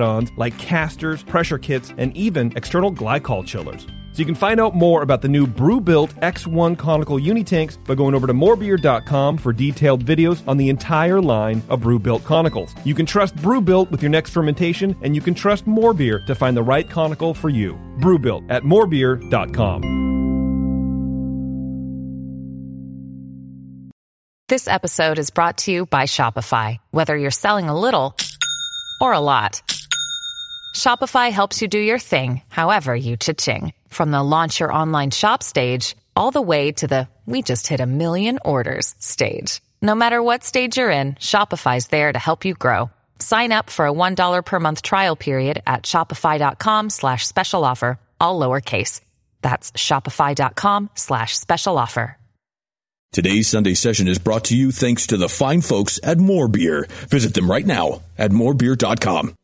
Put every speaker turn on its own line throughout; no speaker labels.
ons like casters, pressure kits, and even external glycol chillers. So you can find out more about the new Brew Built X1 conical unitanks by going over to morebeer.com for detailed videos on the entire line of Brew Built conicals. You can trust Brew Built with your next fermentation, and you can trust Morebeer to find the right conical for you. Brew Built at morebeer.com.
This episode is brought to you by Shopify. Whether you're selling a little or a lot, Shopify helps you do your thing, however you cha-ching. From the launch your online shop stage, all the way to the we just hit a million orders stage. No matter what stage you're in, Shopify's there to help you grow. Sign up for a $1 per month trial period at shopify.com slash special offer, all lowercase. That's shopify.com slash special offer.
Today's Sunday session is brought to you thanks to the fine folks at More Beer. Visit them right now at morebeer.com.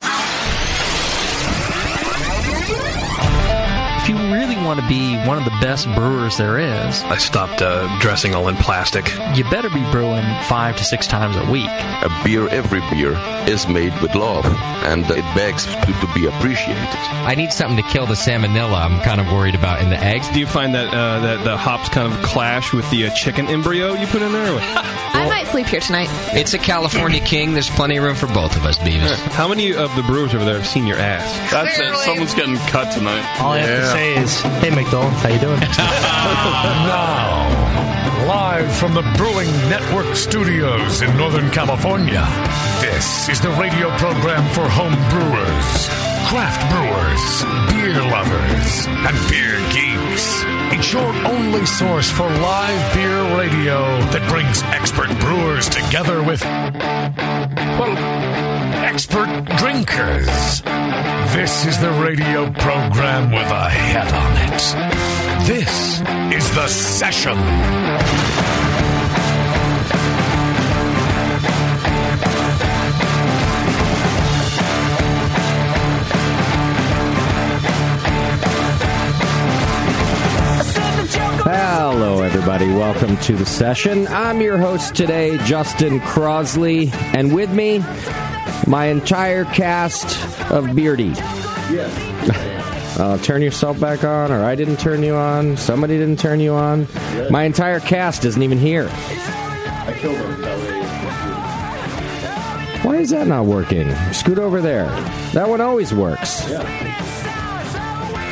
If you really want to be one of the best brewers there is,
I stopped uh, dressing all in plastic.
you better be brewing five to six times a week.
A beer, every beer, is made with love and it begs to, to be appreciated.
I need something to kill the salmonella. I'm kind of worried about in the eggs.
Do you find that uh, that the hops kind of clash with the uh, chicken embryo you put in there?
I might sleep here tonight.
It's a California king. There's plenty of room for both of us, Beavis.
How many of the brewers over there have seen your ass?
That's it. Someone's getting cut tonight.
All I have to say is, hey McDowell, how you doing?
Now, live from the Brewing Network studios in Northern California, this is the radio program for home brewers, craft brewers, beer lovers, and beer geeks. It's your only source for live beer radio that brings expert brewers together with, well, expert drinkers. This is the radio program with a head on it. This is The Session.
Hello, everybody. Welcome to the session. I'm your host today, Justin Crosley, and with me, my entire cast of Beardy. Uh, turn yourself back on, or I didn't turn you on. Somebody didn't turn you on. My entire cast isn't even here. Why is that not working? Scoot over there. That one always works.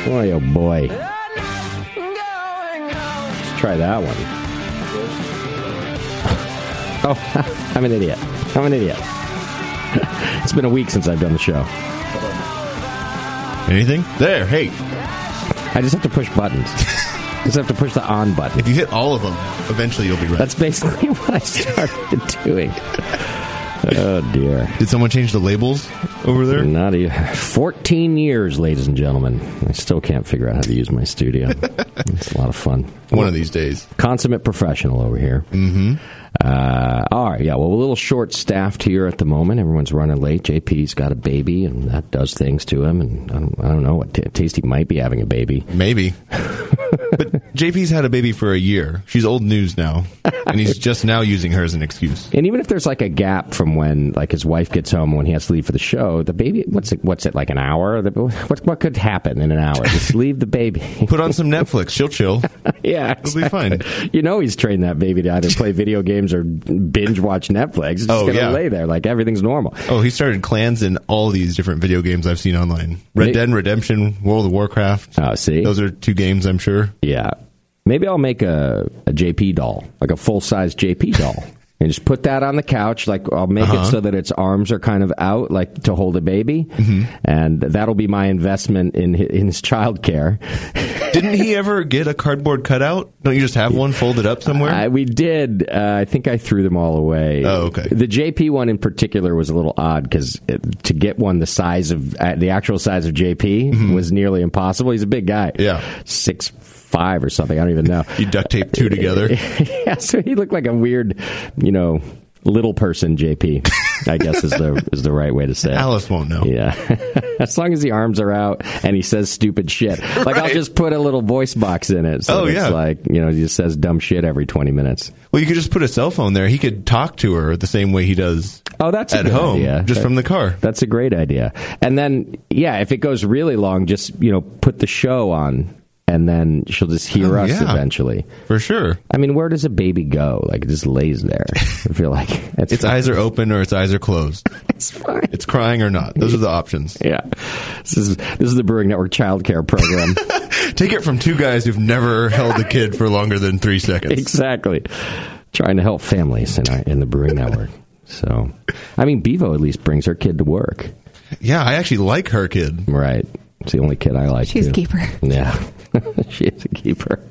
Boy, oh boy. Let's try that one. Oh, I'm an idiot. I'm an idiot. it's been a week since I've done the show.
Anything? There, hey.
I just have to push buttons. just have to push the on button.
If you hit all of them, eventually you'll be right.
That's basically what I started doing. Oh dear.
Did someone change the labels over there?
Not even 14 years, ladies and gentlemen. I still can't figure out how to use my studio. it's a lot of fun.
One of these days.
Consummate professional over here. Mm-hmm. Uh, all right, yeah. Well, we're a little short staffed here at the moment. Everyone's running late. JP's got a baby, and that does things to him. And I don't, I don't know what t- Tasty might be having a baby.
Maybe. but JP's had a baby for a year. She's old news now. And he's just now using her as an excuse.
And even if there's like a gap from when like his wife gets home when he has to leave for the show, the baby what's it what's it like an hour? The- What what could happen in an hour? Just leave the baby.
Put on some Netflix. She'll chill.
yeah,
It'll be fine.
you know he's trained that baby to either play video games or binge watch Netflix. It's just
Oh,
gonna
yeah.
lay there like everything's normal.
Oh, he started clans in all these different video games I've seen online Red
May-
Dead Redemption, World of Warcraft.
Oh, see?
Those are two games, I'm sure.
Yeah. Maybe I'll make a, a JP doll, like a full size JP doll. And just put that on the couch. Like I'll make
Uh-huh.
it so that its arms are kind of out, like
Mm-hmm.
to hold a baby, and that'll be my investment in hi- in his child care.
Didn't he ever get a cardboard cutout? Don't you just have one folded up somewhere?
I, we did. Uh, I think I threw them all away. Oh, okay. The JP one in particular was a little odd because to get one the size of uh, the actual size of JP
Mm-hmm.
was nearly impossible. He's a big guy. Yeah, six five or something. I don't even know.
you duct tape two together.
yeah, so he looked like a weird, you know, little person JP. I guess is the is the right way to say it.
Alice won't know.
Yeah, as long as the arms are out and he says stupid shit. Like I'll
Right.
just put a little voice box in it. So
Oh,
it's
yeah.
like you know, he just says dumb shit every twenty minutes.
Well, you could just put a cell phone there. He could talk to her the same way he does.
Oh, that's a
at
good
home,
idea.
just
That-
from the car.
That's a great idea. And then, yeah, if it goes really long, just you know, put the show on, and then she'll just hear
Oh,
us
yeah.
eventually,
for sure.
I mean, where does a baby go? Like, it just lays there. I feel like it's,
Its eyes are open or its eyes are closed.
it's fine.
It's crying or not. Those are the options.
Yeah, this is this is the Brewing Network Child Care Program.
Take it from two guys who've never held a kid for longer than three seconds.
exactly. Trying to help families in our, in the Brewing Network. So, I mean, Bevo at least brings her kid to work.
Yeah, I actually like her kid.
Right. It's the only kid I like.
She's a
too.
keeper.
Yeah. She's a keeper.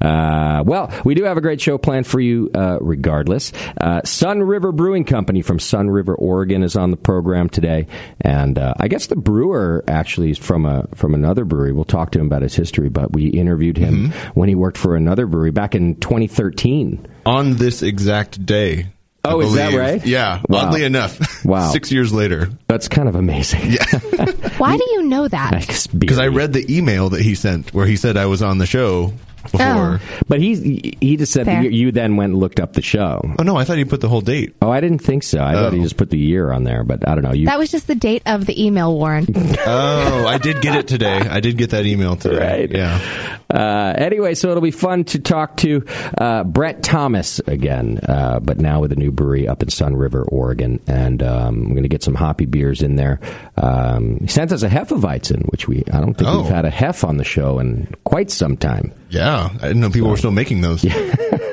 Uh, well, we do have a great show planned for you, uh, regardless. Uh, Sun River Brewing Company from Sun River, Oregon, is on the program today, and uh, I guess the brewer actually is from a from another brewery. We'll talk to him about his history, but we interviewed him
Mm-hmm.
when he worked for another brewery back in 2013.
On this exact day. I
Oh, is that
believe.
right?
Yeah.
Wow.
Oddly enough.
Wow.
Six years later.
That's kind of amazing.
Yeah.
Why do you know that?
Because I read the email that he sent where he said I was on the show before.
But he he just said
Fair.
you, you then went and looked up the show.
Oh no, I thought he put the whole date.
Oh, I didn't think so. I thought he just put the year on there, but I don't know. You
That was just the date of the email, Warren.
Oh, I did get it today. I did get that email today. Right. Yeah.
Uh, anyway, so it'll be fun to talk to uh, Brett Thomas again, uh, but now with a new brewery up in Sun River, Oregon, and um, we're going to get some hoppy beers in there. Um, he sent us a Hefeweizen, which we I don't think
Oh.
we've had a Hef on the show in quite some time.
Yeah. I didn't know people were still making those.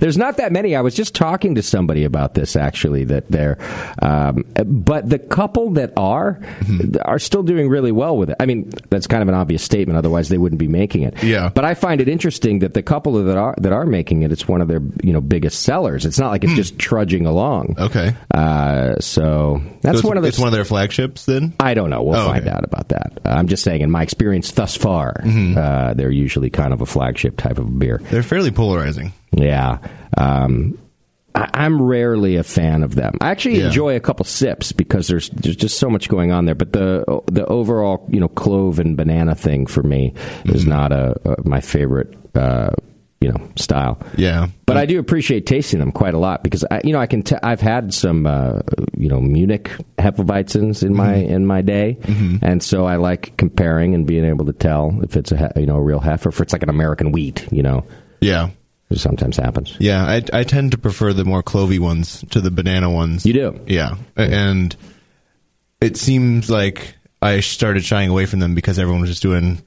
There's not that many. I was just talking to somebody about this actually. That they're, um, but the couple that are
Mm-hmm.
are still doing really well with it. I mean, that's kind of an obvious statement. Otherwise, they wouldn't be making it. Yeah. But I find it interesting that the couple that are that are making it, it's one of their you know biggest sellers. It's not like it's
Hmm.
just trudging along.
Okay.
Uh, so
So
that's
it's-
one of the,
it's one of their flagships. Then
I don't know. We'll
Oh,
find out about that. Uh, I'm just saying, in my experience thus far, uh, they're usually kind of a flagship type of beer.
Mm-hmm. They're fairly polarizing.
Yeah. Um, I- I'm rarely a fan of them. I actually
Yeah.
enjoy a couple sips because there's there's just so much going on there. But the the overall you know clove and banana thing for me
Mm-hmm.
is not a, a my favorite uh, you know style.
Yeah.
But I do appreciate tasting them quite a lot because I, you know, I can. T- I've had some, uh, you know, Munich Hefeweizens in my
Mm-hmm.
in my day, and so I like comparing and being able to tell if it's a he- you know a real heifer, if it's like an American wheat, you know.
Yeah.
It sometimes happens.
Yeah, I, I tend to prefer the more clovey ones to the banana ones. You
do,
yeah. A- And it seems like I started shying away from them because everyone was just doing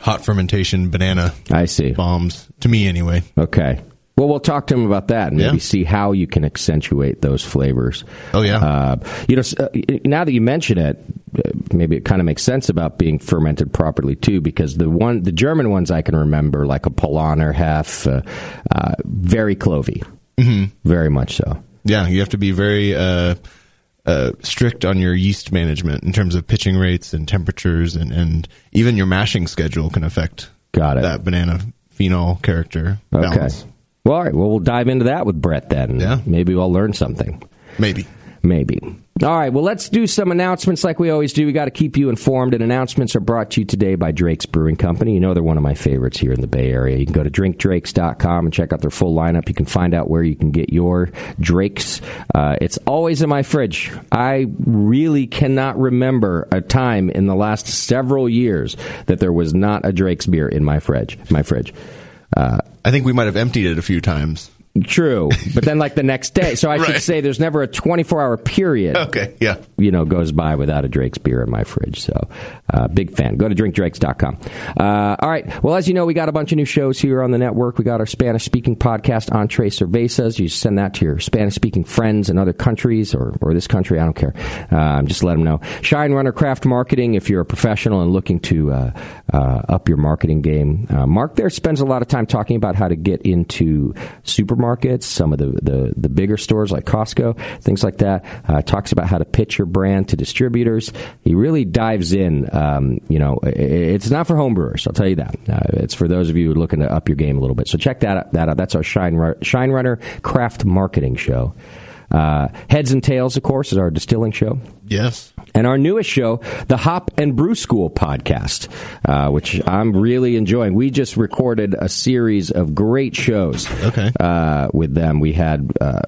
hot fermentation banana.
I see
bombs to me anyway.
Okay. Well, we'll talk to him about that and maybe see how you can accentuate those flavors.
Oh yeah.
Uh, you know, s- uh, now that you mention it, uh, maybe it kind of makes sense about being fermented properly too, because the one, the German ones I can remember, like a Polaner Hef, uh, uh, very clovey,
Mhm.
very much so.
Yeah, you have to be very uh, uh, strict on your yeast management in terms of pitching rates and temperatures, and, and even your mashing schedule can affect
Got it.
that banana phenol character
Okay.
balance.
Well, all right. Well, we'll dive into that with Brett then. Yeah. Maybe we'll learn something.
Maybe.
Maybe. All right. Well, let's do some announcements like we always do. We got to keep you informed, and announcements are brought to you today by Drake's Brewing Company. You know they're one of my favorites here in the Bay Area. You can go to drinkdrakes.com and check out their full lineup. You can find out where you can get your Drake's. Uh, it's always in my fridge. I really cannot remember a time in the last several years that there was not a Drake's beer in my fridge. My fridge.
I think we might have emptied it a few times.
True, but then like the next day. So I should
Right.
say there's never a 24 hour period.
Okay, yeah.
You know, goes by without a Drake's beer in my fridge. So, uh, big fan. Go to drinkdrakes.com. Uh, all right. Well, as you know, we got a bunch of new shows here on the network. We got our Spanish speaking podcast, Entre Cervezas. You send that to your Spanish speaking friends in other countries or, or this country. I don't care. Um, just let them know. Shine Runner Craft Marketing, if you're a professional and looking to uh, uh, up your marketing game, uh, Mark there spends a lot of time talking about how to get into supermarkets, some of the, the, the bigger stores like Costco, things like that. Uh, talks about how to pitch your brand to distributors. He really dives in. Um, you know, i- i- it's not for homebrewers, I'll tell you that. Uh, it's for those of you looking to up your game a little bit. So check that out. That out. That's our Shine, Ru- Shine Runner Craft Marketing Show. Uh, Heads and Tails, of course, is our distilling show.
Yes.
And our newest show, the Hop and Brew School podcast, uh, which I'm really enjoying. We just recorded a series of great shows okay. uh, with them. We had uh,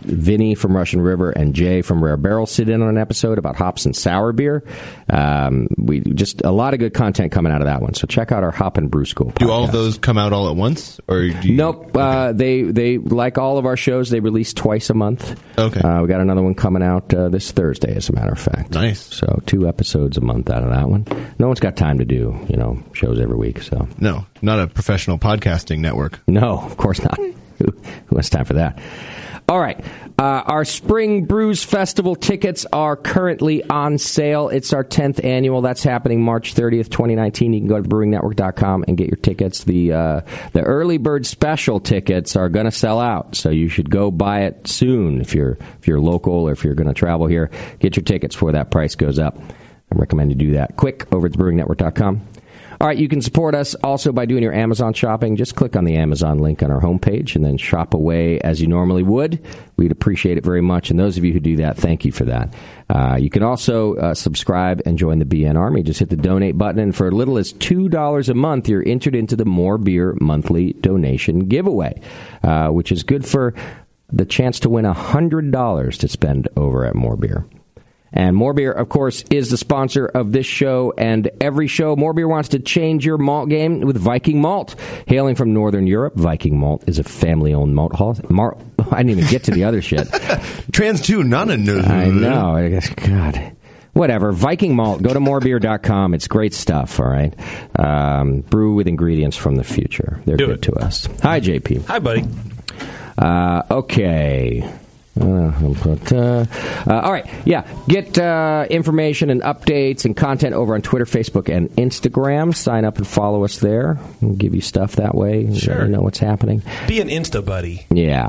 Vinny from Russian River and Jay from Rare Barrel sit in on an episode about hops and sour beer. Um, we just a lot of good content coming out of that one. So check out our Hop and Brew School.
Do all of those come out all at once, or do you,
nope? Uh, they they like all of our shows. They release twice a month. Okay. Uh, we got another one coming out uh, this Thursday, as a matter of fact. Nice. So two episodes a month out of that one. No one's got time to do you know shows every week. So
No, not a professional podcasting network.
no, of course not. Who, who has time for that? All right. Uh, our Spring Brews Festival tickets are currently on sale. It's our 10th annual. That's happening March 30th, 2019. You can go to brewingnetwork.com and get your tickets. The, uh, the early bird special tickets are going to sell out, so you should go buy it soon if you're, if you're local or if you're going to travel here. Get your tickets before that price goes up. I recommend you do that quick over at brewingnetwork.com. All right, you can support us also by doing your Amazon shopping. Just click on the Amazon link on our homepage and then shop away as you normally would. We'd appreciate it very much. And those of you who do that, thank you for that. Uh, you can also uh, subscribe and join the BN Army. Just hit the donate button. And for as little as $2 a month, you're entered into the More Beer monthly donation giveaway, uh, which is good for the chance to win $100 to spend over at More Beer. And More Beer, of course, is the sponsor of this show and every show. More Beer wants to change your malt game with Viking Malt. Hailing from Northern Europe, Viking Malt is a family owned malt hall. Mar- I didn't even get to the other shit. Trans 2, not a new. I know. I guess, God. Whatever. Viking Malt. Go to morebeer.com. It's great stuff, all right? Um, brew with ingredients from the future. They're good to us. Hi, JP.
Hi, buddy.
Uh, okay. Uh, but, uh, uh, all right, yeah. Get uh, information and updates and content over on Twitter, Facebook, and Instagram. Sign up and follow us there. We'll give you stuff that way. Sure, you know what's happening.
Be an Insta buddy.
Yeah.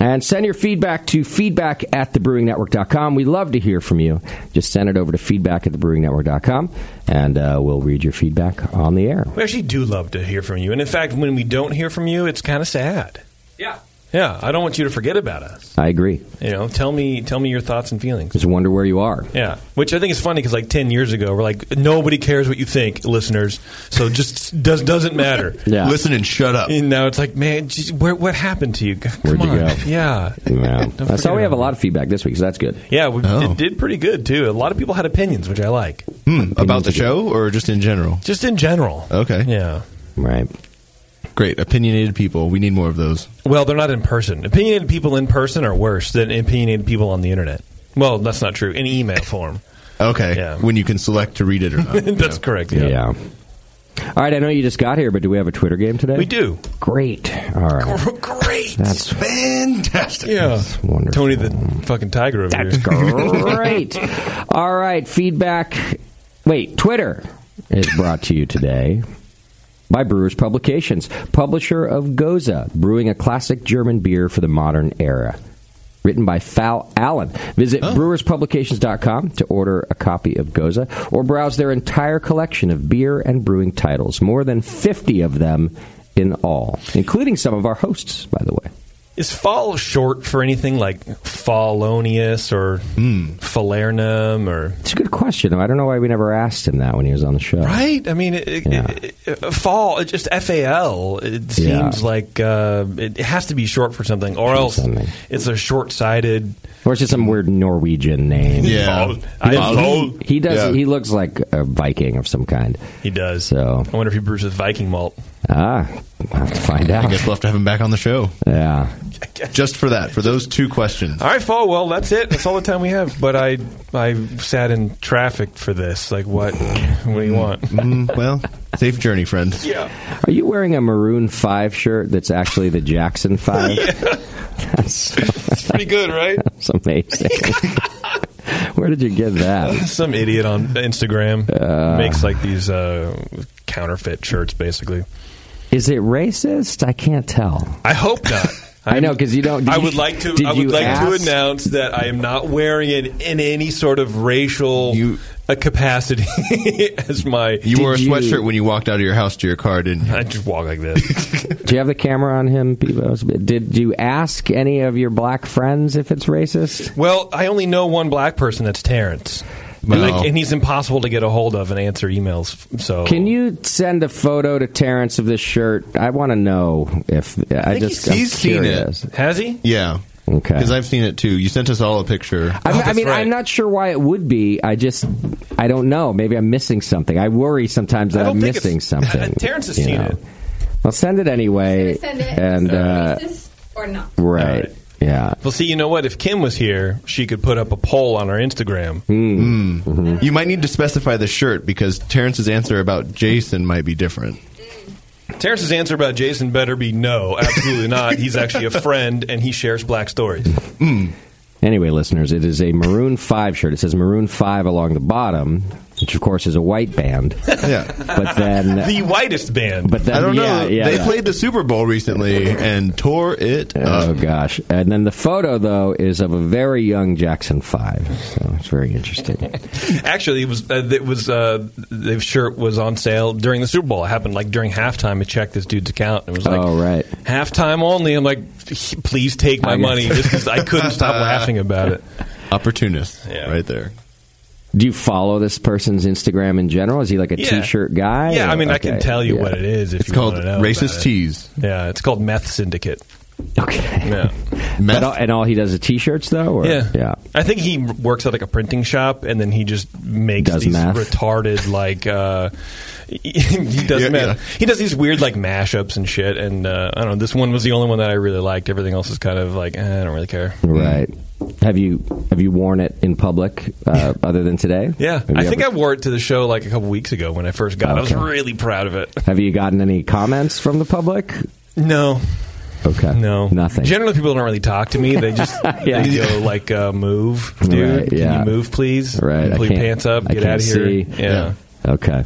And send your feedback to feedback at thebrewingnetwork.com. We love to hear from you. Just send it over to feedback at thebrewingnetwork.com, and uh, we'll read your feedback on the air.
We actually do love to hear from you. And in fact, when we don't hear from you, it's kind of sad. Yeah. Yeah. I don't want you to forget about us.
I agree.
You know, tell me, tell me your thoughts and feelings.
Just wonder where you are.
Yeah, which I think is funny because like ten years ago, we're like nobody cares what you think, listeners. So just does doesn't matter.
Yeah.
listen and shut up. And now it's like, man, geez, where, what happened to you? Come
Where'd you
on.
go?
Yeah,
Yeah. I
forget
saw we have a
about
lot of feedback this week, so that's good.
yeah, we it did pretty good too. A lot of people had opinions, which I like.
Hmm, about the show or just in general?
Just in general.
Okay.
Yeah.
Right.
Great. Opinionated people. We need more of those.
Well, they're not in person. Opinionated people in person are worse than opinionated people on the internet. Well, that's not true. In email form.
Okay. When you can select to read it or not.
That's correct. Yeah.
yeah. All right, I know you just got here, but do we have a Twitter game today?
We do.
Great. All right.
Great.
That's
fantastic.
Yeah.
wonderful.
Tony the fucking tiger over
That's
here.
great. All right, feedback. Wait, Twitter is brought to you today by Brewers Publications, publisher of Goza, brewing a classic German beer for the modern era. Written by Fal Allen. Visit
Oh.
brewerspublications.com to order a copy of Goza or browse their entire collection of beer and brewing titles, more than 50 of them in all, including some of our hosts, by the way.
Is fall short for anything like Fallonius or
Hmm.
Falernum or
It's a good question. I don't know why we never asked him that when he was on the show.
right? I mean, it, it,
Yeah.
it, it- fall it just F A L. It seems
Yeah.
like uh, it has to be short for something, or else it's a short-sighted
Or it's just some weird Norwegian name.
Yeah. Vold.
He, does,
Vold.
he, he does.
Yeah.
He looks like a Viking of some kind.
He does.
So
I wonder if he brews with Viking malt.
ah, I have to find out.
I guess we'll have to have him back on the show.
Yeah.
Just for that, for those two questions.
All right, fall. Well, that's it. That's all the time we have. But I, I sat in traffic for this. Like, what? What do you want?
Mm, well, safe journey, friend.
Yeah.
Are you wearing a Maroon Five shirt? That's actually the Jackson Five. That's,
It's pretty good, right?
that's amazing. Where did you get that?
Some idiot on Instagram makes like these uh, counterfeit shirts, basically.
Is it racist? I can't tell.
I hope not.
i know because you don't. Oh, did
I
you-
would like to.
did
I would
you
like
ask?
to announce that I am not wearing it in any sort of racial uh, capacity as my.
You wore a sweatshirt when you walked out of your house to your car, didn't you?
I just walk like this.
Do you have the camera on him, Bebos? Did you ask any of your black friends if it's racist?
Well, I only know one black person. That's Terrence. And, like, and he's impossible to get a hold of and answer emails. So
Can you send a photo to Terrence of this shirt? I want to know if I, just I'm curious.
Has he?
Yeah.
Okay.
Because I've seen it too. You sent us all a picture.
I'm,
Oh,
I mean, I'm not sure why it would be. I just, I don't know. Maybe I'm missing something. I worry sometimes that
I don't
I'm
think it's-
missing something.
Terrence has
you
seen it.
I'll send it anyway.
send it.
And
Is it
uh,
racist or not?
right, yeah.
Well, see, you know what? If Kim was here, she could put up a poll on our Instagram.
Hmm.
Mm.
Mm-hmm.
You might need to specify the shirt because Terrence's answer about Jason might be different.
Terrence's answer about Jason better be no, absolutely not. He's actually a friend and he shares black stories. Hmm.
Anyway, listeners, it is a Maroon 5 shirt. It says Maroon 5 along the bottom, which of course is a white band.
Yeah.
But then.
The whitest band.
But then,
I don't
yeah,
know.
yeah,
they
yeah.
played the Super Bowl recently and tore it
Oh
up.
gosh! And then the photo though is of a very young Jackson Five, so it's very interesting.
Actually, it was uh, it was uh, the shirt was on sale during the Super Bowl. It happened like during halftime. I checked this dude's account and it was like,
oh right,
halftime only. I'm like, please take my
I guess.
money. This is, I couldn't stop laughing about it.
Opportunist,
Yeah.
right there.
do you follow this person's Instagram in general? Is he like a
Yeah.
shirt guy?
Yeah,
or-
I mean, I
okay,
can tell you
yeah.
what it is. If
It's
you
called
wanna know about
Racist
it.
Tees.
Yeah, it's called Meth Syndicate.
Okay,
Yeah.
But all, and all he does is t-shirts though. Or?
Yeah.
yeah.
I think he works at like a printing shop, and then he just makes
Does
these
math.
retarded like uh, he does
Yeah,
math.
yeah.
He does these weird like mashups and shit. And uh, I don't know. This one was the only one that I really liked. Everything else is kind of like eh, I don't really care.
Right. Have you have you worn it in public uh, other than today?
Yeah,
Have you
I think I
ever-
wore it to the show like a couple weeks ago when I first got. it. I was
Okay.
really proud of it.
Have you gotten any comments from the public?
No,
Okay.
no,
Nothing.
Generally, people don't really talk to me. They just
Yeah.
they go like, uh, "Move, dude.
Right,
Can
yeah.
you move, please?
Right. I
Pull your
can't-
pants up.
I
Get out of
can't
here.
see.
yeah.
Okay.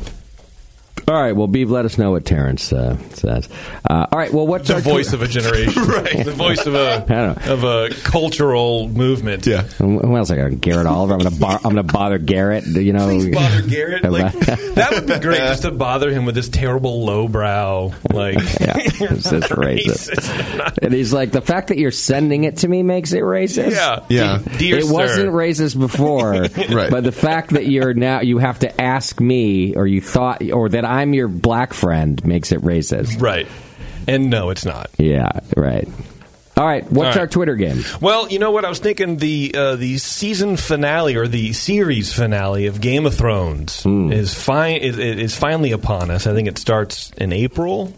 All right. Well, Beeve, let us know what Terrence uh, says. Uh, all right. Well, what's
the
our
voice of a generation, right? The voice of a
don't
of a cultural movement.
Yeah.
Who who else? I got Garrett Oliver. I'm gonna bar- I'm gonna bother Garrett. You know,
Please bother Garrett.
Am
Like
I-
that would be great, just to bother him with this terrible lowbrow. Like
yeah, it's just racist. And he's like, the fact that you're sending it to me makes it racist.
Yeah,
Yeah.
dear
it
sir.
wasn't racist before,
Right.
but the fact that you're now you have to ask me, or you thought, or that I'm your black friend makes it racist.
right. And no, it's not.
Yeah, right. All right, what's
All right.
our Twitter game?
Well, you know what? I was thinking the uh, the season finale or the series finale of Game of Thrones
Hmm.
is fine is, is finally upon us. I think it starts in April.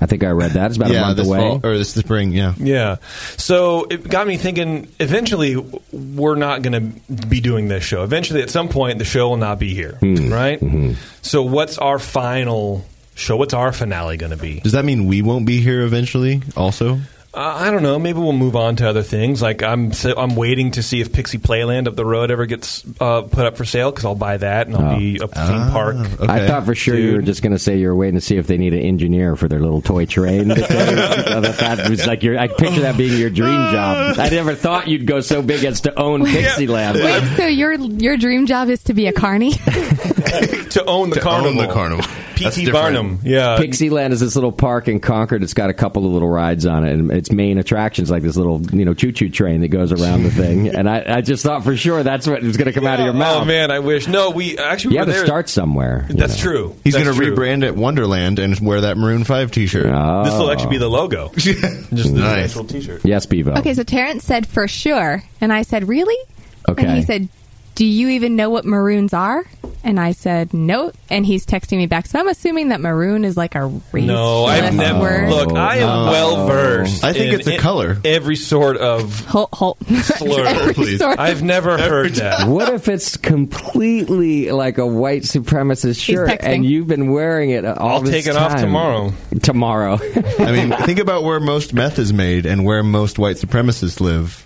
I think I read that. It's about a
yeah,
month
this
away.
fall or this spring. Yeah.
Yeah. So it got me thinking eventually we're not going to be doing this show. Eventually at some point the show will not be here,
Hmm.
right?
Mm-hmm.
So what's our final show? What's our finale going to be?
Does that mean we won't be here eventually? Also,
Uh, I don't know. Maybe we'll move on to other things. Like I'm so I'm waiting to see if Pixie Playland up the road ever gets uh, put up for sale cuz I'll buy that and I'll
Oh.
be a theme park.
Ah,
I thought for sure you were just going to say you were waiting to see if they need an engineer for their little toy train. that they- uh, that- that was like your, I picture that being your dream job. I never thought you'd go so big as to own Pixieland.
Wait, so your your dream job is to be a carny?
to own the
To
carnival.
own the carnival. That's
P.T.
different.
Barnum. Yeah.
Pixieland is this little park in Concord. It's got a couple of little rides on it, and its main attractions like this little you know choo choo train that goes around the thing. And I, I just thought for sure that's what was going to come out of your mouth.
Oh man, I wish. No, we actually we
you
were
have to
there.
start somewhere. you
That's
know.
true.
He's
That's
going to
true.
rebrand it Wonderland and wear that Maroon Five T-shirt.
Oh.
This will actually be the logo. Just the
Nice.
actual T-shirt.
Yes, Bevo.
Okay, so Terrence said for sure, and I said really. And
Okay.
he said, "Do you even know what maroons are?" And I said, "No." And he's texting me back, so I'm assuming that maroon is like a race.
No, I've never.
word.
Look, I am
No.
well versed.
I think
in
it's a
e-
color.
Every sort of
Halt, halt.
slur.
Every sort.
I've never heard that.
What if it's completely like a white supremacist shirt
texting.
and you've been wearing it all
I'll
this
take it off
time?
tomorrow.
Tomorrow.
I mean, think about where most meth is made and where most white supremacists live.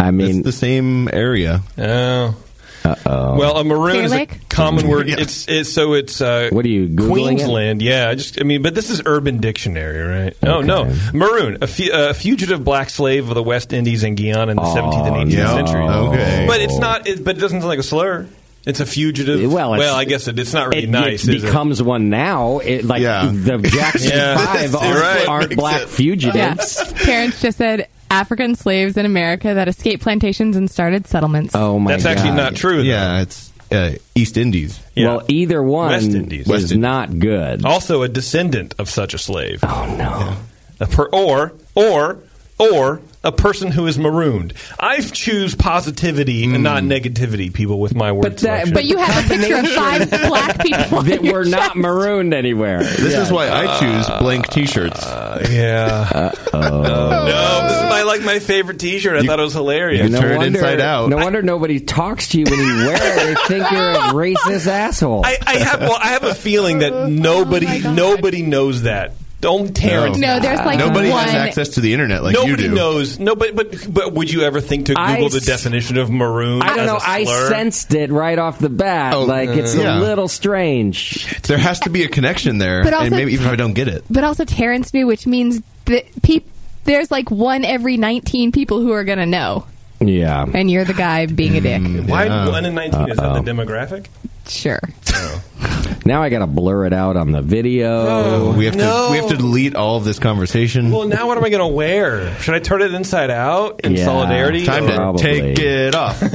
I mean,
it's the same area.
Oh.
Uh-oh.
Well, a maroon is a
Gaelic?
common word. It's, it's so it's uh,
What are you, Googling it?
Queensland? Yeah, I just I mean, but this is Urban Dictionary, right? Oh no, maroon, a fu- uh, fugitive black slave of the West Indies and Guyana in the 17th and 18th
yeah.
centuries.
Okay.
But it's not. It, but it doesn't sound like a slur. It's a fugitive.
Well, it's-
I guess it, it's not really
it,
nice.
it
is it?
becomes one now. It, like
Yeah.
the Jackson
Yeah.
Five
You're
aren't,
right.
aren't
Makes
black
sense.
Yeah.
fugitives.
Terrence just said African slaves in America that escaped plantations and started settlements.
Oh my
That's
god!
actually not true. Though.
Yeah, it's uh, East Indies.
Yeah.
Well, either one
West Indies.
is
West Indies.
not good.
also a descendant of such a slave.
Oh no!
A per- or or or a person who is marooned. I choose positivity
Hmm.
and not negativity, people, with my word
But that,
selection.
But you have a picture of five black people. on
that
your
we're not
chest.
marooned anywhere.
This is why I choose blank T-shirts.
Uh, yeah.
Oh.
no, this is my like my favorite T-shirt. I thought it was hilarious.
you turn it inside out.
No wonder nobody talks to you when you wear it. They think you're a racist asshole.
I, I have well, I have a feeling
Oh,
that nobody nobody knows that. Don't Terrence.
No, there's like
Nobody
one.
has access to the internet like
Nobody
you do.
knows. Nobody, but but would you ever think to
I
Google the
s-
definition of maroon?
I don't
as a
know. I
slur?
sensed it right off the bat.
Oh,
Uh, like it's a
yeah.
little strange.
There has to be a connection there,
But also-
and maybe even if I don't get it.
but also Terrence knew, which means that peop there's like one every 19 people who are going to know.
Yeah.
Um,
And you're the guy being a dick.
Why
Yeah.
one in 19 is that the demographic?
Sure.
Now I got to blur it out on the video.
we have
no.
to we have to delete all of this conversation.
Well, now what am I going to wear? Should I turn it inside out in
Yeah.
solidarity?
Time to
Probably.
take it off. Take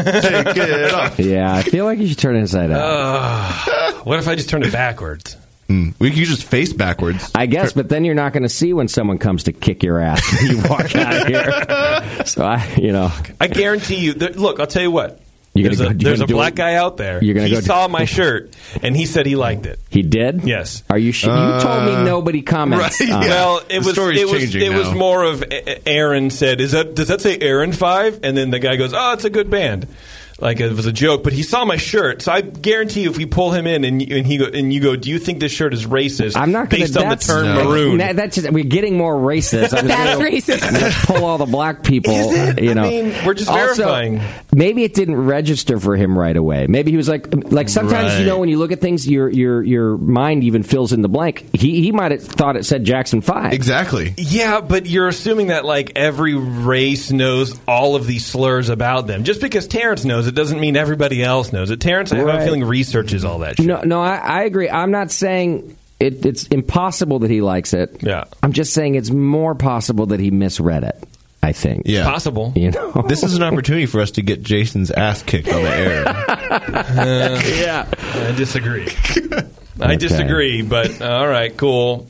it off.
Yeah, I feel like you should turn it inside out.
Uh,
What if I just turn it backwards?
hmm. We could just face backwards.
I guess, but then you're not going to see when someone comes to kick your ass when you walk out of here. So I, you know,
I guarantee you. There, look, I'll tell you what.
You're
there's
gonna
a,
go- you're
there's
gonna
a
do
black
it-
guy out there.
you're gonna
he
go do-
saw my shirt and he said he liked it.
he did.
Yes.
Are you? Sh- you told me nobody comments.
Uh,
Uh,
right,
on it.
yeah.
Well, it
The
was
story's
it was
changing
it was
now.
more of A- A- Aaron said, "Is that does that say Aaron Five? And then the guy goes, "Oh, it's a good band." Like it was a joke, but he saw my shirt, so I guarantee if we pull him in and, you- and he go, and you go, "Do you think this shirt is racist?"
I'm not going
based
to.
on the term maroon.
That, that's just, we're getting more racist. I'm
That's
gonna,
racist.
Let's pull all the black people.
Is it?
You
I
know,
mean, we're just
Also,
verifying.
Maybe it didn't register for him right away. Maybe he was like, like sometimes you
Right.
know when you look at things, your your your mind even fills in the blank. He he might have thought it said Jackson Five.
Exactly.
Yeah, but you're assuming that like every race knows all of these slurs about them. Just because Terrence knows it doesn't mean everybody else knows it. Terrence, I have
Right.
a feeling researches all that shit.
No, no, I, I agree. I'm not saying it, it's impossible that he likes it.
Yeah.
I'm just saying it's more possible that he misread it. I think.
Yeah.
Possible.
You know.
This is an opportunity for us to get Jason's ass kicked on the air.
yeah.
I disagree. I
Okay. Uh,
disagree, but uh, all right, cool.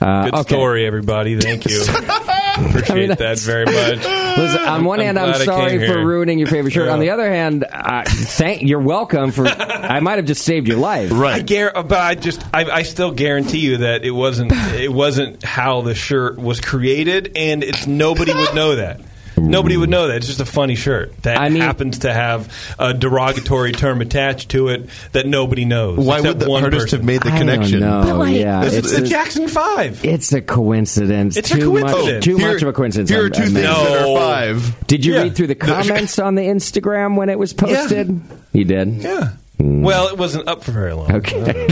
Good
okay.
story, everybody. Thank you. Appreciate that very much.
Listen, on one
I'm
hand, I'm
glad I
sorry
came
for
here.
ruining your favorite shirt. On the other hand, I, thank you're welcome for. I might have just saved your life.
I guar- uh, but I just, I, I still guarantee you that it wasn't, it wasn't how the shirt was created, and it's nobody would know that. Nobody would know that. It's just a funny shirt that
I mean-
happens to have a derogatory term attached to it that nobody knows.
Why would
except
the
one
artist
person.
have made the
I
connection?
Don't know.
But, like,
yeah,
This
it's
is the
a,
Jackson Five.
it's a coincidence.
It's a
too Much,
coincidence.
too
Here-
much of a coincidence.
Here
I'm-
are two
I'm-
things that
No.
are five.
Did you
Yeah.
read through the comments on the Instagram when it was posted? You did.
Yeah. Well, it wasn't up for very long.
Okay.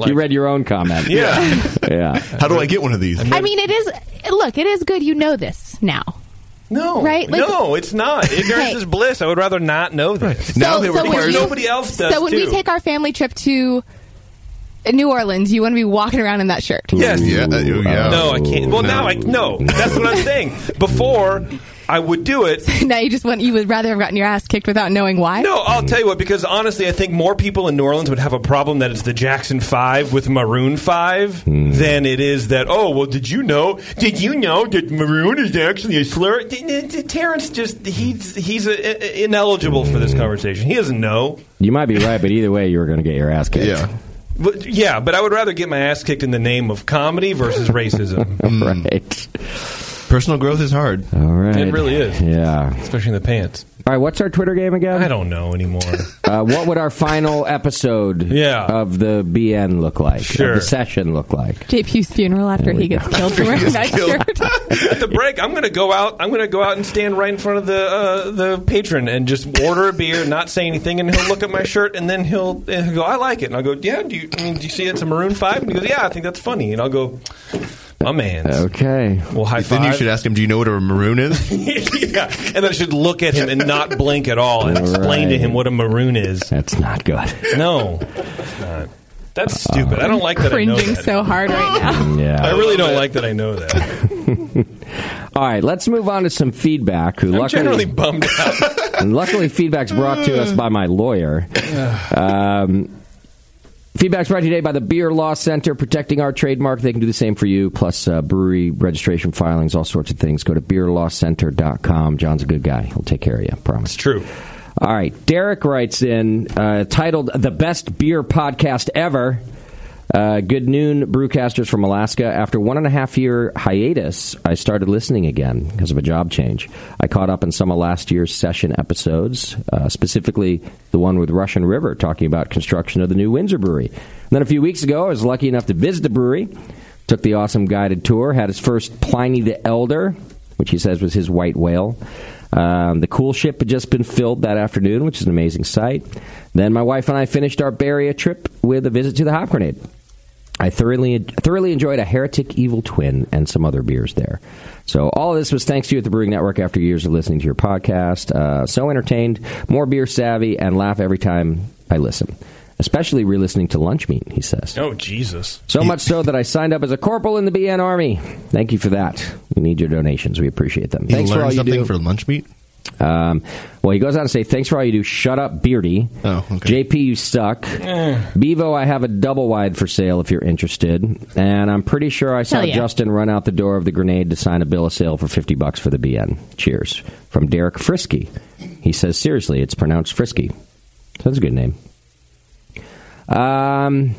you read your own comment.
Yeah.
Yeah.
How do I get one of these?
I mean, it is. Look, it is good you know this now.
No,
Right? Like-
no, it's not. Ignorance
Okay.
is bliss. I would rather not know this.
So- so when you-
nobody else does
So when
too.
we take our family trip to New Orleans, you want to be walking around in that shirt.
Yes.
Yeah, uh, yeah.
No, I can't. Well, now I no. That's what I'm saying. Before I would do it.
now you just want you would rather have gotten your ass kicked without knowing why.
No, uh, I'll tell you what. Because honestly, I think more people in New Orleans would have a problem that it's the Jackson Five with Maroon Five than it is that. Oh, well, did you know? Did you know that Maroon is actually a slur? D- d- d- Terrence just he's he's uh, uh, ineligible for this conversation. He doesn't know.
You might be right, but either way, you were going to get your ass kicked.
Yeah.
But, yeah, but I would rather get my ass kicked in the name of comedy versus racism.
right.
Mm. Personal growth is hard.
All right.
It really is.
Yeah.
Especially in the pants.
All right. What's our Twitter game again?
I don't know anymore.
Uh, what would our final episode
Yeah.
of the BN look like? of
Sure.
the session look like?
JP's funeral after he gets killed for wearing that shirt.
At the break, I'm going to go out. I'm going to go out and stand right in front of the uh, the patron and just order a beer, not say anything, and he'll look at my shirt and then he'll, and he'll go, "I like it," and I'll go, "Yeah, do you, I mean, do you see it's a Maroon 5? And he goes, "Yeah, I think that's funny," and I'll go, "My man."
Okay.
Well, high
Then you
five.
should ask him, do you know what a maroon is?
yeah, and then I should look at him and not blink at all and
All
explain to
right.
him what a maroon is.
That's not good.
No, it's not. that's stupid. I don't like that. I know
Cringing
that.
so hard right now.
I
Yeah.
really don't like that. I know that.
All right. Let's move on to some feedback. Who
I'm
luckily
generally bummed out.
and luckily feedback's brought to us by my lawyer. Um, feedback's brought to you today by the Beer Law Center, protecting our trademark. They can do the same for you, plus uh, brewery registration filings, all sorts of things. Go to beerlawcenter.com. John's a good guy. He'll take care of you, I promise.
True.
All right. Derek writes in, uh, titled The Best Beer Podcast Ever. Uh, good noon, brewcasters from Alaska. After one and a half year hiatus, I started listening again because of a job change. I caught up in some of last year's session episodes, uh, specifically the one with Russian River talking about construction of the new Windsor Brewery. And then a few weeks ago, I was lucky enough to visit the brewery, took the awesome guided tour, had his first Pliny the Elder, which he says was his white whale. Um, the cool ship had just been filled that afternoon, which is an amazing sight. Then my wife and I finished our Bay Area trip with a visit to the Hop Grenade. I thoroughly thoroughly enjoyed a Heretic Evil Twin and some other beers there. So all of this was thanks to you at the Brewing Network after years of listening to your podcast. Uh, so entertained, more beer savvy, and laugh every time I listen. Especially re-listening to Lunch Meat, he says.
Oh Jesus.
So much so that I signed up as a corporal in the BN Army. Thank you for that. We need your donations. We appreciate them.
You
Thanks for
learn
all you
something
do.
for lunch meat?
Um, well, he goes on to say, "Thanks for all you do. Shut up, Beardy.
Oh, okay.
JP, you suck.
Eh.
Bevo, I have a double wide for sale if you're interested. And I'm pretty sure I saw
Hell yeah.
Justin run out the door of the grenade to sign a bill of sale for fifty bucks for the BN. Cheers from Derek Frisky. He says, seriously, it's pronounced Frisky. So that's a good name. Um,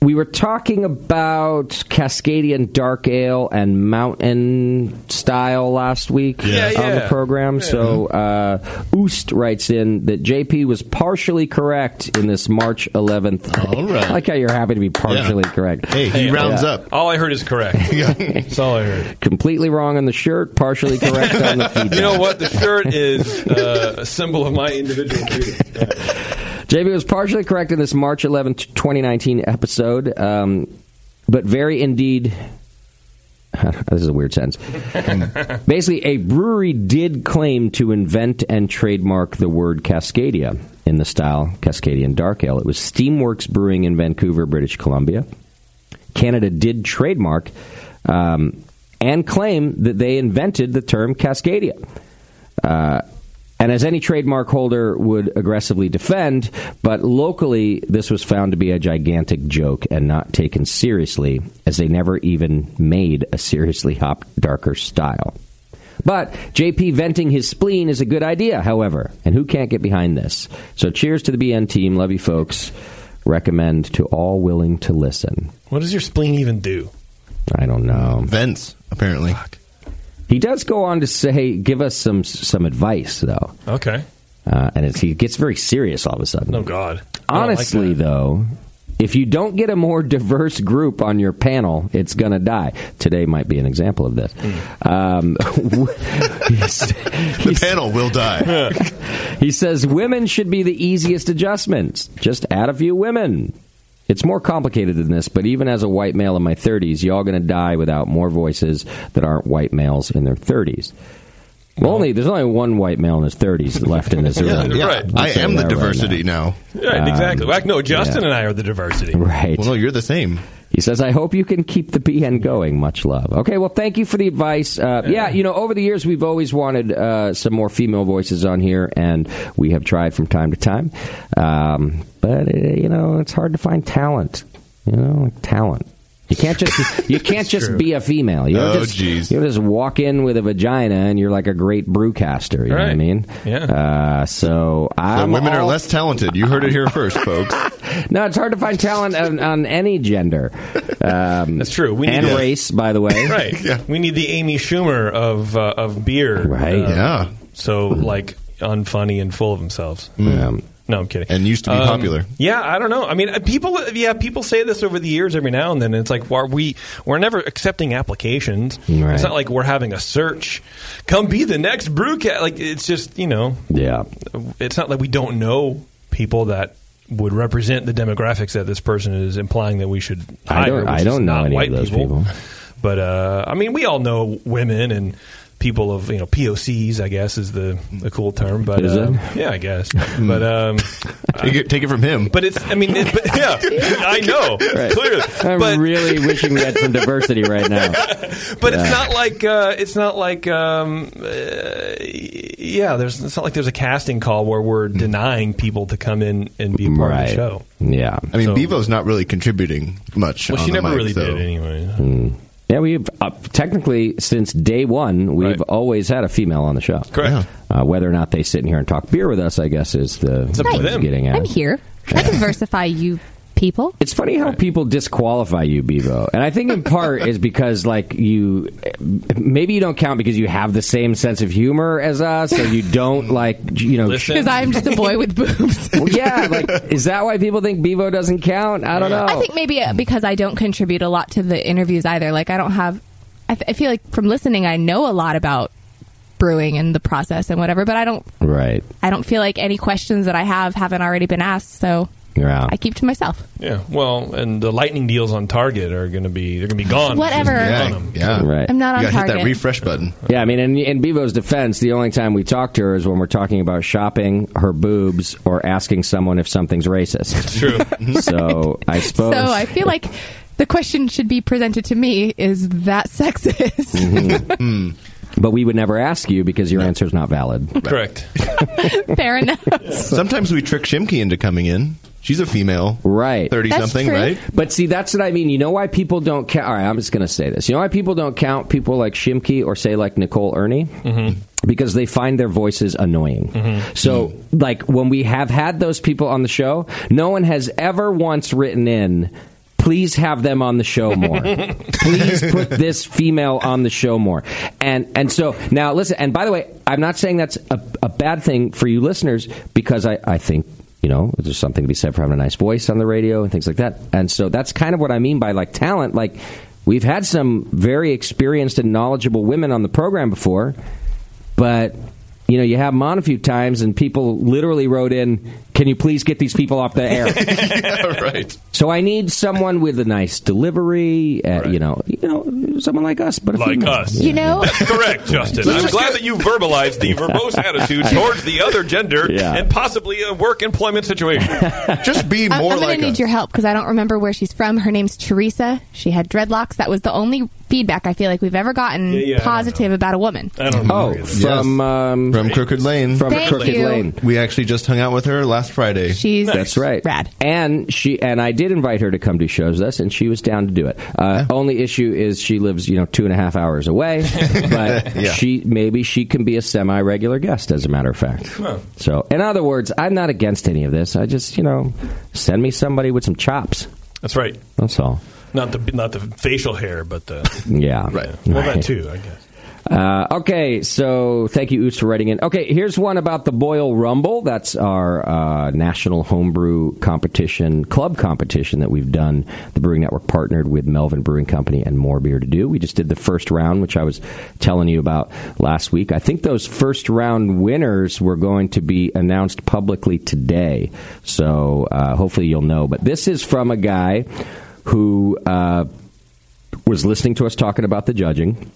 we were talking about Cascadian Dark Ale and Mountain Style last week
Yeah,
on
yeah.
the program. So uh, Oost writes in that JP was partially correct in this March 11th.
All right.
I like how you're happy to be partially correct.
Hey, he rounds
Yeah.
up.
All I heard is correct. That's all I heard.
Completely wrong on the shirt, partially correct on the feedback.
You know what? The shirt is uh, a symbol of my individual freedom.
JB was partially correct in this March 11, 2019 episode, um, but very indeed. this is a weird sentence. Basically, a brewery did claim to invent and trademark the word Cascadia in the style Cascadian Dark Ale. It was Steamworks Brewing in Vancouver, British Columbia. Canada did trademark um, and claim that they invented the term Cascadia. Uh, and as any trademark holder would aggressively defend, but locally this was found to be a gigantic joke and not taken seriously, as they never even made a seriously hopped darker style. But JP venting his spleen is a good idea, however, and who can't get behind this? So cheers to the BN team. Love you folks. Recommend to all willing to listen.
What does your spleen even do?
I don't know.
Vents, apparently.
He does go on to say, give us some some advice though,
Okay.
uh, and it's, he gets very serious all of a sudden.
Oh God. I don't like
Honestly,
that.
though, if you don't get a more diverse group on your panel, it's going to die. Today might be an example of this.
Hmm.
Um, he's-
The
he's-
panel will die.
he says women should be the easiest adjustments. Just add a few women. It's more complicated than this, but even as a white male in my 30s, y'all going to die without more voices that aren't white males in their 30s. Well, only there's only one white male in his 30s left in this
Yeah,
room.
right.
I'll
I
say
am the
that right
diversity now.
Um,
Right, exactly. Well, no, Justin
yeah.
and I are the diversity.
Right. Well, no,
you're the same.
He says, "I hope you can keep the BN going. Much love." Okay. Well, thank you for the advice. Uh, yeah, you know, over the years we've always wanted uh, some more female voices on here, and we have tried from time to time, um, but uh, you know, it's hard to find talent. You know, like talent. You can't just you can't just
true.
be a female. You don't
Oh,
just you don't just walk in with a vagina and you're like a great brewcaster. You know what I
Right.
mean? Yeah. Uh, so
The
I'm
women are
all-
less talented. You heard it here first, folks.
no, it's hard to find talent on, on any gender. Um, That's
true. We need
and
to-
race, by the way.
right. We need the Amy Schumer of uh, of beer. Right.
yeah.
So like unfunny and full of themselves. no, I'm kidding.
And used to be
Um,
popular.
Yeah, I don't know. I mean, uh, people. Yeah, people say this over the years every now and then. It's like why we we're never accepting applications.
Right.
It's not like we're having a search. Come be the next brewcat. Like it's just you know.
Yeah.
It's not like we don't know people that would represent the demographics that this person is implying that we should.
I
hire,
don't- I
which is
don't know
not
any of
white
those people.
But uh, I mean, we all know women and people of you know POCs. I guess is the, the cool term. But
Is it?
um, yeah, I guess. but um,
take, it, take it from him.
But it's. I mean, it, but, yeah, I know clearly.
I'm really wishing we had some diversity right now.
But
Yeah.
it's not like uh, it's not like um, uh, yeah. There's it's not like there's a casting call where we're
Mm.
denying people to come in and be a part of the show.
Yeah.
I mean,
So-
Bevo's not really contributing much.
Well,
on
she
the
never
mic,
really
so.
did anyway.
Mm. Yeah, we've uh, technically since day one we've always had a female on the show.
Correct.
Uh, whether or not they sit in here and talk beer with us, I guess is the
It's up to
what it's
them.
getting at.
I'm here. I diversify you people.
It's funny how people disqualify you, Bevo, and I think in part is because like you, maybe you don't count because you have the same sense of humor as us, or you don't like you know.
Because I'm just a boy with boobs.
Well, yeah, like is that why people think Bevo doesn't count? I don't know.
I think maybe uh, because I don't contribute a lot to the interviews either. Like I don't have. I, f- I feel like from listening, I know a lot about brewing and the process and whatever, but I don't.
right.
I don't feel like any questions that I have haven't already been asked. So
Yeah.
I keep to myself.
Yeah. Well, and the lightning deals on Target are going to be they're going to be gone.
Whatever.
Yeah.
Yeah,
right.
I'm not on target.
refresh button.
Yeah, I mean, in, in Bevo's defense, the only time we talk to her is when we're talking about shopping, her boobs, or asking someone if something's racist.
true.
So I suppose.
So I feel like the question should be presented to me: Is that sexist?
Mhm. but we would never ask you because your answer is not valid.
Correct.
Fair enough.
Sometimes we trick Shimke into coming in. She's a female,
right?
Thirty something, right?
But see, that's what I mean. You know why people don't count? All right, I'm just going to say this. You know why people don't count people like Shimke or say like Nicole Ernie? Mm-hmm. Because they find their voices annoying. So, like when we have had those people on the show, no one has ever once written in. Please have them on the show more. Please put this female on the show more. And and so now listen. And by the way, I'm not saying that's a, a bad thing for you listeners because I I think you know there's something to be said for having a nice voice on the radio and things like that and so that's kind of what i mean by like talent like we've had some very experienced and knowledgeable women on the program before but you know you have them on a few times and people literally wrote in can you please get these people off the air
right.
so i need someone with a nice delivery uh, you know you know someone like us but a
Like
female.
us.
Yeah.
You
know?
That's correct, Justin.
Let's
I'm
just
glad that you verbalized the verbose attitude towards the other gender
Yeah.
and possibly a work employment situation.
Just be
I'm, I'm gonna need your help because I don't remember where she's from. Her name's Teresa. She had dreadlocks. That was the only feedback I feel like we've ever gotten
Yeah, yeah, I don't
positive about a woman.
I don't
Oh, from um,
from Crooked Lane.
From
Thank
Crooked
you.
Lane.
We actually just hung out with her last Friday.
She's
that's right. Rad. And she and I did invite her to come do shows with us, and she was down to do it. Uh, Only issue is she lives, you know, two and a half hours away, but
Yeah.
she maybe she can be a semi-regular guest, as a matter of fact.
Huh.
So, in other words, I'm not against any of this. I just, you know, send me somebody with some chops.
That's right.
That's all.
Not the not the facial hair, but the
Yeah.
Right. Well, that too, I guess.
Uh, okay, so thank you, Oots, for writing in. Okay, here's one about the Boyle Rumble. That's our uh, national homebrew competition, club competition that we've done. The Brewing Network partnered with Melvin Brewing Company and More Beer to do. We just did the first round, which I was telling you about last week. I think those first round winners were going to be announced publicly today, so uh, hopefully you'll know. But this is from a guy who uh, was listening to us talking about the judging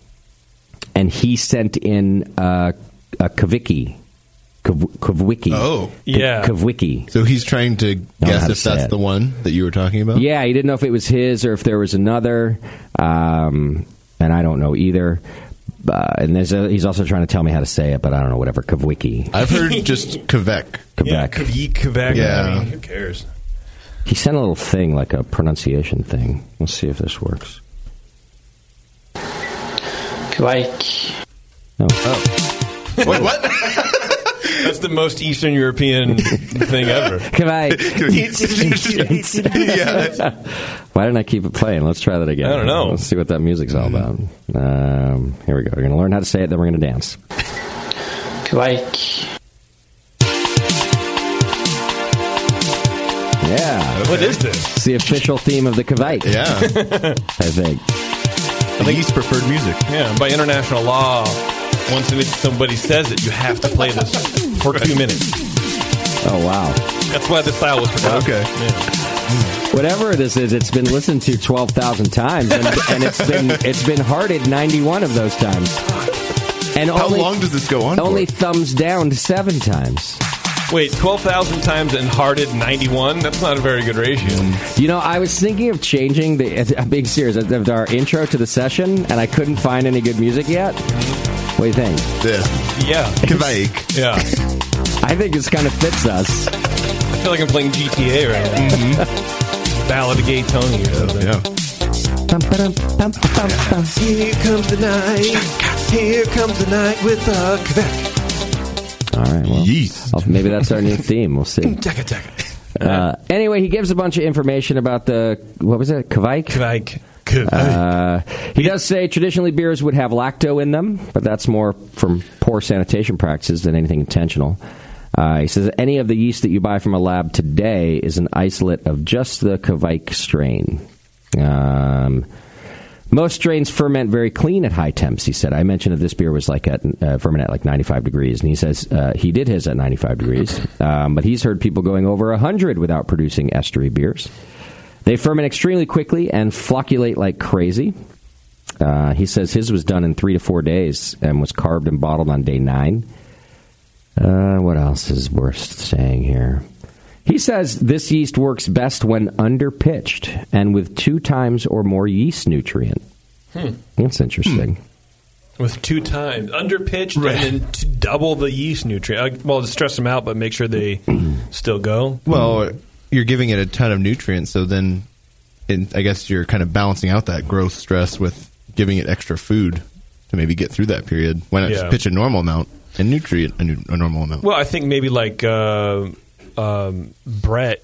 and he sent in uh, a Kavicki. Kav- Kavwicki.
Oh,
K- Kavwicki.
So he's trying to
know how
guess
to
if
say
that's
it.
the one that you were talking about.
Yeah, he didn't know if it was his or if there was another, um, and I don't know either. Uh, and there's a, he's also trying to tell me how to say it, but I don't know. Whatever, Kavwicki.
I've heard just Quebec.
Quebec.
Kavik, Quebec.
Yeah.
I mean, who cares?
He sent a little thing, like a pronunciation thing. Let's see if this works.
Quake.
No. Oh.
Wait, Oh. what? That's the most Eastern European thing ever.
Quebec. Why didn't I keep it playing? Let's try that again.
I don't know.
Let's see what that music's all about. Um, here we go. We're going to learn how to say it, then we're going to dance.
Quake.
Yeah.
What is this?
It's the official theme of the Kavik.
Yeah.
I think.
I think East preferred music. Yeah, by international law, once it- somebody says it, you have to play this for two minutes.
Oh, wow.
That's why the style was forgotten. Okay.
Whatever this is, it's been listened to 12,000 times, and, and it's been it's been hearted 91 of those times. And
How
only,
long does this go on?
Only thumbs down seven times.
Wait, 12,000 times and hearted 91? That's not a very good ratio.
You know, I was thinking of changing the. I'm being serious. Of our intro to the session, and I couldn't find any good music yet. What do you think?
This.
Yeah.
Kavik.
Yeah.
I think this kind of fits us.
I feel like I'm playing GTA right now. Ballad of Gay Tony or something. Yeah.
Here comes the night. Here comes the night with the Quebec.
All right. Well, I'll- maybe that's our new theme. We'll see. Uh, anyway, he gives a bunch of information about the what was it, Kvike?
Kvike.
Uh, he does say traditionally beers would have lacto in them, but that's more from poor sanitation practices than anything intentional. Uh, he says any of the yeast that you buy from a lab today is an isolate of just the Kvike strain. Um, most strains ferment very clean at high temps. He said. I mentioned that this beer was like at uh, ferment at like 95 degrees, and he says uh, he did his at 95 degrees. Um, but he's heard people going over 100 without producing estuary beers. They ferment extremely quickly and flocculate like crazy. Uh, he says his was done in three to four days and was carved and bottled on day nine. Uh, what else is worth saying here? He says this yeast works best when underpitched and with two times or more yeast nutrient.
Hmm.
That's interesting.
With two times underpitched and then to double the yeast nutrient. I- Well, to stress them out, but make sure they still go.
Well, you're giving it a ton of nutrients, so then in, I guess you're kind of balancing out that growth stress with giving it extra food to maybe get through that period when it's
Yeah.
pitch a normal amount and nutrient a, nu- a normal amount.
Well, I think maybe like uh, um, Brett,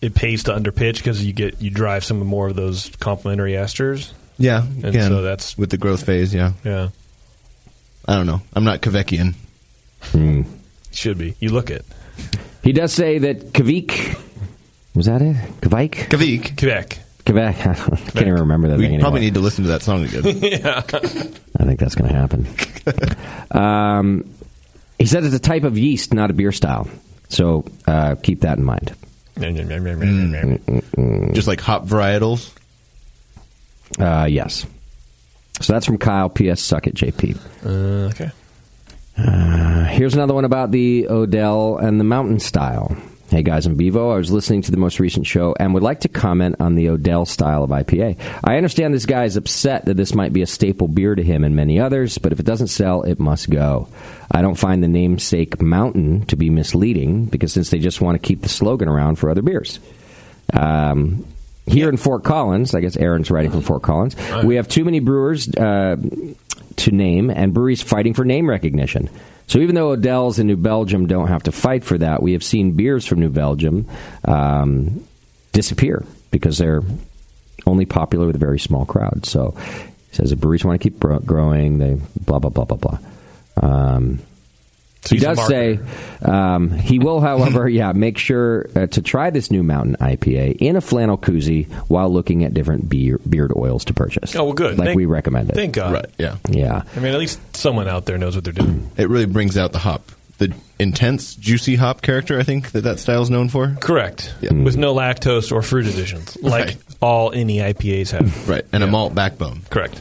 it pays to underpitch because you get you drive some more of those complementary esters.
Yeah,
and
again,
so that's
with the growth phase. Yeah,
yeah.
I don't know. I'm not Kavekian.
Should be. You look it.
He does say that Kvik was that it? Kvike?
Kvik.
Quebec.
Quebec. I can't even remember that
We
thing anymore.
probably need to listen to that song again.
yeah.
I think that's going to happen. um, he said it's a type of yeast, not a beer style. So uh, keep that in mind. Mm,
Just like hop varietals?
Uh, yes. So that's from Kyle. P.S. Suck it, JP.
Uh, okay.
Uh, here's another one about the Odell and the Mountain Style. Hey guys, I'm Bevo. I was listening to the most recent show and would like to comment on the Odell style of IPA. I understand this guy is upset that this might be a staple beer to him and many others, but if it doesn't sell, it must go. I don't find the namesake Mountain to be misleading because since they just want to keep the slogan around for other beers. Um, here in Fort Collins, I guess Aaron's writing from Fort Collins, we have too many brewers uh, to name and breweries fighting for name recognition. So even though Odell's in New Belgium don't have to fight for that, we have seen beers from New Belgium um, disappear because they're only popular with a very small crowd. So he says the breweries want to keep bro- growing, they blah, blah, blah, blah, blah. Um, he
he's a
does
marketer.
say um, he will, however, yeah, make sure uh, to try this new Mountain IPA in a flannel koozie while looking at different beer, beard oils to purchase.
Oh, well, good.
Like
Thank-
we recommended.
Thank God.
Yeah.
Yeah.
I mean, at least someone out there knows what they're doing.
It really brings out the hop, the intense, juicy hop character. I think that that style's known for.
Correct. With no lactose or fruit additions, like all any IPAs have.
Right, and a malt backbone.
Correct.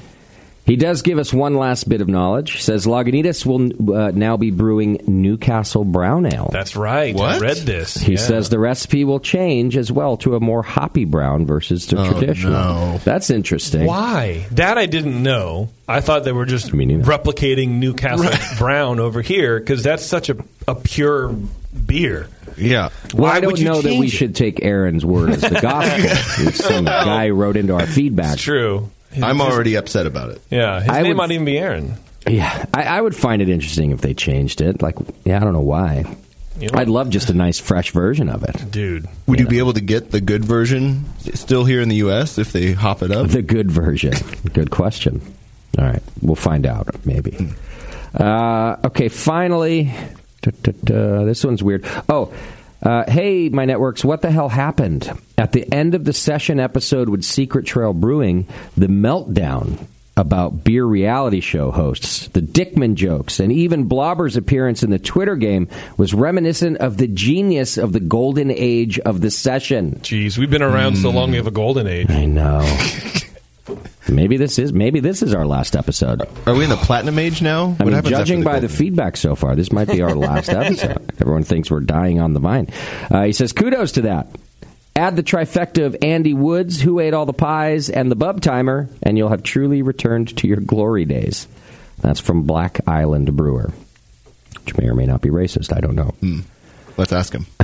He does give us one last bit of knowledge. He says Lagunitas will uh, now be brewing Newcastle Brown Ale.
That's right. I
What?
read this.
He
Yeah.
says the recipe will change as well to a more hoppy brown versus the traditional. That's interesting.
Oh, Why? That I didn't know. I thought they were just replicating Newcastle Brown over here because that's such a, a pure beer.
Yeah. Well,
Why
I don't
would you
know that
change
we
it?
should take Aaron's word as the gospel. If Some guy wrote into our feedback.
true.
I'm already upset about it.
Yeah, his
I
name
would-
might even be Aaron.
Yeah, I, I would find it interesting if they changed it. Like, yeah, I don't know why.
You know-
I'd love just a nice fresh version of it.
Dude.
Would you be able to get the good version still here in the U.S. if they hop it up?
The good version. Good question. All right, we'll find out maybe. Uh, okay, finally, duh, duh, duh, this one's weird. Oh. Uh, hey, my networks, what the hell happened? At the end of the session episode with Secret Trail Brewing, the meltdown about beer reality show hosts, the Dickman jokes, and even Blobber's appearance in the Twitter game was reminiscent of the genius of the golden age of the session.
Jeez, we've been around
Mm.
so long we have a golden age.
I know. maybe this is maybe this is our last episode.
Are we in the platinum age now?
I
What
mean,
happens after
judging
the
by the feedback so far, this might be our last episode. Everyone thinks we're dying on the vine. Uh, he says, "Kudos to that." Add the trifecta of Andy Woods, who ate all the pies, and the Bub Timer, and you'll have truly returned to your glory days. That's from Black Island Brewer, which may or may not be racist. I don't know.
Hmm. Let's ask him.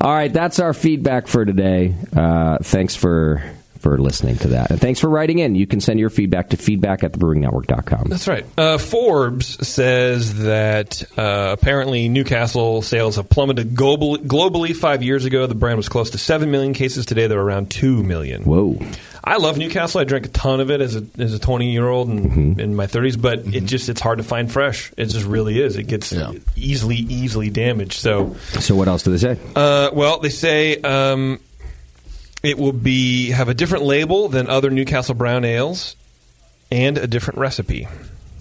All right, that's our feedback for today. Uh, thanks for for listening to that, and thanks for writing in. You can send your feedback to feedback at thebrewingnetwork.com.
That's right. Uh, Forbes says that uh, apparently Newcastle sales have plummeted global, globally five years ago. The brand was close to 7 million cases. Today they're around 2 million.
Whoa.
I love Newcastle. I drank a ton of it as a, as a 20 year old and in my 30s, but it just it's hard to find fresh. It just really is. It gets easily, easily damaged. So.
So, what else do they say?
Uh, well, they say um, it will be have a different label than other Newcastle Brown ales and a different recipe.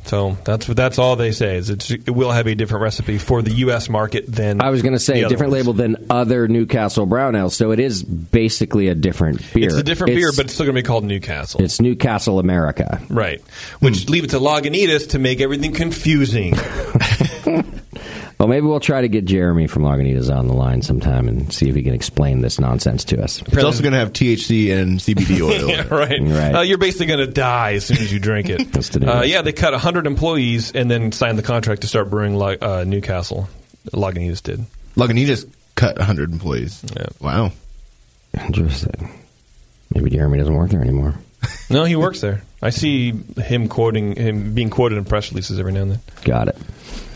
So that's what that's all they say is it's, it will have a different recipe for the U.S. market than
I was going to say
the
a
other
different
ones.
label than other Newcastle Brown Ale, so it is basically a different beer.
It's a different beer,
It's-
but it's still going to be called Newcastle,
it's Newcastle America.
right?
Hmm.
Which leave it to Lagunitas to make everything confusing.
Well, maybe we'll try to get Jeremy from Lagunitas on the line sometime and see if he can explain this nonsense to us.
It's also going to have THC and CBD oil. in
Yeah,
it.
right.
Right.
Uh, you're basically going to die as soon as you drink it.
the
uh,
news.
yeah, they cut 100 employees and then signed the contract to start brewing Lo- uh, Newcastle. Lagunitas did.
Lagunitas cut 100 employees. Wow.
Interesting. Maybe Jeremy doesn't work there anymore.
No, he works there. I see him quoting him being quoted in press releases every now and then.
Got it.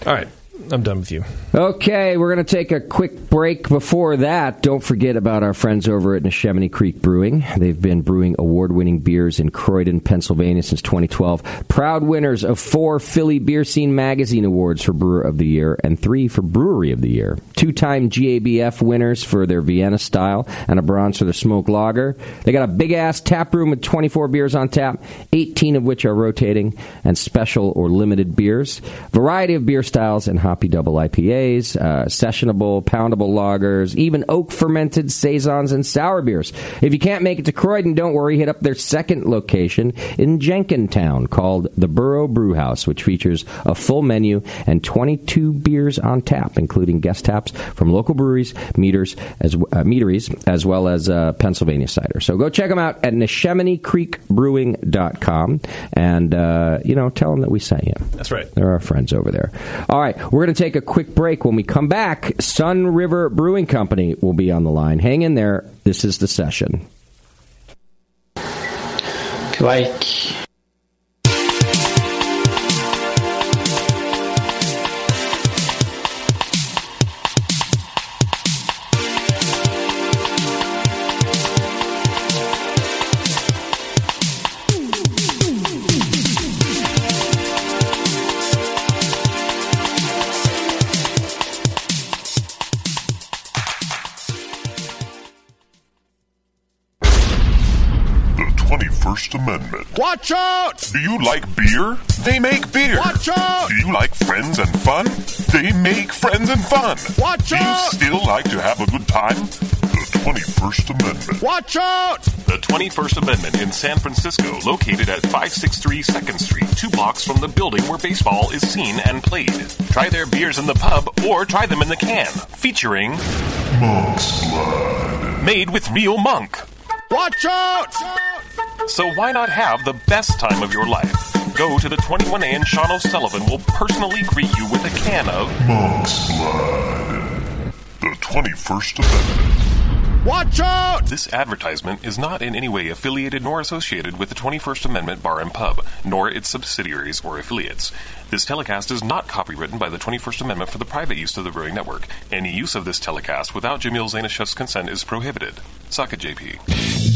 All right, I'm done with you.
Okay, we're going to take a quick break. Before that, don't forget about our friends over at Neshaminy Creek Brewing. They've been brewing award winning beers in Croydon, Pennsylvania since 2012. Proud winners of four Philly Beer Scene Magazine Awards for Brewer of the Year and three for Brewery of the Year. Two time GABF winners for their Vienna style and a bronze for their smoke lager. They got a big ass tap room with 24 beers on tap, 18 of which are rotating, and special or limited beers. Variety of beer styles and hoppy double IPAs, uh, sessionable, poundable lagers, even oak fermented saisons and sour beers. If you can't make it to Croydon, don't worry. Hit up their second location in Jenkintown called the Burrow Brew House, which features a full menu and 22 beers on tap, including guest taps from local breweries, meters, as w- uh, meaderies, as well as uh, Pennsylvania cider. So go check them out at neshaminycreekbrewing.com and, uh, you know, tell them that we sent you.
That's right.
They're our friends over there. All right, we're going to take a quick break. When we come back, Sun River Brewing Company will be on the line. Hang in there. This is the session.
Kuwait.
The 21st Amendment. Watch out! Do you like beer? They make beer. Watch out! Do you like friends and fun? They make friends and fun. Watch out! Do you still like to have a good time? The 21st Amendment. Watch out! the 21st Amendment in San Francisco, located at 563 2nd Street, two blocks from the building where baseball is seen and played. Try their beers in the pub or try them in the can, featuring Monk's Blood, made with real monk. Watch out! So why not have the best time of your life? Go to the 21A and Sean O'Sullivan will personally greet you with a can of Monk's Blood. The 21st Amendment. Watch out! This advertisement is not in any way affiliated nor associated with the 21st Amendment Bar and Pub, nor its subsidiaries or affiliates. This telecast is not copywritten by the 21st Amendment for the private use of the Brewing Network. Any use of this telecast without Jamil Zainashev's consent is prohibited. Suck it, JP.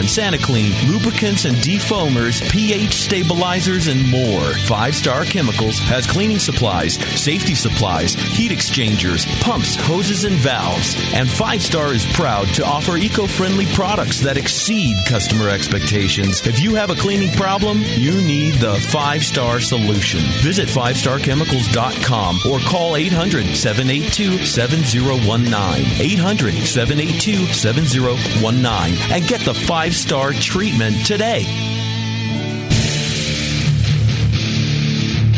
Santa Clean, lubricants and defoamers, pH stabilizers, and more. Five Star Chemicals has cleaning supplies, safety supplies, heat exchangers, pumps, hoses, and valves. And Five Star is proud to offer eco friendly products that exceed customer expectations. If you have a cleaning problem, you need the Five Star solution. Visit 5starchemicals.com or call 800 782 7019. 800 782 7019 and get the five star treatment today.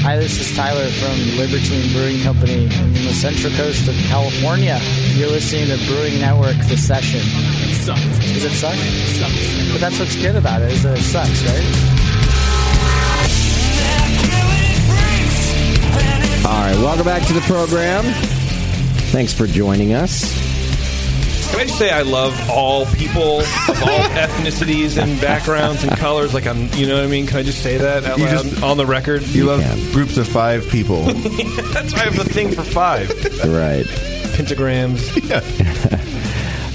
Hi, this is Tyler from Libertine Brewing Company from the Central Coast of California. You're listening to Brewing Network The Session. It sucks. Does it suck? It sucks. But that's what's good about it, is that it sucks, right?
All right, welcome back to the program. Thanks for joining us.
Can I just say I love all people of all ethnicities and backgrounds and colors? Like I'm, you know what I mean? Can I just say that out
You
loud
just-
on the record?
You love groups of five people.
That's why I have a thing for five
Right.
pentagrams.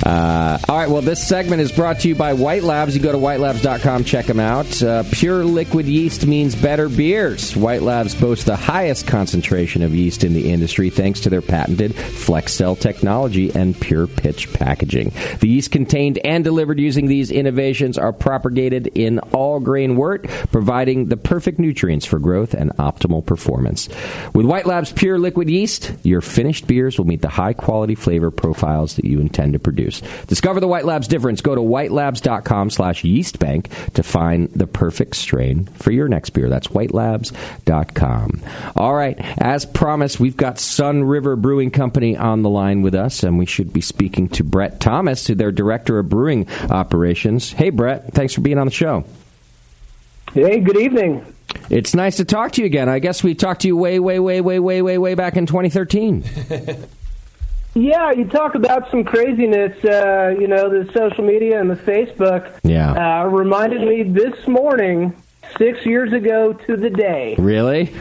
Uh, all right, well, this segment is brought to you by White Labs. You go to whitelabs.com, check them out. Uh, pure liquid yeast means better beers. White Labs boasts the highest concentration of yeast in the industry thanks to their patented flex cell technology and pure pitch packaging. The yeast contained and delivered using these innovations are propagated in all grain wort, providing the perfect nutrients for growth and optimal performance. With White Labs Pure Liquid Yeast, your finished beers will meet the high quality flavor profiles that you intend to produce. Discover the White Labs difference. Go to whitelabs.com slash yeastbank to find the perfect strain for your next beer. That's whitelabs.com. All right. As promised, we've got Sun River Brewing Company on the line with us, and we should be speaking to Brett Thomas, who their director of brewing operations. Hey, Brett. Thanks for being on the show.
Hey, good evening.
It's nice to talk to you again. I guess we talked to you way, way, way, way, way, way, way back in 2013.
Yeah, you talk about some craziness, uh, you know, the social media and the Facebook.
Yeah.
Uh, reminded me this morning, six years ago to the day.
Really?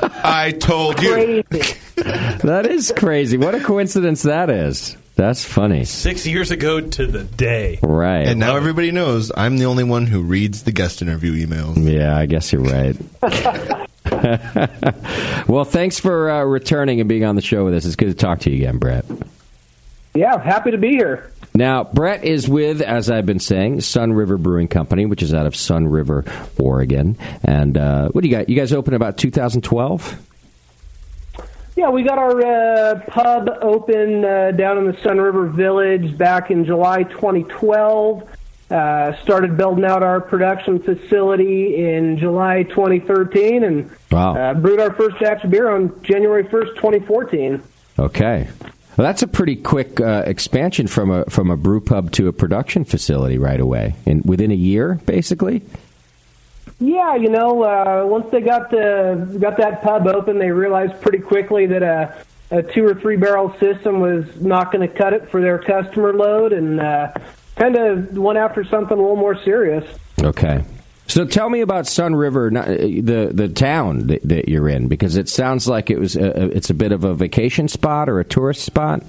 I told you. Crazy.
that is crazy. What a coincidence that is. That's funny.
Six years ago to the day.
Right.
And now everybody knows I'm the only one who reads the guest interview emails.
Yeah, I guess you're right. well, thanks for uh, returning and being on the show with us. It's good to talk to you again, Brett.
Yeah, happy to be here.
Now, Brett is with, as I've been saying, Sun River Brewing Company, which is out of Sun River, Oregon. And uh, what do you got? You guys open about 2012?
Yeah, we got our uh, pub open uh, down in the Sun River Village back in July 2012. Uh, started building out our production facility in July 2013 and
Wow.
uh, brewed our first batch of beer on January 1st, 2014.
Okay. Well, that's a pretty quick uh, expansion from a from a brew pub to a production facility right away, in within a year, basically.
Yeah, you know, uh, once they got the got that pub open, they realized pretty quickly that a, a two or three barrel system was not going to cut it for their customer load, and uh, kind of went after something a little more serious.
Okay. So tell me about Sun River, not- uh, the the town that, that you're in, because it sounds like it was a, a- it's a bit of a vacation spot or a tourist spot.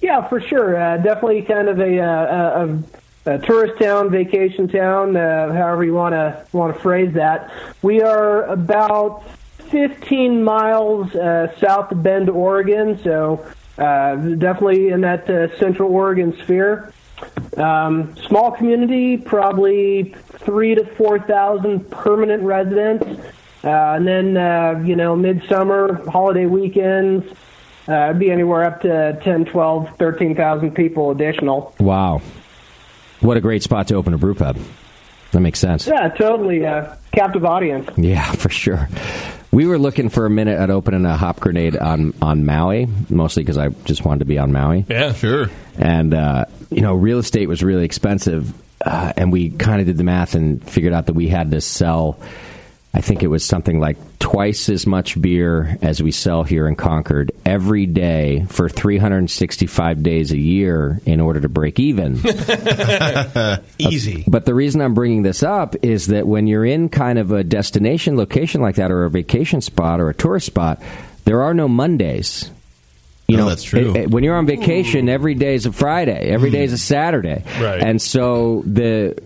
Yeah, for sure. Uh, definitely kind of a, uh, a, a a tourist town, vacation town, uh, however you want to want to phrase that. We are about 15 miles uh, south of Bend, Oregon, so uh, definitely in that uh, Central Oregon sphere. Um, small community, probably three to four thousand permanent residents, uh, and then uh, you know midsummer holiday weekends. Uh, it'd be anywhere up to 10, 12, 13,000 people additional.
Wow. What a great spot to open a brew pub. That makes sense.
Yeah, totally. Uh, captive audience.
Yeah, for sure. We were looking for a minute at opening a hop grenade on, on Maui, mostly because I just wanted to be on Maui.
Yeah, sure.
And, uh, you know, real estate was really expensive. Uh, and we kind of did the math and figured out that we had to sell, I think it was something like twice as much beer as we sell here in Concord every day for 365 days a year in order to break even.
Uh,
Easy.
Uh, But the reason I'm bringing this up is that when you're in kind of a destination location like that, or a vacation spot, or a tourist spot, there are no Mondays. You
Oh,
know, that's true. when you're on vacation, every day is a Friday, every day is a Saturday,
Right.
and so the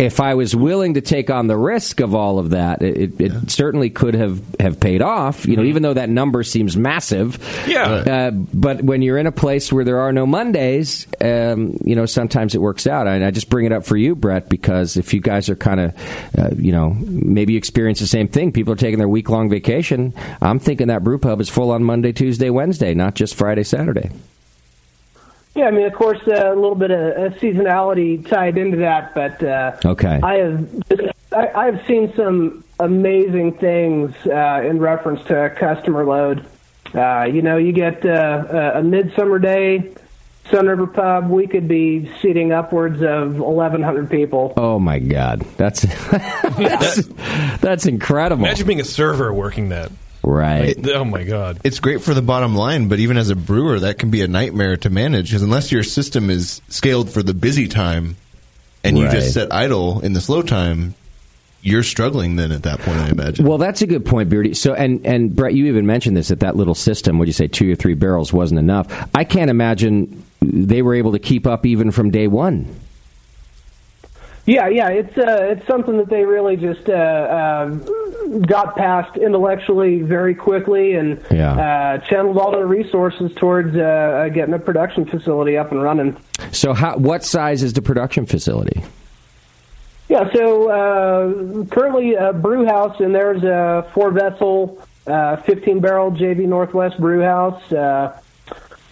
if I was willing to take on the risk of all of that, it, it, it certainly could have, have paid off. You know, even though that number seems massive,
Mm-hmm. yeah.
Uh, but when you're in a place where there are no Mondays, um, you know, sometimes it works out. And I just bring it up for you, Brett, because if you guys are kind of, uh, you know, maybe you experience the same thing. People are taking their week long vacation. I'm thinking that brew pub is full on Monday, Tuesday, Wednesday, not just Friday, Saturday.
Yeah, I mean, of course, uh, a little bit of uh, seasonality tied into that, but uh,
Okay.
I have just, I, I've seen some amazing things uh, in reference to customer load. Uh, you know, you get uh, a- a midsummer day, Sun River Pub. We could be seating upwards of eleven hundred people.
Oh my God, that's that's, that's incredible.
Imagine being a server working that.
Right.
Like, oh my god.
It's great for the bottom line, but even as a brewer, that can be a nightmare to manage because unless your system is scaled for the busy time and you
Right.
just sit idle in the slow time, you're struggling then at that point, I imagine.
Well, that's a good point, Beardy. So, and and Brett, you even mentioned this that that little system, would you say two or three barrels wasn't enough? I can't imagine they were able to keep up even from day one.
Yeah, yeah, it's uh, it's something that they really just uh, uh, got past intellectually very quickly and uh, channeled all their resources towards uh, uh, getting a production facility up and running.
So, how, what size is the production facility?
Yeah, so uh, currently a brew house, and there's a four vessel, uh, 15 barrel JV Northwest brew house, uh,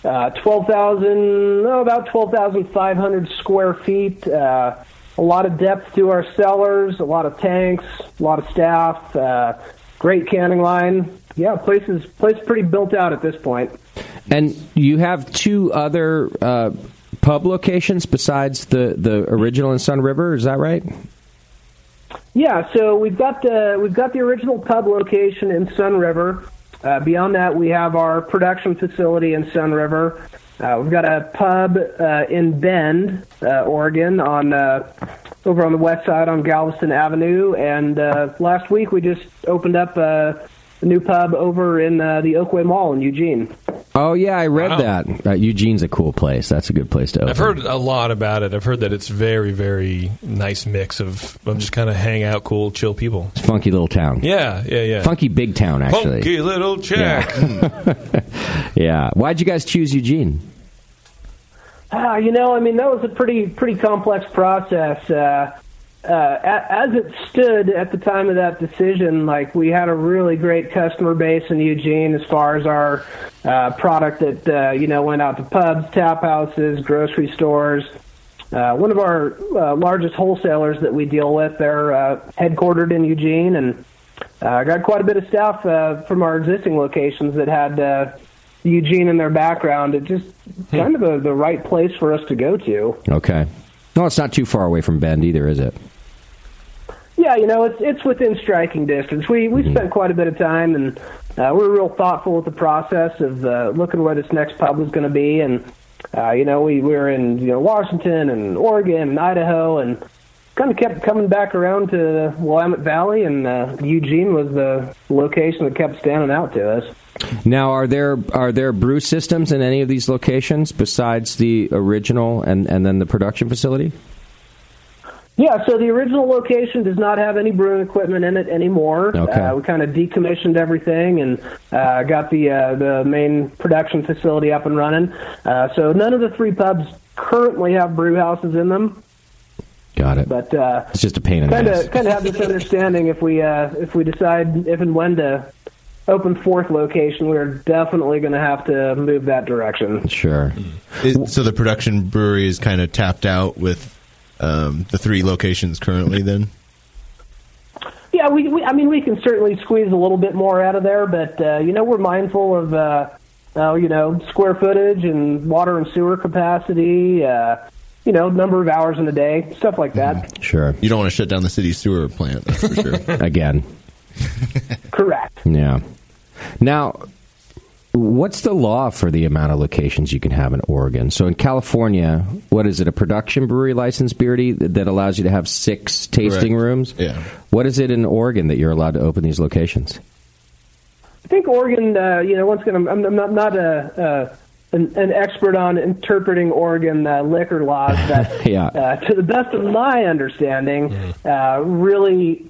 uh, 12,000, oh, about 12,500 square feet. Uh, a lot of depth to our cellars, a lot of tanks, a lot of staff, uh, great canning line. Yeah, place is, place is pretty built out at this point.
And you have two other uh, pub locations besides the the original in Sun River. Is that right?
Yeah, so we've got the we've got the original pub location in Sun River. Uh, beyond that, we have our production facility in Sun River. Uh, we've got a pub uh, in Bend, uh, Oregon, on uh, over on the west side on Galveston Avenue. And uh, last week we just opened up a, a new pub over in uh, the Oakway Mall in Eugene.
Oh yeah, I read
Wow.
that. Uh, Eugene's a cool place. That's a good place to open.
I've heard a lot about it. I've heard that it's very, very nice mix of, of just kind of hang out, cool, chill people.
It's a funky little town.
Yeah, yeah, yeah.
Funky big town, actually.
Funky little Jack.
Yeah. yeah. Why'd you guys choose Eugene?
Ah, you know, I mean, that was a pretty pretty complex process. Uh, uh, a- as it stood at the time of that decision, like we had a really great customer base in Eugene as far as our uh, product that uh, you know went out to pubs, tap houses, grocery stores. Uh, one of our uh, largest wholesalers that we deal with, they're uh, headquartered in Eugene, and uh, got quite a bit of staff uh, from our existing locations that had uh, Eugene in their background. It just kind of a, the right place for us to go to.
Okay. No, it's not too far away from Bend either, is it?
Yeah, you know, it's it's within striking distance. We we spent quite a bit of time, and uh, we were real thoughtful with the process of uh, looking where this next pub was going to be, and uh, you know, we, we were in you know Washington and Oregon and Idaho, and kind of kept coming back around to Willamette Valley, and uh, Eugene was the location that kept standing out to us.
Now, are there are there brew systems in any of these locations besides the original and, and then the production facility?
Yeah, so the original location does not have any brewing equipment in it anymore.
Okay.
Uh, we kind of decommissioned everything and uh, got the uh, the main production facility up and running. Uh, so none of the three pubs currently have brew houses in them,
Got it.
but uh,
It's just a pain in the
kind
ass.
of kind of have this understanding if we uh, if we decide if and when to open fourth location, we're definitely going to have to move that direction.
Sure.
Mm. so the production brewery is kind of tapped out with um, the three locations currently. Then
Yeah, we, we I mean we can certainly squeeze a little bit more out of there, but uh, you know we're mindful of uh, uh, you know square footage and water and sewer capacity, uh, you know number of hours in a day, stuff like that.
Mm-hmm.
sure.
You don't want to shut down the city sewer plant. That's for sure.
Again.
Correct.
Yeah. Now, what's the law for the amount of locations you can have in Oregon? So in California, what is it? A production brewery license, Beardy, that that allows you to have six tasting
Correct.
rooms?
Yeah.
What is it in Oregon that you're allowed to open these locations?
I think Oregon, uh, you know, once again, I'm, I'm not not a, uh, an, an expert on interpreting Oregon uh, liquor laws, but
Yeah.
uh, to the best of my understanding, uh, really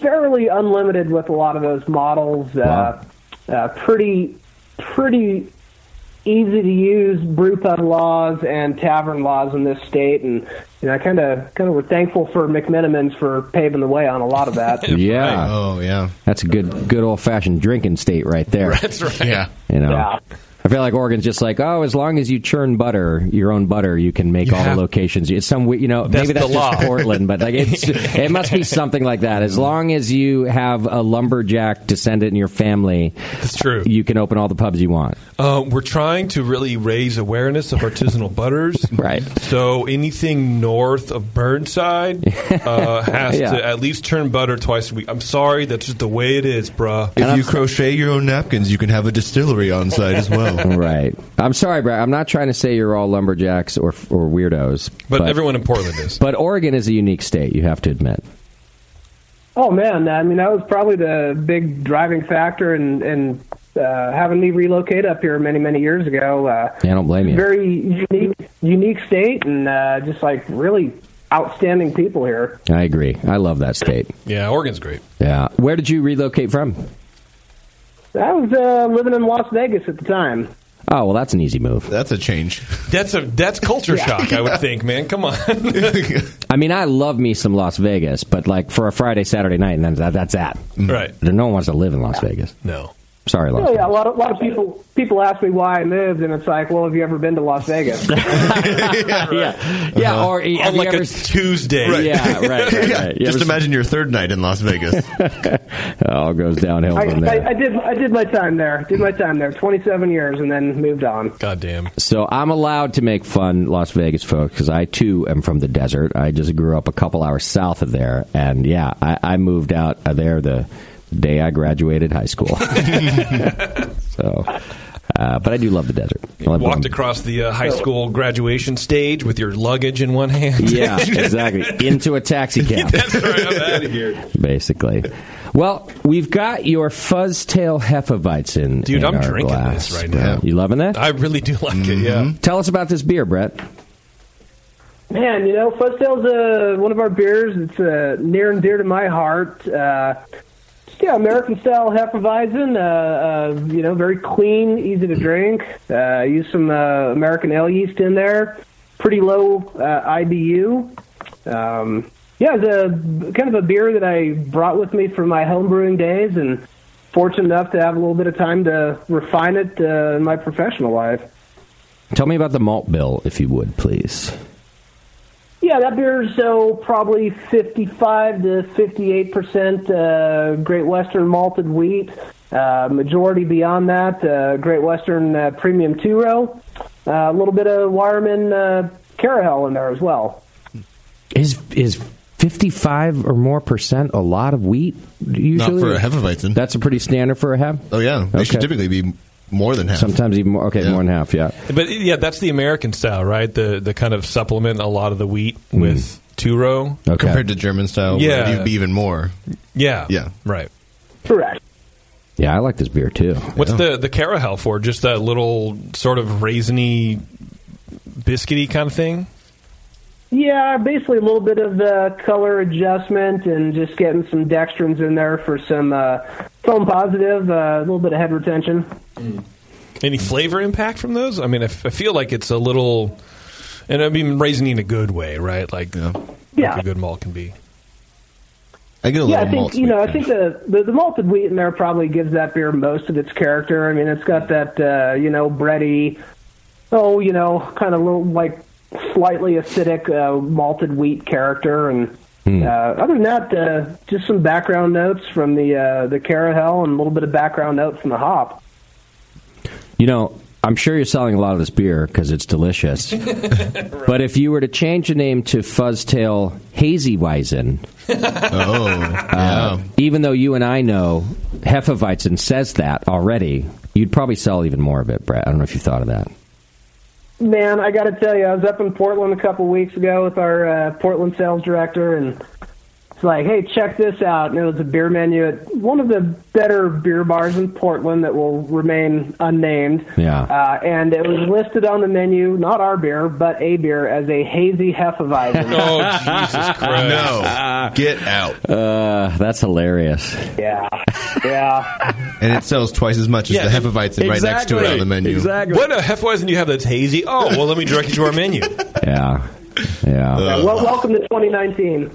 fairly unlimited with a lot of those models. Uh, uh, pretty, pretty easy to use brew pub laws and tavern laws in this state, and you know, I kind of kind of were thankful for McMenamins for paving the way on a lot of that.
yeah. Oh,
yeah.
That's a good, good old fashioned drinking state right there.
right. Yeah.
You know. I feel like Oregon's just like, oh, as long as you churn butter, your own butter, you can make all the locations. It's some, we- you know,
That's
maybe that's
the
just
law.
Portland, but like it's, it must be something like that. As long as you have a lumberjack descendant in your family, that's
true.
You can open all the pubs you want.
Uh, we're trying to really raise awareness of artisanal butters.
Right.
So anything north of Burnside uh, has
Yeah.
to at least turn butter twice a week. I'm sorry, that's just the way it is, bruh.
If you crochet your own napkins, you can have a distillery on site as well.
right. I'm sorry, Brad. I'm not trying to say you're all lumberjacks or or weirdos,
But everyone in Portland is.
But Oregon is a unique state. You have to admit.
Oh man, I mean that was probably the big driving factor in, in uh, having me relocate up here many many years ago. Uh,
Yeah, I don't blame you.
very unique unique state and uh, just like really outstanding people here.
I agree. I love that state.
Yeah, Oregon's great.
Yeah. Where did you relocate from?
I was uh, living in Las Vegas at the time.
Oh well, that's an easy move.
That's a change.
That's a that's culture shock, I would think, man. Come on.
I mean, I love me some Las Vegas, but like for a Friday, Saturday night, and then that, that's that.
Mm-hmm.
Right.
No one wants to live in Las Vegas.
No.
Sorry, Las.
Yeah, yeah, a lot of a lot of people people ask me why I moved, and it's like, well, have you ever been to Las Vegas?
yeah, yeah. Or e- have
on
you
like
ever
a
s-
Tuesday.
Right. uh-huh. Yeah, right, right, right. You
Just
ever-
imagine your third night in Las Vegas.
it all goes downhill
I,
from there.
I, I did I did my time there, did my time there, twenty seven years, and then moved on.
God damn.
So I'm allowed to make fun Las Vegas folks because I too am from the desert. I just grew up a couple hours south of there, and yeah, I, I moved out of there the day I graduated high school. so, uh, but I do love the desert. I love
Walked
going-
across the uh, high school graduation stage with your luggage in one hand.
yeah, exactly. Into a taxi cab. basically. Well, we've got your fuzztail hefeweizen.
Dude,
in
I'm
our
drinking
glass,
this right
Brett.
now.
You loving that?
I really do like it. Yeah.
Tell us about this beer, Brett.
Man, you know, Fuzztail's uh, one of our beers. It's uh, near and dear to my heart. Uh, yeah, American style Hefeweizen. Uh, uh, you know, very clean, easy to drink. Uh, use some uh, American ale yeast in there. Pretty low uh, IBU. Um, yeah, it's a kind of a beer that I brought with me from my home brewing days, and fortunate enough to have a little bit of time to refine it uh, in my professional life.
Tell me about the malt bill, if you would, please.
Yeah, that beer's so probably 55 to 58 percent uh, Great Western malted wheat. Uh, majority beyond that, uh, Great Western uh, Premium Two Row. Uh, a little bit of Wireman uh, Carahel in there as well.
Is is fifty five or more percent a lot of wheat? Usually,
for a hefeweizen.
That's a pretty standard for a hef.
Oh yeah, they should
Okay.
typically be more than half.
Sometimes even more. Okay, more than half. Yeah.
But yeah, that's the American style, right? The the kind of supplement a lot of the wheat with two row
Okay.
Compared to German style,
Yeah.
yeah, would be even more.
Yeah.
Yeah.
Right.
Correct.
Yeah, I like this beer too.
What's the the carahel for? Just that little sort of raisiny biscuity kind of thing?
Yeah, basically a little bit of the color adjustment and just getting some dextrins in there for some uh, foam positive, uh, a little bit of head retention.
Any flavor impact from those? I mean, I, f- I feel like it's a little, and I mean raisin in a good way, right? Like, like
Yeah.
a good malt can be.
I get
yeah, I think you know. I think the, the the malted wheat in there probably gives that beer most of its character. I mean, it's got that uh, you know bready, oh you know, kind of little like slightly acidic uh, malted wheat character. And
Hmm.
uh, other than that, uh, just some background notes from the uh, the Carahel and a little bit of background notes from the hop.
You know, I'm sure you're selling a lot of this beer because it's delicious. But if you were to change the name to Fuzztail Hazy Weizen,
oh,
even though you and I know Hefeweizen says that already, you'd probably sell even more of it, Brett. I don't know if you thought of that.
Man, I got to tell you, I was up in Portland a couple weeks ago with our uh, Portland sales director, and it's like, hey, check this out. And it was a beer menu at one of the better beer bars in Portland that will remain unnamed.
Yeah.
Uh, and it was listed on the menu, not our beer, but a beer, as a hazy Hefeweizen.
Oh,
Jesus Christ. No. Get out.
Uh, that's hilarious.
Yeah. Yeah.
And it sells twice as much as the Hefeweizen right next to it on the menu.
What a Hefeweizen you have that's hazy? Oh, well, let me direct you to our menu.
Yeah. Yeah.
Yeah, well, welcome to 2019.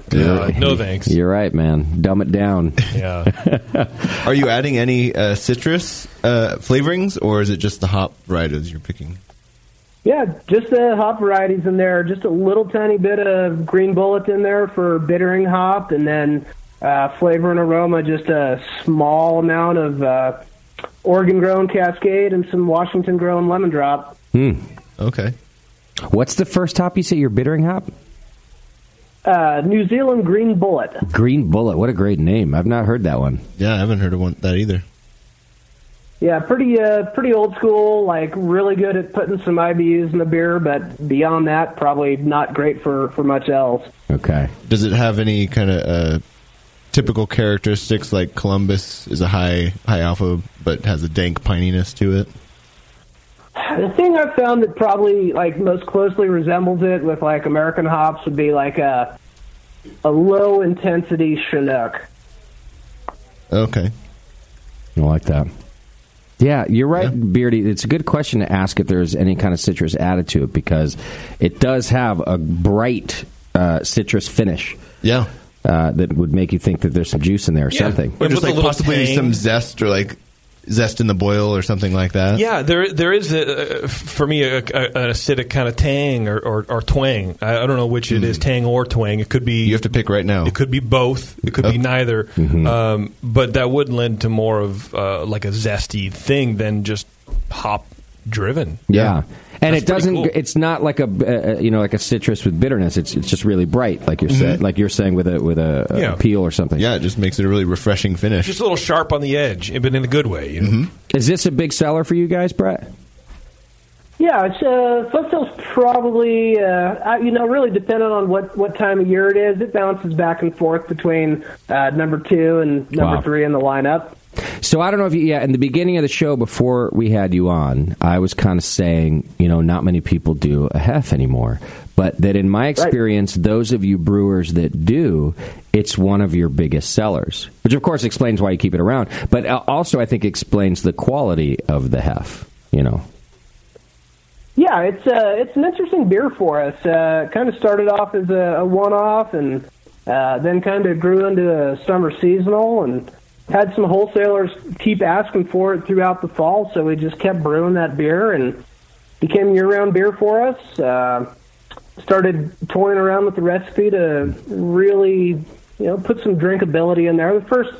no thanks.
You're right, man. Dumb it down.
Yeah. Are you adding any uh, citrus uh, flavorings, or is it just the hop varieties you're picking?
Yeah, just the hop varieties in there. Just a little tiny bit of green bullet in there for bittering hop, and then uh, flavor and aroma. Just a small amount of uh, Oregon grown Cascade and some Washington grown lemon drop.
Hmm.
Okay.
What's the first hop you say you're bittering hop?
Uh, New Zealand green bullet.
Green Bullet. What a great name. I've not heard that one.
Yeah, I haven't heard of one that either.
Yeah, pretty uh, pretty old school. Like really good at putting some IBUs in the beer, but beyond that, probably not great for for much else.
Okay.
Does it have any kind of uh, typical characteristics like Columbus is a high high alpha, but has a dank pininess to it?
The thing I've found that probably like most closely resembles it with like American hops would be like a a low intensity Chinook.
Okay.
I like that. Yeah, you're right, Beardy. It's a good question to ask if there's any kind of citrus added to it because it does have a bright uh, citrus finish.
Yeah.
Uh, that would make you think that there's some juice in there or something.
Or just like possibly some zest or like zest in the boil or something like that.
Yeah, there there is a, uh, for me a, a, an acidic kind of tang or, or, or twang. I, I don't know which it is, tang or twang. It could be. You
Hmm. have to pick right now. Mm-hmm.
It could be both. It could be neither. Um, but that would lend to more of uh, like a zesty thing than just hop driven.
Yeah. And
That's pretty
it doesn't.
cool.
It's not like a uh, uh, you know like a citrus with bitterness. It's it's just really bright, like you're saying, like you're saying with a with a, a
Yeah.
peel or something.
Mm-hmm. Yeah, it just makes it a really refreshing finish.
Just a little sharp on the edge, but in a good way. You know?
Mm-hmm.
Is this a big seller for you guys, Brett?
Yeah, it's, uh, Fustel's probably uh, I- you know really dependent on what what time of year it is. It bounces back and forth between uh, number two and number
Wow.
three in the lineup.
So I don't know if you, yeah, in the beginning of the show before we had you on, I was kind of saying, you know, not many people do a hef anymore, but that in my experience, those of you brewers that do, it's one of your biggest sellers, which of course explains why you keep it around, but uh, also I think explains the quality of the hef, you know.
Yeah, it's uh, it's an interesting beer for us. Uh, kind of started off as a, a one-off, and uh, then kind of grew into a summer seasonal, and had some wholesalers keep asking for it throughout the fall. So we just kept brewing that beer, and became year-round beer for us. Uh, started toying around with the recipe to really, you know, put some drinkability in there. The first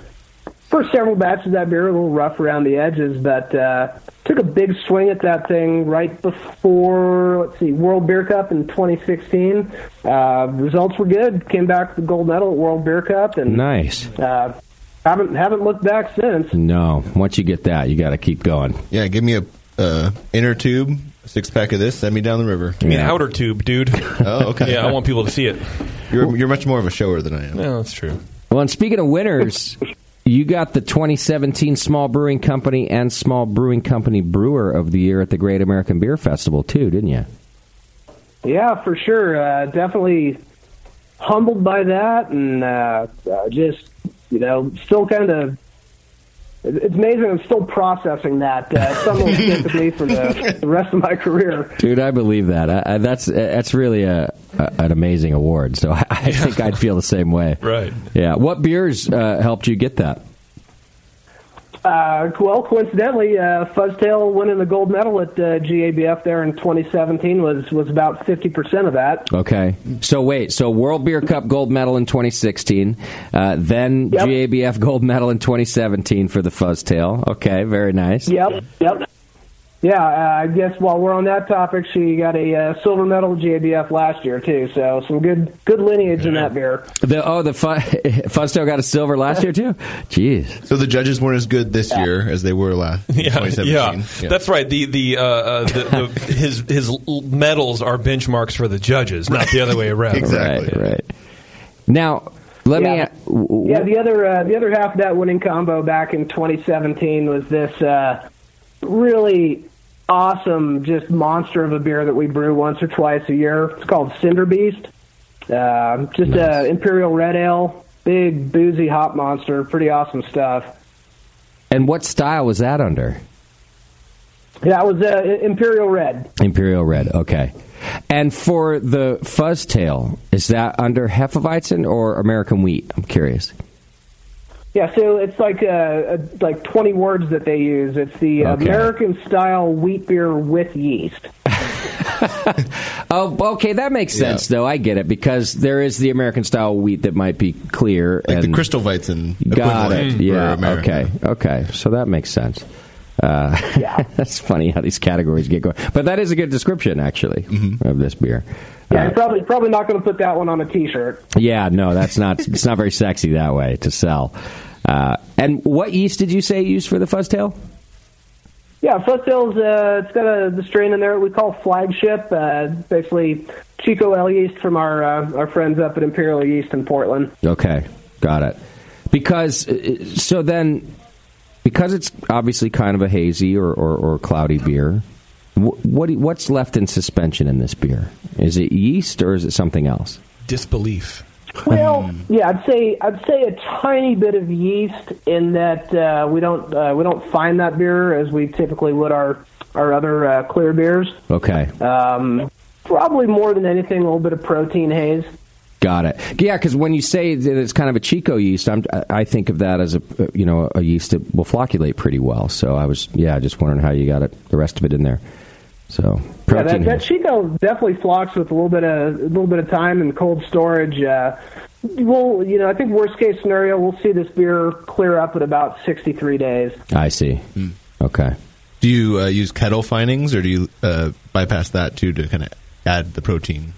first several batches of that beer were a little rough around the edges, but uh, took a big swing at that thing right before let's see World Beer Cup in 2016. Uh, results were good. Came back with the gold medal at World Beer Cup, and
Nice.
uh, haven't haven't looked back since.
No, once you get that, you got to keep going.
Yeah, give me a uh, inner tube, six pack of this, send me down the river.
I mean, outer tube, dude.
Oh, okay.
yeah, I want people to see it.
You're, you're much more of a shower than I am.
Yeah, that's true.
Well, and speaking of winners, you got the 2017 Small Brewing Company and Small Brewing Company Brewer of the Year at the Great American Beer Festival, too, didn't you?
Yeah, for sure. Uh, definitely humbled by that, and uh, uh, just you know, still kind of. it- It's amazing. I'm still processing that. Uh, some will stick with me for the, the rest of my career.
Dude, I believe that. I, I, that's uh, that's really a, a an amazing award. So I, I think I'd feel the same way.
Right.
Yeah. What beers uh, helped you get that?
Uh, well, coincidentally, uh, Fuzztail winning the gold medal at uh, GABF there in 2017 was was about 50 percent of that.
Okay. So wait. So World Beer Cup gold medal in 2016, uh, then GABF gold medal in 2017 for the Fuzztail. Okay. Very nice.
Yep, yep. Yeah, uh, I guess while we're on that topic, she got a uh, silver medal at GABF last year too. So some good good lineage in that beer.
The oh the fun, Fuzztail got a silver last year too. Jeez.
So the judges weren't as good this year as they were last. in
Yeah,
2017.
yeah, that's right. The the, uh, uh, the, the his his l- medals are benchmarks for the judges, not the other way around.
Right. Right. Now let me.
Yeah, the other uh, the other half of that winning combo back in 2017 was this uh, really awesome, just monster of a beer that we brew once or twice a year. It's called Cinder Beast. Uh, just a imperial red ale, big boozy hop monster, pretty awesome stuff.
And what style was that under?
That was uh, imperial red.
Imperial Red. Okay. And for the Fuzztail, is that under Hefeweizen or American wheat? I'm curious.
Yeah, so it's like uh, uh, like 20 words that they use. It's the
Okay.
American style wheat beer with yeast.
Oh, okay, that makes sense though. I get it because there is the American style wheat that might be clear, like and the
Crystal Weizen.
Got it.
equivalent for
Yeah.
America.
Okay. Okay. So that makes sense. Uh, that's funny how these categories get going, but that is a good description actually
Mm-hmm.
of this beer.
Yeah, you're probably probably not going to put that one on a T-shirt.
Yeah, no, that's not. it's not very sexy that way to sell. Uh, and what yeast did you say you used for the Fuzztail?
Yeah, Foothills. Uh, it's got a the strain in there we call flagship. Uh, basically, Chico L yeast from our uh, our friends up at Imperial Yeast in Portland.
Okay, got it. Because uh, so then, because it's obviously kind of a hazy or, or, or cloudy beer. wh- What do- what's left in suspension in this beer? Is it yeast or is it something else?
Disbelief.
Well, yeah, I'd say I'd say a tiny bit of yeast in that uh, we don't uh, we don't find that beer as we typically would our our other uh, clear beers.
Okay,
Um, probably more than anything, a little bit of protein haze.
got it. Yeah, because when you say that it's kind of a Chico yeast, I'm, I think of that as a uh, you know a yeast that will flocculate pretty well. So I was yeah, just wondering how you got it the rest of it in there. So
Yeah,
protein.
that, that Chico definitely flocks with a little bit of a little bit of time and cold storage. Uh, well, you know, I think worst case scenario, we'll see this beer clear up in about sixty three days.
I see.
Hmm.
Okay.
Do you uh, use kettle findings, or do you uh, bypass that too to kind of add the protein?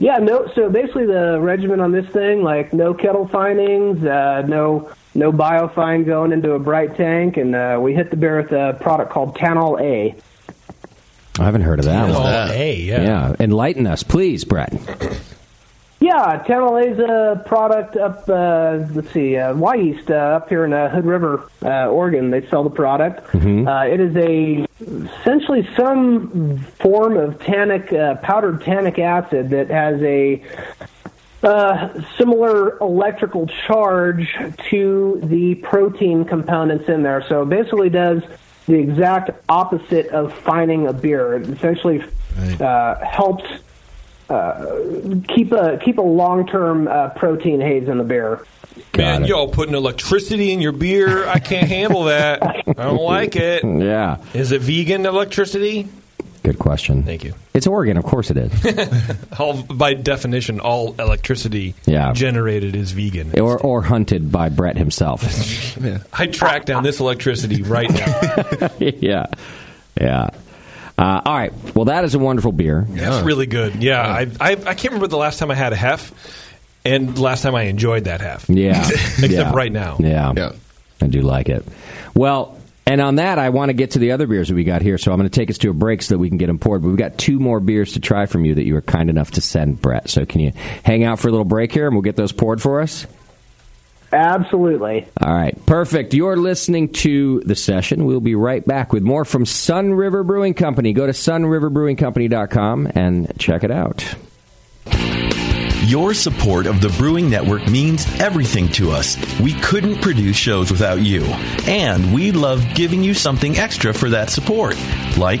Yeah, no. So basically, the regimen on this thing, like no kettle findings, uh, no no biofine going into a bright tank, and uh, we hit the beer with a product called Tanol A.
I haven't heard of that.
Tanol
one.
A, yeah.
Yeah, enlighten us, please, Brett.
Yeah, Tanol A is a product up. Uh, let's see, uh, Y East uh, up here in uh, Hood River, uh, Oregon. They sell the product. Uh, it is a essentially some form of tannic uh, powdered tannic acid that has a uh, similar electrical charge to the protein components in there. So it basically, does the exact opposite of finding a beer. It essentially uh, helps uh, keep a keep a long term uh, protein haze in the beer.
Man, y'all putting electricity in your beer? I can't handle that. I don't like it.
Yeah.
Is it vegan electricity?
Good question. Thank
you.
It's Oregon, of course it is.
All, by definition, all electricity
Yeah.
generated is vegan.
or or hunted by Brett himself.
I track down this electricity right now.
yeah. Yeah. Uh, all right. Well, that is a wonderful beer.
That's really good. Yeah, I, I I can't remember the last time I had a half, and the last time I enjoyed that half.
Yeah.
except
Yeah.
right now.
Yeah. I do like it. Well, and on that, I want to get to the other beers that we got here, so I'm going to take us to a break so that we can get them poured. But we've got two more beers to try from you that you were kind enough to send Brett. So can you hang out for a little break here and we'll get those poured for us?
Absolutely.
All right, perfect. You're listening to the session. We'll be right back with more from Sun River Brewing Company. Go to sunriverbrewingcompany.com and check it out.
Your support of the Brewing Network means everything to us. We couldn't produce shows without you. And we love giving you something extra for that support, like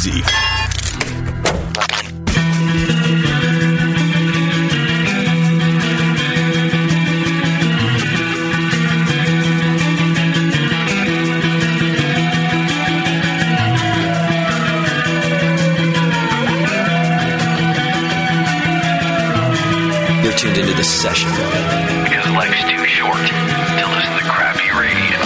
easy.
You're tuned into the session.
Because life's too short to listen to crappy radio.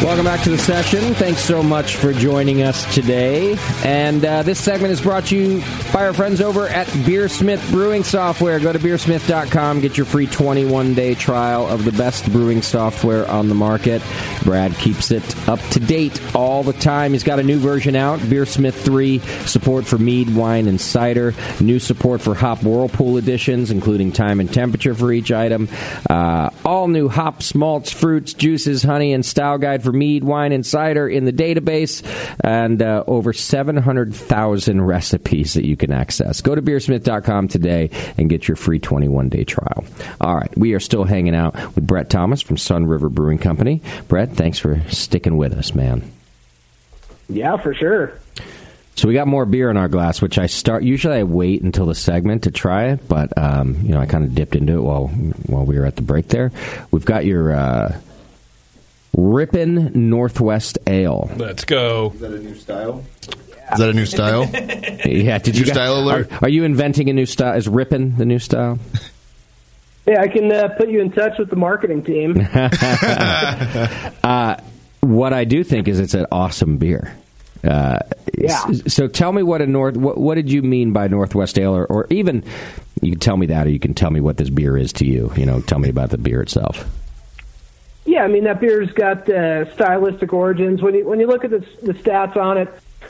Welcome back to the session. Thanks so much for joining us today. And uh, this segment is brought to you by our friends over at Beersmith Brewing Software. Go to beersmith.com, get your free 21 day trial of the best brewing software on the market. Brad keeps it up to date all the time. He's got a new version out Beersmith 3, support for mead, wine, and cider, new support for hop whirlpool editions, including time and temperature for each item, uh, all new hops, malts, fruits, juices, honey, and style guide for mead, wine, and cider in the database, and uh, over 700,000 recipes that you can access. Go to beersmith.com today and get your free 21 day trial. All right, we are still hanging out with Brett Thomas from Sun River Brewing Company. Brett, thanks for sticking with us, man.
Yeah, for sure.
So we got more beer in our glass, which I start. Usually, I wait until the segment to try it, but um, you know, I kind of dipped into it while while we were at the break. There, we've got your uh, Rippin' Northwest Ale.
Let's go.
Is that a new style? Is that a new style?
yeah, did you
New style alert?
Are, are you inventing a new style? Is Rippin' the new style?
Yeah, I can uh, put you in touch with the marketing team.
uh, what I do think is it's an awesome beer. Uh,
Yeah.
s- So tell me what a north. What, what did you mean by Northwest Ale, or, or even you can tell me that, or you can tell me what this beer is to you. You know, tell me about the beer itself.
Yeah, I mean that beer's got uh, stylistic origins. When you when you look at the, the stats on it,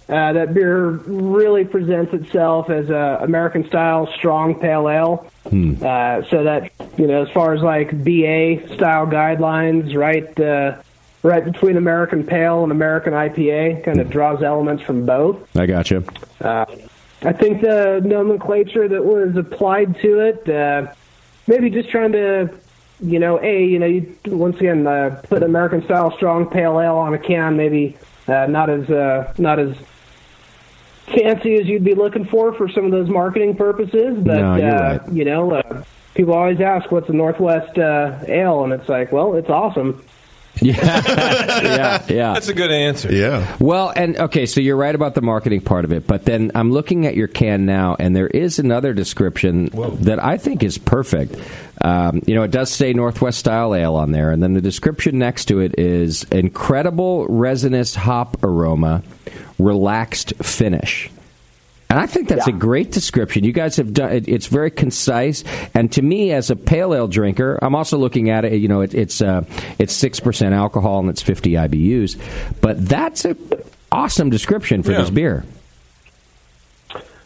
uh, that beer really presents itself as a American style strong pale ale.
Hmm.
Uh, so that you know, as far as like BA style guidelines, right, uh, right between American pale and American IPA, kind of draws elements from both.
I gotcha.
Uh, I think the nomenclature that was applied to it, uh, maybe just trying to, you know, a, you know, you once again uh, put American style strong pale ale on a can, maybe uh, not as uh, not as fancy as you'd be looking for for some of those marketing purposes, but
No, you're
uh,
right.
you know, uh, people always ask what's a Northwest uh, ale, and it's like, well, it's awesome.
Yeah, yeah, yeah.
That's a good answer.
Yeah.
Well, and okay, so you're right about the marketing part of it, but then I'm looking at your can now, and there is another description that I think is perfect. Um, you know, it does say Northwest Style Ale on there, and then the description next to it is incredible resinous hop aroma, relaxed finish. And I think that's a great description. You guys have done it, it's very concise. And to me, as a pale ale drinker, I'm also looking at it. You know, it, it's uh, it's six percent alcohol and it's 50 IBUs. But that's a awesome description for this beer.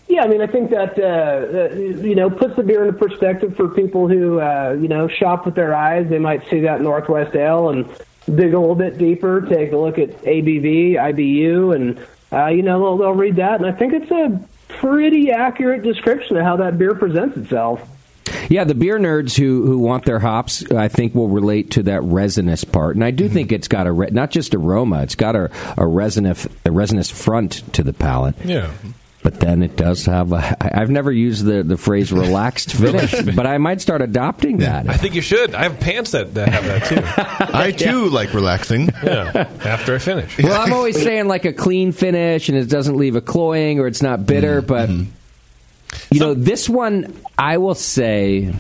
Yeah, I mean, I think that uh, uh, you know puts the beer into perspective for people who uh, you know shop with their eyes. They might see that Northwest Ale and dig a little bit deeper, take a look at ABV, IBU, and uh, you know they'll, they'll read that. And I think it's a pretty accurate description of how that beer presents itself.
Yeah, the beer nerds who who want their hops, I think, will relate to that resinous part. And I do think it's got a re- not just aroma; it's got a a resinous a resinous front to the palate.
Yeah.
But then it does have a. I- I've never used the, the phrase relaxed finish, but I might start adopting that.
I think you should. I have pants that, that have that too.
I too like relaxing.
Yeah. After I finish.
Well, I'm always saying like a clean finish and it doesn't leave a cloying or it's not bitter, but you know, this one I will say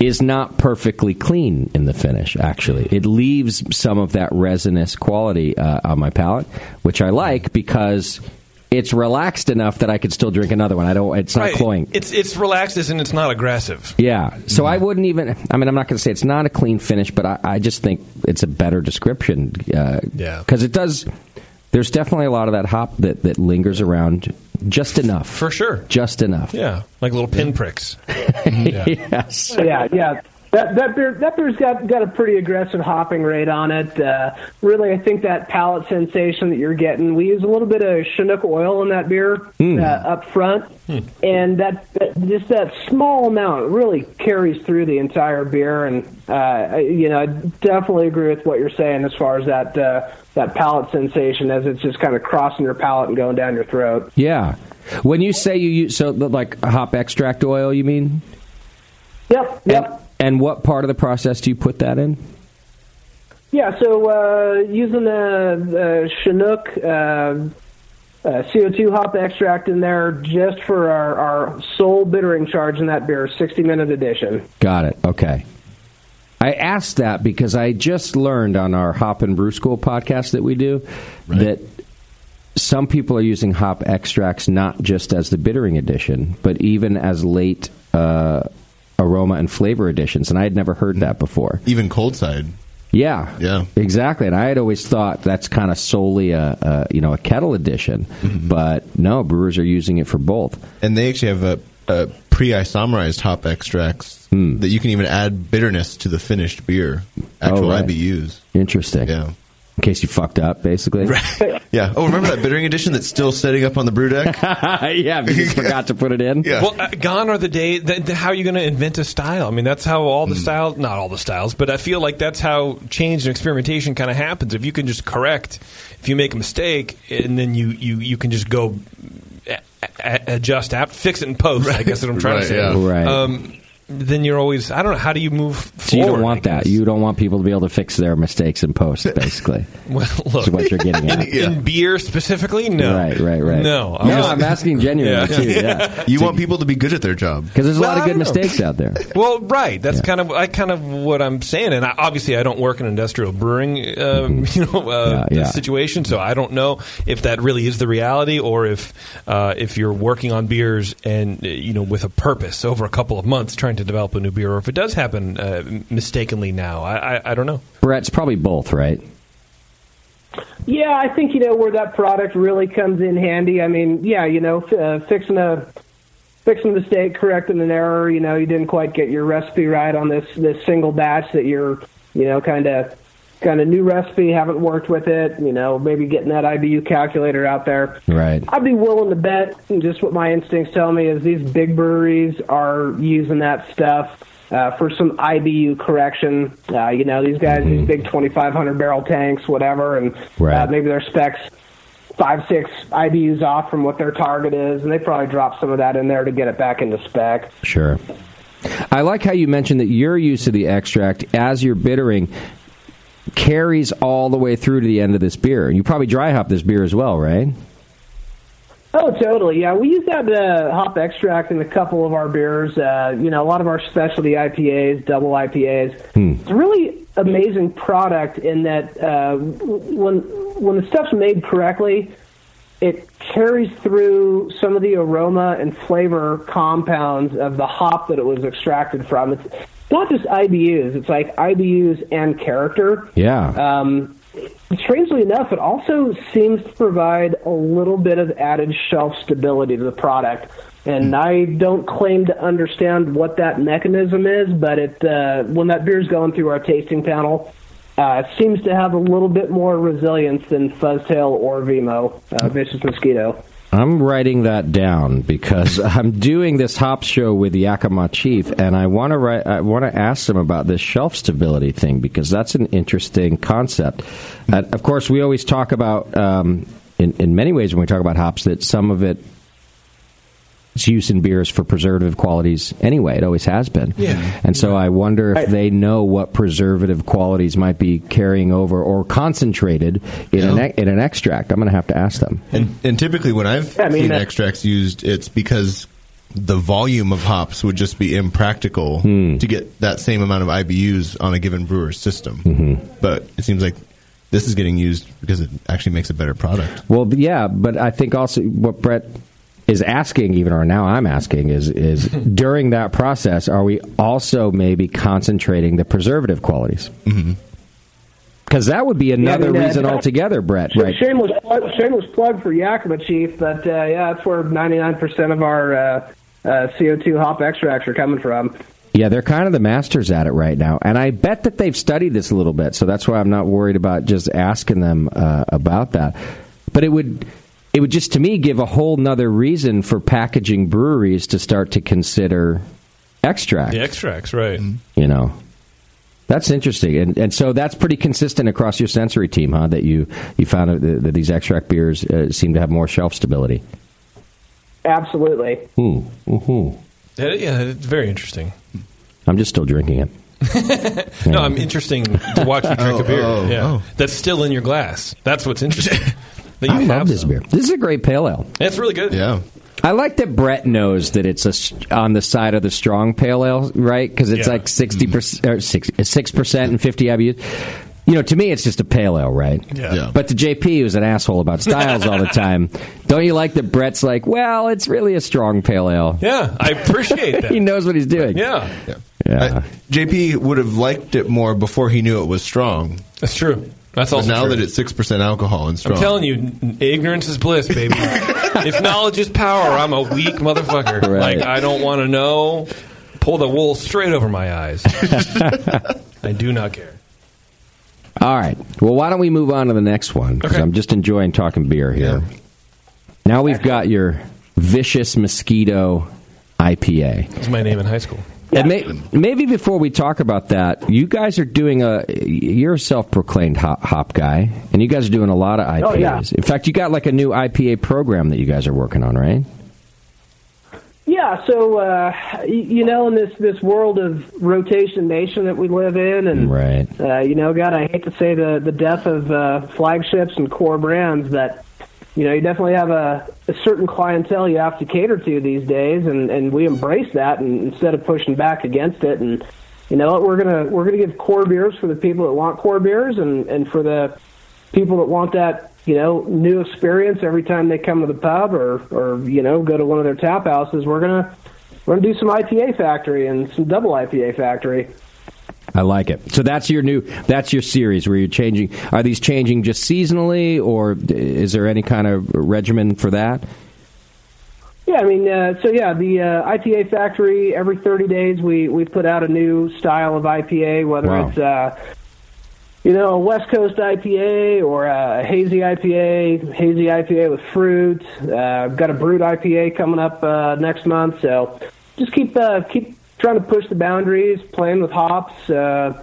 is not perfectly clean in the finish actually. It leaves some of that resinous quality uh, on my palate, which I like because it's relaxed enough that I could still drink another one. I don't it's not
Right.
cloying.
It's it's relaxed and it's not aggressive.
Yeah. So I wouldn't even. I mean, I'm not going to say it's not a clean finish, but I, I just think it's a better description. Uh,
Yeah.
Because it does. There's definitely a lot of that hop that, that lingers around just enough. For
sure.
Just enough.
Yeah. Like little pinpricks. Yeah.
yes.
Yeah, yeah. That that beer that beer's got got a pretty aggressive hopping rate on it. Uh, really, I think that palate sensation that you're getting. We use a little bit of Chinook oil in that beer
Mm.
uh, up front, and that, that just that small amount really carries through the entire beer. And uh, I- you know, I definitely agree with what you're saying as far as that uh, that palate sensation as it's just kind of crossing your palate and going down your throat.
Yeah. When you say you use so like hop extract oil, you mean?
Yep.
Yep. And, and what part of the process do you put that in?
Yeah, so uh, using the uh, Chinook uh, uh, CO2 hop extract in there just for our, our sole bittering charge in that beer, 60 minute edition.
Got it. Okay. I asked that because I just learned on our Hop and Brew School podcast that we do that some people are using hop extracts not just as the bittering addition, but even as late uh, aroma and flavor additions. And I had never heard that before.
Even cold side.
Yeah. Yeah. Exactly. And I had always thought that's kind of solely a, a you know a kettle addition, but no, brewers are using it for both.
And they actually have a, a pre-isomerized hop extracts
Hmm.
that you can even add bitterness to the finished beer. Actual
Oh, right.
IBUs.
Interesting. Yeah. In case you fucked up, basically.
Yeah. Oh, remember that bittering edition that's still setting up on the brew deck?
yeah, because you forgot to put it in.
Yeah.
Well, uh, gone are the days. Th- th- how are you going to invent a style? I mean, that's how all
Hmm.
the styles, not all the styles, but I feel like that's how change and experimentation kind of happens. If you can just correct, if you make a mistake, and then you you, you can just go a- a- adjust, app, fix it in post. I guess is what I'm trying to
Right,
say.
yeah. Right.
Um, then you're always. I don't know. How do you move forward?
So you don't want that. You don't want people to be able to fix their mistakes in post, basically.
Well, look,
is what you're getting at.
in, in beer specifically, no.
Right, right, right.
No,
No, I'm asking genuinely, too, yeah.
You want people to be good at their job
because there's a
Well,
lot of
I
good
don't know.
mistakes out there.
Well, right. That's kind of I kind of what I'm saying, and I, obviously I don't work in industrial brewing, um, you know, uh,
Yeah, yeah.
situation. So I don't know if that really is the reality, or if uh, if you're working on beers and uh, you know with a purpose over a couple of months trying to develop a new beer, or if it does happen uh, mistakenly now. I, I I don't know.
Brett, it's probably both, right?
Yeah, I think you know where that product really comes in handy. I mean, yeah, you know, f- uh, fixing a fixing a mistake, correcting an error. You know, you didn't quite get your recipe right on this this single batch that you're, you know, kind of kind of new recipe, haven't worked with it. You know, maybe getting that IBU calculator out there.
Right.
I'd be willing to bet, and just what my instincts tell me is these big breweries are using that stuff uh, for some IBU correction. Uh, you know, these guys, these big 2,500 barrel tanks, whatever, and uh,
Right.
maybe their specs five, six IBUs off from what their target is, and they probably drop some of that in there to get it back into spec.
Sure. I like how you mentioned that your use of the extract as you're bittering carries all the way through to the end of this beer. You probably dry hop this beer as well, right?
Oh, totally. Yeah, we use that uh, hop extract in a couple of our beers. Uh, you know, a lot of our specialty IPAs, double IPAs.
Hmm.
It's a really amazing product in that uh, when when the stuff's made correctly, it carries through some of the aroma and flavor compounds of the hop that it was extracted from. It's not just IBUs; it's like IBUs and character.
Yeah.
Um, strangely enough, it also seems to provide a little bit of added shelf stability to the product. And I don't claim to understand what that mechanism is, but it uh, when that beer's going through our tasting panel, uh, it seems to have a little bit more resilience than Fuzztail or Vimo, uh, Vicious Mosquito.
I'm writing that down because I'm doing this hop show with Yakima Chief, and I want to write, I want to ask them about this shelf stability thing because that's an interesting concept. And of course, we always talk about um, in in many ways when we talk about hops that some of it its use in beers for preservative qualities anyway. It always has been.
Yeah.
And so I wonder if they know what preservative qualities might be carrying over or concentrated in, an, e- in an extract. I'm going to have to ask them.
And, and typically, when I've
I mean,
seen
that-
extracts used, it's because the volume of hops would just be impractical to get that same amount of IBUs on a given brewer's system. But it seems like this is getting used because it actually makes a better product.
Well, b- yeah, but I think also what Brett is asking, even or now I'm asking, is is during that process, are we also maybe concentrating the preservative qualities?
Mhm.
Because that would be another
mean, uh,
reason altogether, Brett.
Sh-
Right?
Shameless, plug, shameless plug for Yakima Chief, but uh, yeah, that's where 99% of our uh, uh, CO2 hop extracts are coming from.
Yeah, they're kind of the masters at it right now, and I bet that they've studied this a little bit. So that's why I'm not worried about just asking them uh, about that. But it would it would just to me give a whole nother reason for packaging breweries to start to consider extract.
The extracts, right?
you know that's interesting and and so that's pretty consistent across your sensory team huh that you you found out that, that these extract beers uh, seem to have more shelf stability
Absolutely.
hmm Mhm.
Yeah, Uh, yeah, it's very interesting.
i'm just still drinking it
No, I'm interesting to watch you
Oh,
drink a beer. yeah, that's still in your glass. That's what's interesting. That you
i love this beer this is a great pale ale
That's really good.
Yeah.
I like that Brett knows that it's a s on the side of the strong pale ale, right? Because it's
Yeah.
like sixty percent, or six percent, and fifty IBUs. You know, to me, it's just a pale ale, right?
Yeah. Yeah.
But to JP, who's an asshole about styles all the time, don't you like that Brett's like, well, it's really a strong pale ale.
Yeah, I appreciate that.
he knows what he's doing.
Yeah.
Yeah.
JP Uh, would have liked it more before he knew it was strong.
That's true. That's
but
also
now
true.
that it's six percent alcohol and strong.
I'm telling you, n- ignorance is bliss, baby. if knowledge is power, I'm a weak motherfucker.
Right.
Like I don't want to know. Pull the wool straight over my eyes. I do not care.
All right. Well, why don't we move on to the next one? Because I'm just enjoying talking beer here. Now we've got your vicious mosquito IPA.
That was my name in high school.
And may, maybe before we talk about that, you guys are doing a you're a self-proclaimed hop, hop guy, and you guys are doing a lot of IPAs.
Oh, yeah.
In fact, you got like a new IPA program that you guys are working on, right?
Yeah, so uh, y- you know, in this this world of rotation nation that we live in, and
right.
uh, you know, God, I hate to say the the death of uh, flagships and core brands, but you know, you definitely have a, a certain clientele you have to cater to these days, and and we embrace that, and instead of pushing back against it, and you know, what, we're gonna we're gonna give core beers for the people that want core beers, and and for the people that want that you know new experience every time they come to the pub or or you know go to one of their tap houses we're gonna we're gonna do some ipa factory and some double ipa factory
I like it. So that's your new that's your series where you're changing. Are these changing just seasonally, or is there any kind of regimen for that?
yeah i mean uh, so yeah the uh, ipa factory every 30 days we we put out a new style of ipa whether
Wow.
it's uh you know, a West Coast IPA or a hazy IPA, hazy IPA with fruit. Uh, I've got a brewed IPA coming up uh, next month, so just keep uh, keep trying to push the boundaries, playing with hops, uh,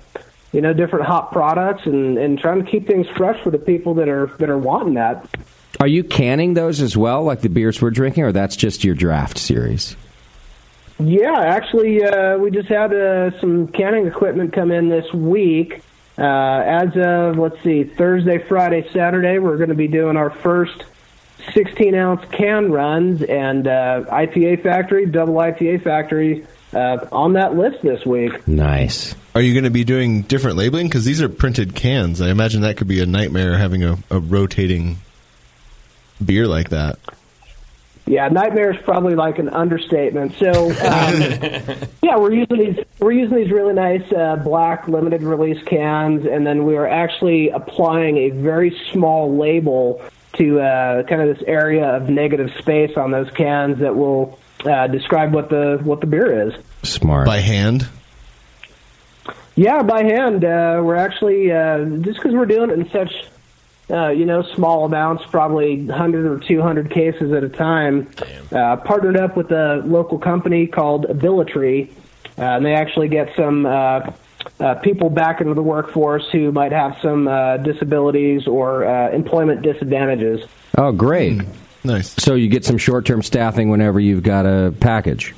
you know, different hop products, and, and trying to keep things fresh for the people that are that are wanting that.
Are you canning those as well, like the beers we're drinking, or that's just your draft series?
Yeah, actually, uh, we just had uh, some canning equipment come in this week. Uh, as of, let's see, Thursday, Friday, Saturday, we're going to be doing our first 16 ounce can runs and uh, IPA factory, double IPA factory uh, on that list this week.
Nice.
Are you going to be doing different labeling? Because these are printed cans. I imagine that could be a nightmare having a, a rotating beer like that.
Yeah, nightmare is probably like an understatement. So, um, yeah, we're using these we're using these really nice uh, black limited release cans, and then we are actually applying a very small label to uh, kind of this area of negative space on those cans that will uh, describe what the what the beer is.
Smart.
By hand?
Yeah, by hand. Uh, we're actually uh, just because we're doing it in such uh, you know small amounts, probably 100 or 200 cases at a time. Uh, partnered up with a local company called Abilitree, uh, and they actually get some uh, uh, people back into the workforce who might have some uh, disabilities or uh, employment disadvantages.
Oh, great.
Nice.
So you get some short term staffing whenever you've got a package.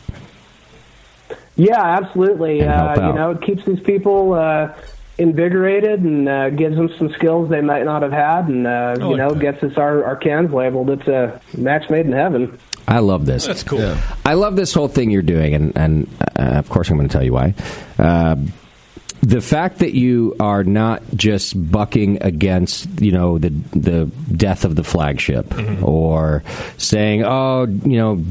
Yeah, absolutely.
And help
Uh, you
out.
know, it keeps these people uh, invigorated and uh, gives them some skills they might not have had, and uh,
Oh,
you know, gets us our, our cans labeled. It's a match made in heaven.
I love this.
That's cool.
I love this whole thing you're doing, and, and uh, of course, I'm going to tell you why. Uh, the fact that you are not just bucking against, you know, the the death of the flagship,
Mm-hmm.
or saying, oh, you know,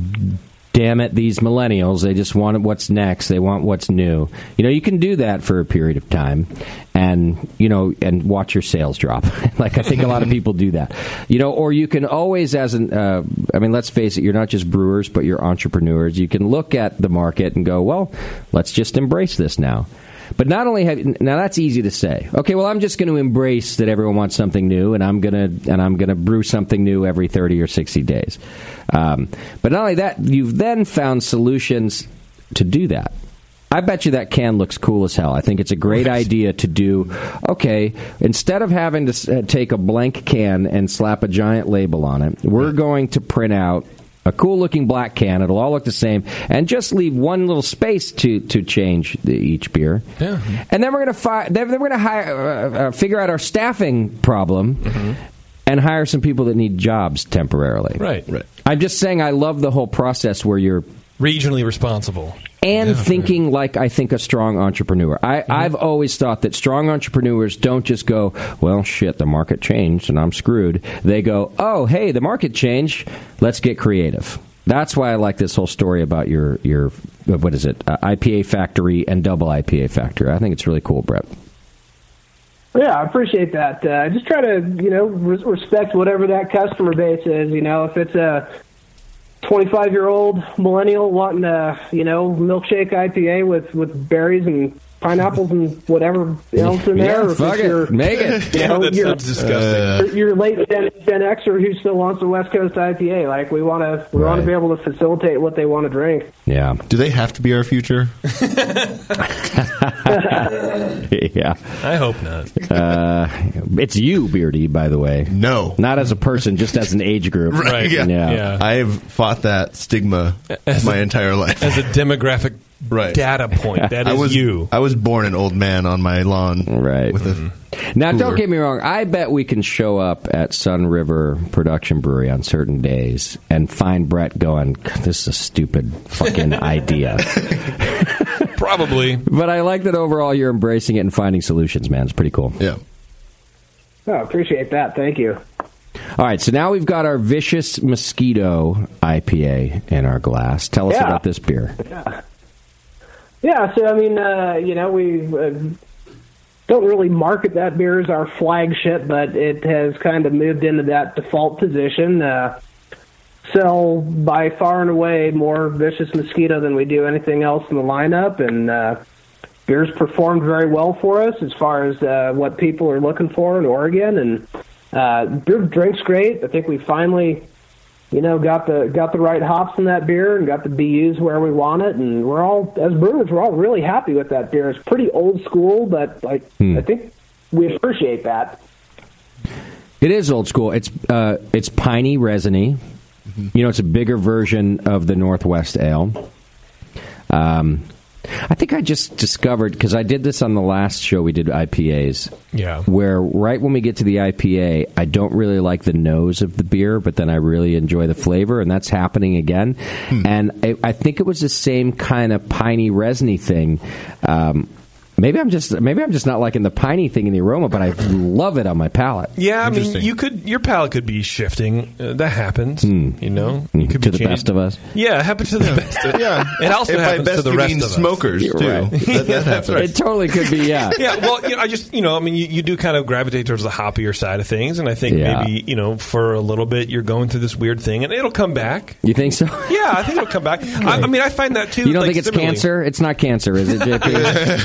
damn it, these millennials, they just want what's next, they want what's new. You know, you can do that for a period of time, and you know, and watch your sales drop. like I think a lot of people do that. You know, or you can always, as an, uh, I mean, let's face it, you're not just brewers, but you're entrepreneurs. You can look at the market and go, well, let's just embrace this now. But not only have now that's easy to say. Okay, well I'm just going to embrace that everyone wants something new, and I'm gonna and I'm gonna brew something new every 30 or 60 days. Um, but not only that, you've then found solutions to do that. I bet you that can looks cool as hell. I think it's a great idea to do. Okay, instead of having to s- uh, take a blank can and slap a giant label on it, we're going to print out a cool looking black can. It'll all look the same, and just leave one little space to to change the, each beer. Yeah. And then we're gonna fi- then then we're gonna hire, uh, uh, figure out our staffing problem. And hire some people that need jobs temporarily.
Right. Right.
I'm just saying, I love the whole process where you're
Regionally responsible.
and thinking like I think a strong entrepreneur. I, I've always thought that strong entrepreneurs don't just go, well, shit, the market changed and I'm screwed. They go, oh, hey, the market changed. Let's get creative. That's why I like this whole story about your your uh, what is it uh, IPA factory and double IPA factory. I think it's really cool, Brett.
Yeah, I appreciate that. Uh, just try to, you know, res- respect whatever that customer base is. You know, if it's a 25 year old millennial wanting a, you know, milkshake IPA with, with berries and pineapples and whatever else in there.
Yeah,
or if
fuck
it's
it.
your-
Make it. Uh,
you
Yeah,
know,
that
your-
sounds disgusting.
your- Your late Gen, Gen Xer who still wants a West Coast IPA. Like, we want to we want to be able to facilitate what they want to drink.
Yeah.
Do they have to be our future?
yeah.
I hope not.
Uh, it's you, Beardy, by the way.
No.
Not as a person, just as an age group.
Yeah.
Yeah.
I've fought that stigma my entire life.
As a demographic
right.
data point, that is
I was,
you.
I was born an old man on my lawn.
Right. Mm-hmm.
With a
Now, don't
cooler.
get me wrong. I bet we can show up at Sun River Production Brewery on certain days and find Brett going, "God, this is a stupid fucking idea.
Probably.
But I like that overall you're embracing it and finding solutions, man. It's pretty cool.
Yeah.
Oh, appreciate that. Thank you.
All right. So now we've got our Vicious Mosquito IPA in our glass. Tell us
Yeah.
about this beer.
Yeah, so I mean, uh, you know, we uh, don't really market that beer as our flagship, but it has kind of moved into that default position. Uh, sell by far and away more vicious mosquito than we do anything else in the lineup, and uh, beer's performed very well for us as far as uh, what people are looking for in Oregon, and uh, beer drinks great. I think we finally you know, got the got the right hops in that beer and got the BUs where we want it, and we're all as brewers, we're all really happy with that beer. It's pretty old school, but like
Hmm.
I think we appreciate that.
It is old school. It's uh, it's piney resiny. You know, it's a bigger version of the Northwest Ale. Um, I think I just discovered because I did this on the last show we did IPAs.
Yeah.
Where right when we get to the IPA, I don't really like the nose of the beer, but then I really enjoy the flavor, and that's happening again. And I, I think it was the same kind of piney, resiny thing. Um, maybe I'm just maybe I'm just not liking the piney thing in the aroma, but I love it on my palate.
Yeah, I mean, you could your palate could be shifting. Uh, that happens, you know. You could be
Hmm. to the
changing-
best of us.
Yeah, it happens to the best. Of,
yeah,
it also
If by
happens
best
to the
you
rest
mean
of us.
smokers, You're too. right. That- that
That's
happens.
right.
It totally could be, yeah.
yeah, well, you know, I just you know, I mean, you, you do kind of gravitate towards the hoppier side of things, and I think
Yeah.
maybe you know, for a little bit, you're going through this weird thing, and it'll come back.
You think so?
Yeah, I think it'll come back. I, I mean, I find that too.
You don't
like,
think it's
similarly.
cancer? It's not cancer, is it, JP?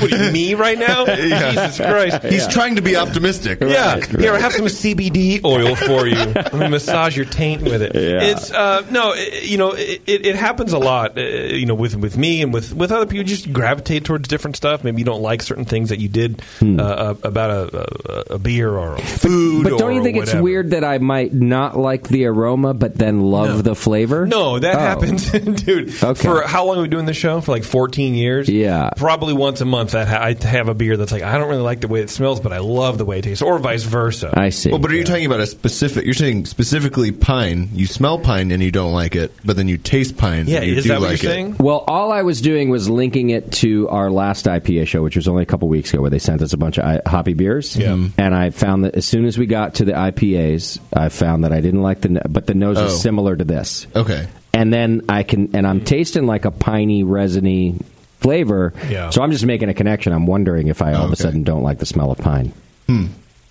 What, you- me right now?
Yeah.
Jesus Christ!
He's Yeah.
trying to be optimistic.
Yeah,
Right,
here I
right.
have some CBD oil for you. Let me massage your taint with it.
Yeah.
It's uh, no, it, you know, it, it, it happens a lot. Uh, you know, with with me and with with other people, you just gravitate towards different stuff. Maybe you don't like certain things that you did uh, uh, about a, a, a beer or a food.
Hmm. But don't
or
you think it's
whatever.
weird that I might not like the aroma, but then love the flavor?
No, that
Oh.
happened, dude. For how long are we doing this show? For like 14 years.
Yeah.
Probably once a month. That ha- I have a beer that's like I don't really like the way it smells, but I love the way it tastes, or vice versa.
I see.
Well, but are you talking about a specific? You're saying specifically pine. You smell pine and you don't like it, but then you taste pine. and you do like it.
Well, all I was doing was linking it to our last IPA show, which was only a couple weeks ago, where they sent us a bunch of I- hoppy beers.
Yeah.
And I found that as soon as we got to the IPAs, I found that I didn't like the, no- but the nose
Oh.
was similar to this.
Okay.
And then I can, and I'm tasting like a piney, resiny flavor.
Yeah.
So I'm just making a connection. I'm wondering if I all of a sudden don't like the smell of pine.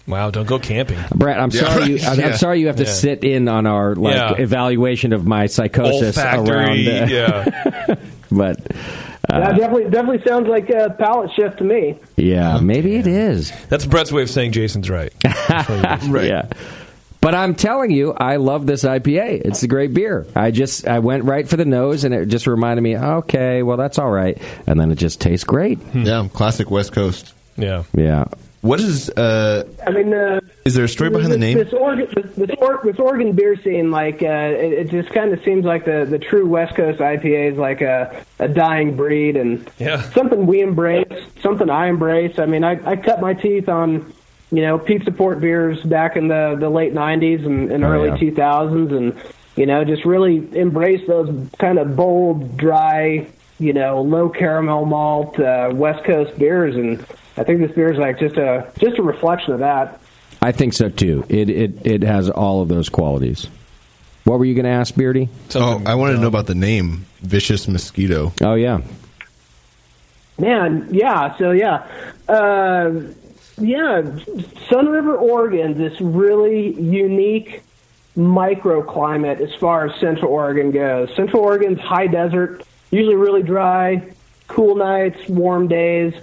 Wow! Don't go camping,
Brett, I'm sorry. You, I'm, I'm sorry you have to
Yeah.
sit in on our like
Yeah.
evaluation of my psychosis
Olfactory,
around. but
that
uh,
definitely definitely sounds like a palate shift to me. Oh,
yeah, maybe it is.
That's Brett's way of saying Jason's right.
right. Yeah. But I'm telling you, I love this IPA. It's a great beer. I just I went right for the nose, and it just reminded me. Okay, well that's all right, and then it just tastes great.
Yeah, classic West Coast.
Hmm. Yeah.
Yeah.
What is? Uh,
I mean, uh,
is there a story behind the
this,
name?
This Oregon, this, this, or, this Oregon beer scene, like uh, it, it just kind of seems like the, the true West Coast IPA is like a, a dying breed, and
yeah.
something we embrace, something I embrace. I mean, I, I cut my teeth on you know pizza port beers back in the the late '90s and, and
Oh,
early
yeah.
2000s, and you know just really embrace those kind of bold, dry, you know, low caramel malt uh, West Coast beers, and I think this beer is like just a just a reflection of that.
I think so too. It it it has all of those qualities. What were you going to ask, Beardy?
oh, I wanted to know about the name Vicious Mosquito.
Oh yeah.
Man, yeah. So yeah, uh, yeah. Sun River, Oregon, this really unique microclimate as far as Central Oregon goes. Central Oregon's high desert, usually really dry, cool nights, warm days.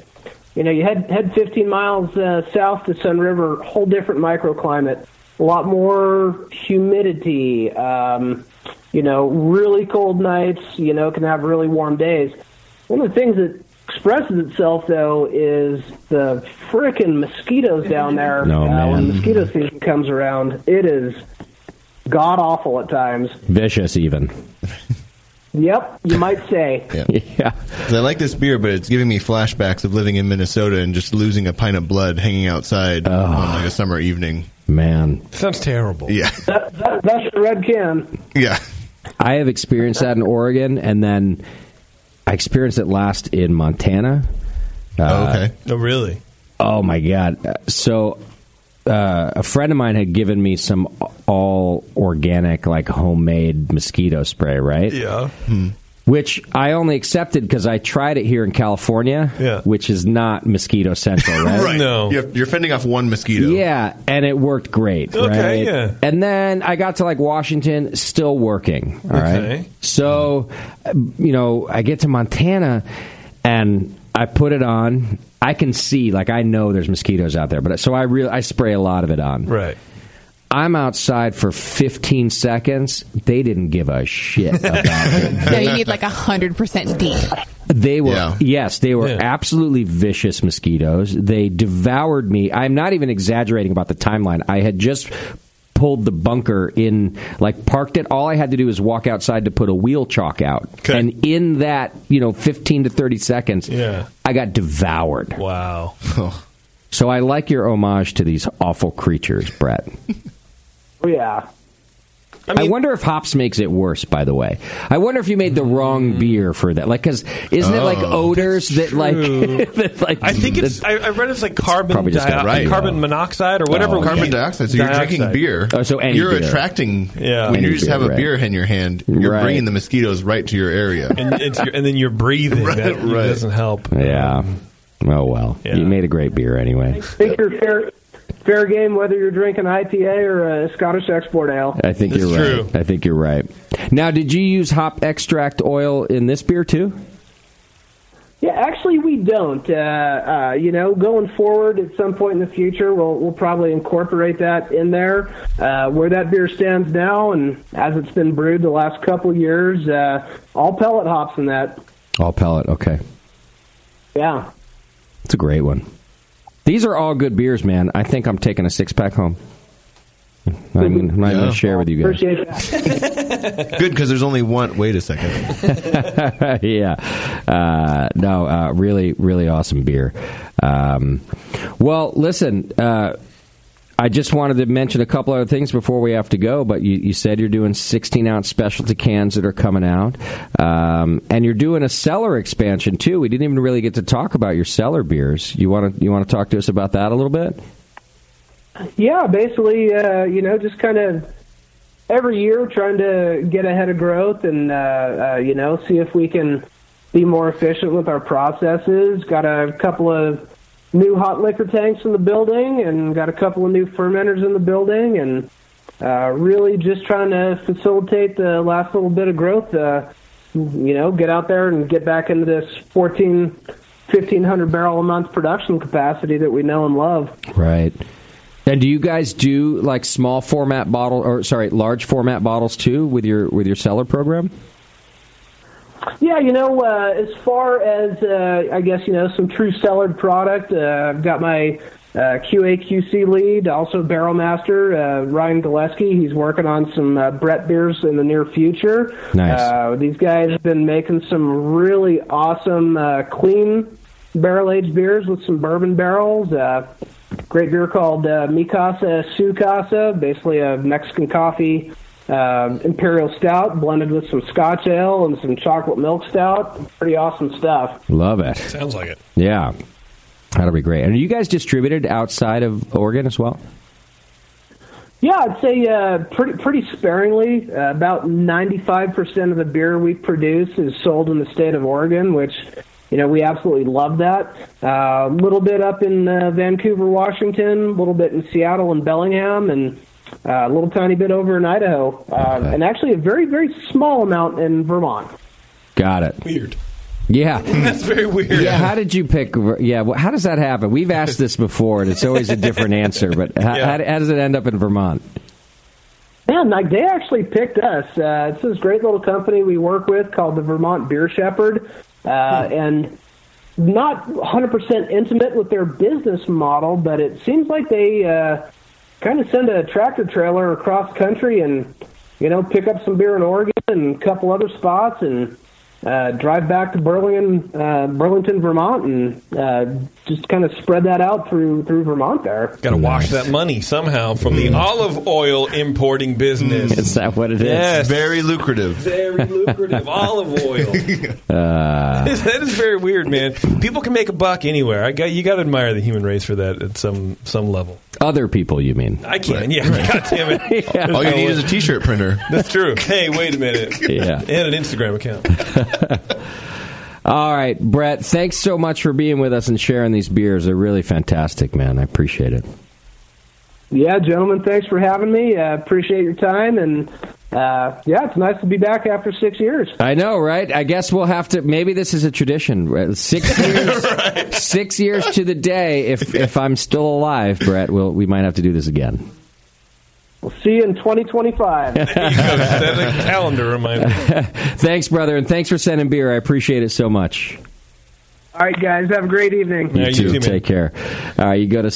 You know, you head head 15 miles uh, south to Sun River, whole different microclimate, a lot more humidity. Um, you know, really cold nights. You know, can have really warm days. One of the things that expresses itself though is the frickin' mosquitoes down there.
No,
uh,
man.
When the mosquito season comes around, it is god awful at times.
Vicious even.
Yep, you might say.
Yeah.
yeah.
I like this beer, but it's giving me flashbacks of living in Minnesota and just losing a pint of blood hanging outside on like a summer evening.
Oh. Man.
Sounds terrible.
Yeah.
That, that, that's the red can.
Yeah.
I have experienced that in Oregon, and then I experienced it last in Montana. Uh,
No, really.
Oh my god! Uh, So uh, a friend of mine had given me some all organic, like homemade mosquito spray, right?
Yeah.
Which I only accepted because I tried it here in California,
Yeah.
which is not mosquito central, right?
No. You're, you're fending off one mosquito.
Yeah, and it worked great. right?
Okay, yeah.
And then I got to like Washington, still working. All right.
Okay.
So, uh, you know, I get to Montana, and I put it on. I can see, like, I know there's mosquitoes out there, but so I really I spray a lot of it on.
Right.
I'm outside for 15 seconds. They didn't give a shit about it.
No, you need like a hundred percent deep.
They were yes, they were absolutely vicious mosquitoes. They devoured me. I'm not even exaggerating about the timeline. I had just pulled the bunker in, like parked it. All I had to do was walk outside to put a wheel chalk out, and in that you know fifteen to thirty seconds,
Yeah.
I got devoured.
Wow.
So I like your homage to these awful creatures, Brett.
Oh, yeah.
I, wonder if hops makes it worse. By the way, I wonder if you made the
Mm.
wrong beer for that. Like, because isn't it like
Oh,
odors that like, that like
I think it's. I, I read it's like carbon
probably just
di-
got right. Oh,
carbon monoxide or whatever.
Oh, carbon dioxide. So you're drinking beer.
Oh,
you're attracting.
Yeah.
When
Any
you just
beer,
have a
right.
beer in your hand, you're
Right.
bringing the mosquitoes right to your area.
and, it's your, and then you're breathing.
Right,
that
right.
doesn't help.
yeah. Oh well, you made a great beer anyway.
think you're fair, fair game whether you're drinking IPA or a Scottish export ale.
I think you're right. I think you're right. Now, did you use hop extract oil in this beer too?
Yeah, actually, we don't. Uh, uh, you know, going forward at some point in the future, we'll we'll probably incorporate that in there. Uh, where that beer stands now, and as it's been brewed the last couple years, uh, all pellet hops in that.
All pellet. Okay,
Yeah.
it's a great one. These are all good beers, man. I think I'm taking a six pack home. I'm, I'm not going
Yeah.
to share with you guys.
Appreciate that.
Good because there's only one. Wait a second.
yeah. Uh, no, uh, really, really awesome beer. Um, well, listen, uh, I just wanted to mention a couple other things before we have to go, but you, you said you're doing 16 ounce specialty cans that are coming out. Um, and you're doing a cellar expansion, too. We didn't even really get to talk about your cellar beers. You want to you want to talk to us about that a little bit?
Yeah, basically, uh, you know, just kind of every year trying to get ahead of growth and, uh, uh, you know, see if we can be more efficient with our processes. Got a couple of new hot liquor tanks in the building and got a couple of new fermenters in the building and uh, really just trying to facilitate the last little bit of growth. Uh, you know, get out there and get back into this 14, 1500 barrel a month production capacity that we know and love.
Right. And do you guys do like small format bottle or sorry, large format bottles too with your with your cellar program?
Yeah, you know, uh, as far as uh, I guess you know some true cellared product, uh, I've got my uh, QAQC lead, also barrel master uh, Ryan Gillespie. He's working on some uh, Brett beers in the near future.
Nice.
Uh, these guys have been making some really awesome uh, clean barrel aged beers with some bourbon barrels. Uh, great beer called uh, Mikasa Su Casa, basically a Mexican coffee uh, imperial stout blended with some Scotch ale and some chocolate milk stout. Pretty awesome stuff.
Love it.
Sounds like it.
Yeah. That'll be great. And are you guys distributed outside of Oregon as well?
Yeah, I'd say uh, pretty pretty sparingly. Uh, about ninety five percent of the beer we produce is sold in the state of Oregon, which you know we absolutely love that. A little bit up in uh, Vancouver, Washington, a little bit in Seattle and Bellingham, and uh, a little tiny bit over in Idaho, uh, and actually a very very small amount in Vermont.
Got it.
Weird.
Yeah.
That's very weird.
Yeah, how did you pick? Yeah, well, how does that happen? We've asked this before, and it's always a different answer. But how,
Yeah.
how, how does it end up in Vermont?
Man, like they actually picked us. Uh, it's this great little company we work with called the Vermont Beer Shepherd, uh, and not 100% intimate with their business model, but it seems like they uh, kind of send a tractor trailer across country and you know pick up some beer in Oregon and a couple other spots and uh, drive back to Burlington, uh, Burlington, Vermont, and uh, just kind of spread that out through through Vermont there.
Got to wash that money somehow from the olive oil importing business.
Hmm. Is that what it is?
Yes.
Very lucrative.
Very lucrative olive oil.
Uh,
that is very weird, man. People can make a buck anywhere. I got you. Got to admire the human race for that at some some level.
other people, you mean?
I can. Yeah. God damn it.
All you need is a T-shirt printer.
That's true. Hey, wait a minute.
Yeah.
And an Instagram account.
All right, Brett. Thanks so much for being with us and sharing these beers. They're really fantastic, man. I appreciate it.
Yeah, gentlemen, thanks for having me. Uh, appreciate your time, and uh, yeah, it's nice to be back after six years.
I know, right? I guess we'll have to. Maybe this is a tradition. right? Six years, six years to the day. If if I'm still alive, Brett, we'll, we might have to do this again.
We'll see you in 2025.
Send a calendar reminder.
thanks, brother, and thanks for sending beer. I appreciate it so much.
All right, guys. Have a great evening.
You too. Take care. All right, you go to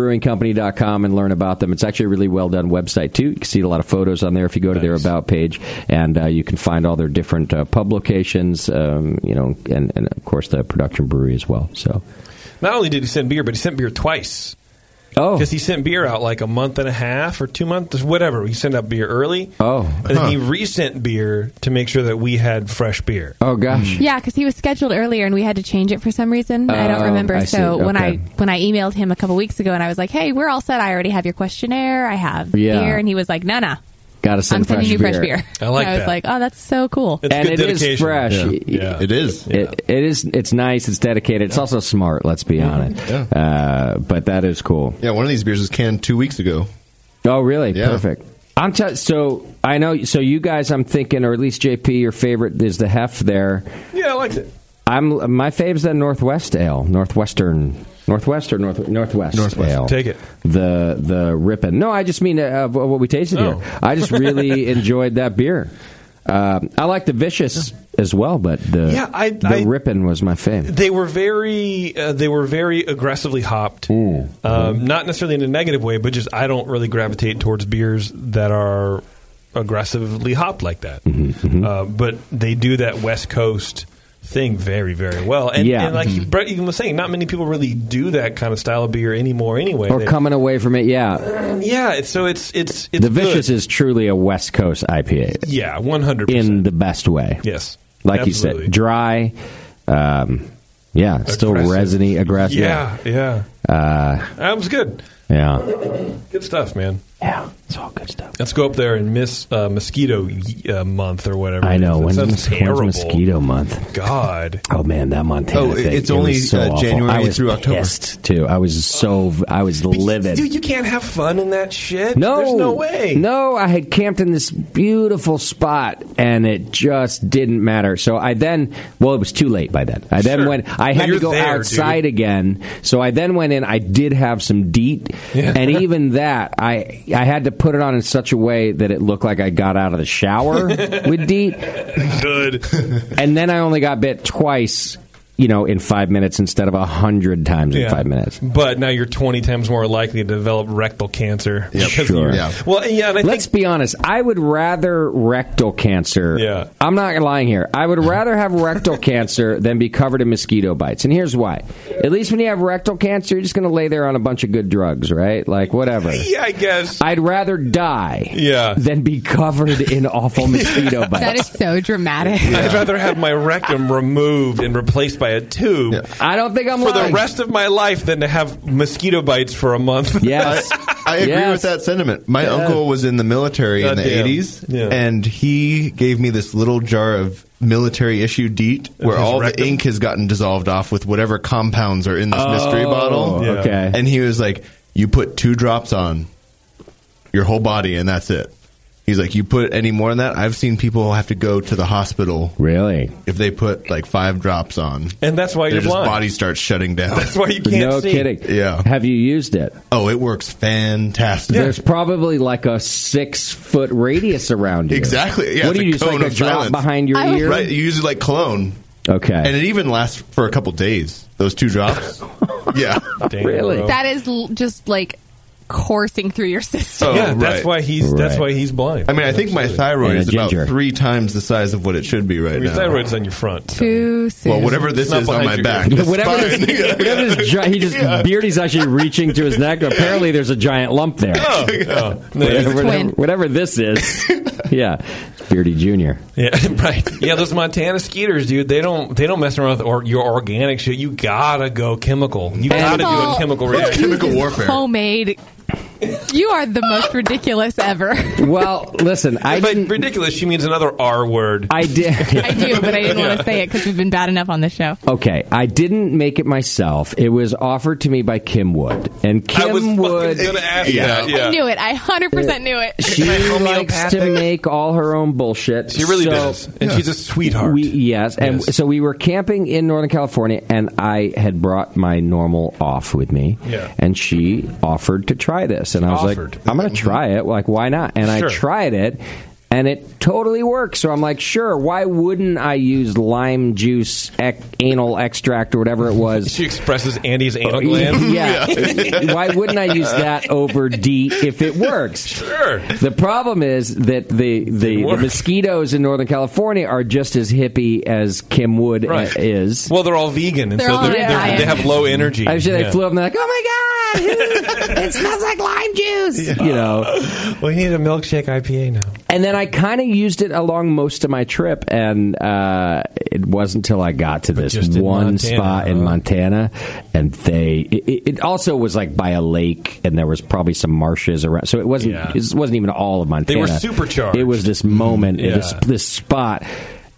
sunriverbrewingcompany.com and learn about them. It's actually a really well done website, too. You can see a lot of photos on there if you go to their About page, and uh, you can find all their different uh, pub locations, um, you know, and, and of course the production brewery as well. So,
Not only did he send beer, but he sent beer twice.
Oh,
because he sent beer out like a month and a half or two months, whatever. He sent out beer early.
Oh,
and then he resent beer to make sure that we had fresh beer. Mm.
Oh gosh,
Yeah, because he was scheduled earlier and we had to change it for some reason. I
Oh,
don't remember.
I see.
so when I
Okay.
when I emailed him a couple weeks ago and I was like, "Hey, we're all set. I already have your questionnaire. I have
Yeah.
beer," and he was like, "No, no,
got to
I'm
send
sending
fresh
you
beer.
fresh beer." And I was like, "Oh, that's so cool."
and it is fresh.
It is.
It, it is. It's nice. It's dedicated. It's also smart. Let's be honest. Uh, but that is cool.
Yeah, one of these beers was canned two weeks ago.
Oh, really?
Yeah.
Perfect. I'm t- so I know. So you guys, I'm thinking, or at least JP, your favorite is the Hef there.
Yeah, I liked it.
I'm my fave's that Northwest Ale, Northwestern, Northwest or North Northwest,
Northwest.
Ale.
Take it.
The the ripping. No, I just mean uh, of what we tasted
Oh.
here. I just really enjoyed that beer. Um, I like the vicious as well, but the
Yeah, I-
the
I-
ripping was my fave.
They were very, uh, they were very aggressively hopped. Um, not necessarily in a negative way, but just I don't really gravitate towards beers that are aggressively hopped like that.
Mm-hmm,
Uh, but they do that West Coast thing very, very well. And,
Yeah.
and like
Mhm.
Brett Egan was saying, not many people really do that kind of style of beer anymore. Anyway,
Or
They-
coming away from it, yeah.
yeah. it's- So it's it's it's
the vicious
good.
is truly a West Coast IPA.
Yeah, 100%.
in the best way.
Yes.
like you
Absolutely.
said, dry. Um, yeah, still
Aggressive.
resiny, aggressive.
Yeah, yeah.
Uh,
That was good.
yeah.
Good stuff, man.
Yeah, it's all good stuff.
Let's go up there and miss uh, mosquito uh, month or whatever.
I know.
It
When's,
sounds
mos- when's
terrible.
mosquito month?
God.
Oh man, that Montana.
Oh,
thing,
it's
it
only,
was so
uh,
awful.
January
I was
through October.
pissed, too. I was so I was livid.
Dude, you can't have fun in that shit.
No,
There's no way.
No, I had camped in this beautiful spot, and it just didn't matter. So I then, well, it was too late by then. I then
Sure.
went. I
No,
had to
you're
go
there,
outside again. So I then went in. I did have some deet,
Yeah.
and even that, I I had to put it on in such a way that it looked like I got out of the shower with deet,
Good.
and then I only got bit twice. You know, in five minutes instead of a hundred times in
Yeah.
five minutes.
But now you're 20 times more likely to develop rectal cancer. because
Sure.
you're- Well, and yeah, and I
Let's be honest. I would rather rectal cancer.
Yeah.
I'm not lying here. I would rather have rectal cancer than be covered in mosquito bites. And here's why. At least when you have rectal cancer, you're just going to lay there on a bunch of good drugs, right? Like, whatever.
Yeah, I guess.
I'd rather die
Yeah.
than be covered in awful mosquito bites.
That is so dramatic.
I'd rather have my rectum removed and replaced by a tube.
I don't think I'm
for
lying.
the rest of my life than to have mosquito bites for a month.
Yes.
I agree with that sentiment. My
Yeah.
uncle was in the military in
God
the
damn.
80s,
Yeah.
and he gave me this little jar of military issue DEET where
his
all
rectum?
the ink has gotten dissolved off with whatever compounds are in this mystery
Oh,
bottle.
Yeah. okay.
And he was like, You put two drops on your whole body, and that's it. He's like, You put any more than that? I've seen people have to go to the hospital.
Really?
If they put like five drops on.
And that's why
their
you're
just
blind.
body starts shutting down.
That's why you can't
No
see.
kidding.
Yeah.
Have you used it?
Oh, it works fantastic.
There's probably like a six foot radius around you.
Exactly. Yeah,
what do
it's
you
a
use?
cone
Like a
of
drop
silence.
behind your ear?
Right. You use it like cologne.
Okay.
And it even lasts for a couple days. Those two drops. yeah.
Really?
That is l- just like coursing through your system.
Oh,
yeah, that's
right.
why he's that's
Right.
why he's blind.
I mean, I think my thyroid
And a
is about
ginger.
three times the size of what it should be right
Your
now.
thyroid's on your front.
Too soon.
Well, whatever this
It's not
is on
behind
my
your
back.
ear.
that's
Whatever
fine.
this, whatever this gi- he just Beardy's actually reaching to his neck. Apparently, there's a giant lump there.
Oh, oh. No,
whatever,
yeah.
whatever, whatever this is, yeah, it's Beardy Junior.
Yeah, right. Yeah, those Montana skeeters, dude. They don't they don't mess around with or, your organic shit. You gotta go chemical. You
First
gotta
of
do
all,
a chemical
who
reaction.
uses Homemade. You are the most ridiculous ever.
Well, listen, I
But ridiculous. She means another R word.
I did.
I do, but I didn't want to say it because we've been bad enough on this show.
Okay, I didn't make it myself. It was offered to me by Kim Wood, and Kim Wood.
gonna ask that, yeah.
I knew it. I 100% knew it.
She likes to make all her own bullshit.
She really
so-
does, and she's a sweetheart.
We, yes, and
Yes.
so we were camping in Northern California, and I had brought my normal off with me.
Yeah.
and she offered to try this, and I was
Offered. Mm-hmm.
like, "I'm going to try it. Like, why not?" And
Sure.
I tried it. and it totally works. So I'm like, sure, why wouldn't I use lime juice ec- anal extract or whatever it was?
She expresses Andy's anal gland.
yeah. why wouldn't I use that over D if it works?
Sure.
The problem is that the the, the
work.
mosquitoes in Northern California are just as hippie as Kim Wood uh,
Right.
is.
Well, they're all vegan, and
They're
so
all
they're,
on a
they're,
diet.
they have low energy.
I'm sure they flew up and they're like, oh my god, it smells like lime juice. You know,
we need a milkshake IPA now.
And then I kind of used it along most of my trip, and uh, it wasn't until I got to this
just in
one
Montana,
spot in
huh?
Montana, and they it, it- it also was like by a lake, and there was probably some marshes around, so it wasn't
Yeah.
it wasn't even all of Montana.
They were supercharged. Mm-hmm.
It was this moment,
Yeah.
this this spot,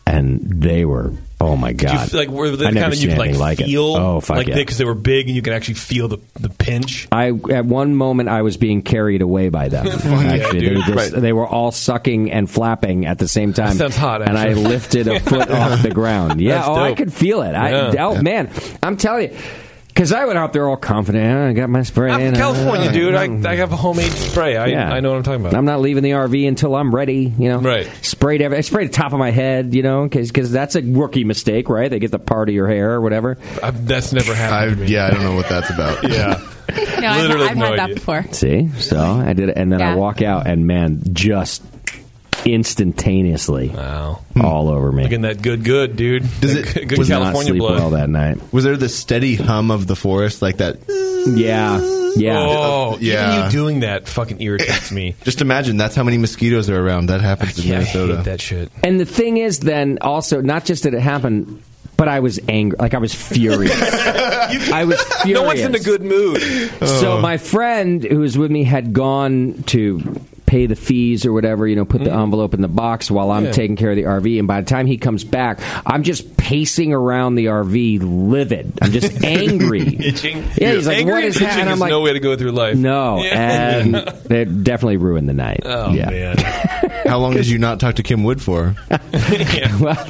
and they were oh my
Do you
god,
f- like were they
I
the
never
kind of you
seen
could, like,
anything like it.
feel
Oh, fuck
like
yeah.
because they were big and you could actually feel the, the pinch.
I at one moment I was being carried away by them.
Fuck yeah,
actually, they,
dude.
were just-
Right.
they were all sucking and flapping at the same time.
That sounds hot,
And I
actually.
lifted a foot off the ground. Yeah,
That's
oh, I
dope.
could feel it. I,
Yeah.
oh man, I'm telling you. Because I went out there all confident. "Oh, I got my spray.
I'm
in.
from California,
uh,
Oh,
dude. I, I have a homemade spray. I,
yeah.
I know what I'm talking about.
I'm not leaving the RV until I'm ready. You know, right? Sprayed every, I sprayed the top of my head. You know, because that's a rookie mistake, right? They get the part of your hair or whatever.
that's never happened.
yeah, I don't know what that's about.
yeah,
No, I've,
Literally
I've
no
had that
idea.
before.
See, so I did it, and then
Yeah.
I walk out, and man, just instantaneously,
wow,
all over me.
Looking that good, good, dude.
Does
That
it-
good
was not
California
sleep
blood?
well
that night?
Was there the steady hum of the forest like that?
Yeah, yeah.
Oh,
Yeah.
Even you doing that fucking irritates me.
Just imagine that's how many mosquitoes are around. That happens in
Yeah, I
Minnesota.
hate that shit.
And the thing is, then also, not just that it happened, but I was angry, like I was furious. I was furious.
No one's in Oh. a good mood.
Oh.
So my friend who was with me had gone to pay the fees or whatever, you know, put the envelope in the box while I'm
Mm. Yeah.
taking care of the RV. And by the time he comes back, I'm just pacing around the RV, livid. I'm just angry.
itching.
Yeah, he's like,
Angry
what
and
is happening?
itching
And I'm
is
like,
no way to go through life.
No, and it definitely ruined the night.
Oh,
yeah.
man.
How long did you not talk to Kim Wood for?
well,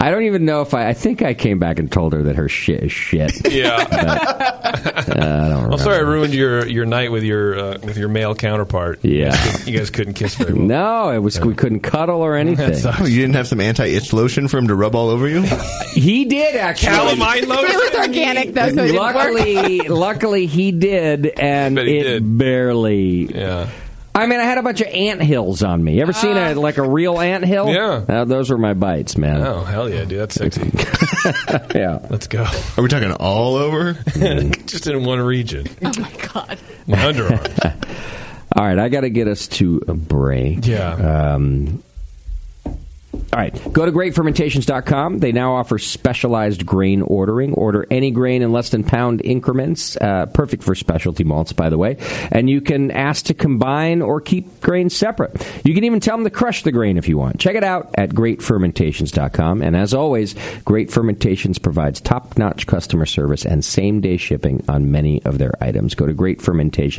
I don't even know if I. I think I came back and told her that her shit is shit.
Yeah.
Uh, I don't remember.
I'm Oh, sorry I ruined your, your night with your uh, with your male counterpart.
Yeah.
You guys couldn't, you guys couldn't kiss very well.
No, it was we couldn't cuddle or anything.
Oh, you didn't have some anti-itch lotion for him to rub all over you?
He did actually.
Calamine lotion.
It was organic though, so it didn't work.
luckily, luckily he did, and it barely.
Yeah. Ah.
I mean, I had a bunch of ant hills on me. You ever seen a like a real ant hill?
Yeah.
Uh, those were my bites, man.
Oh hell yeah, dude! That's sexy.
yeah.
Ah. Let's go.
Are we talking all over?
Just in one region. Oh my god. My underarm.
All right, I got to get us to a break.
Yeah.
Um, all right, go to greatfermentations.com. They now offer specialized grain ordering. Order any grain in less than pound increments, uh, perfect for specialty malts, by the way. And you can ask to combine or keep grains separate. You can even tell them to crush the grain if you want. Check it out at greatfermentations.com. And as always, Great Fermentations provides top notch customer service and same day shipping on many of their items. Go to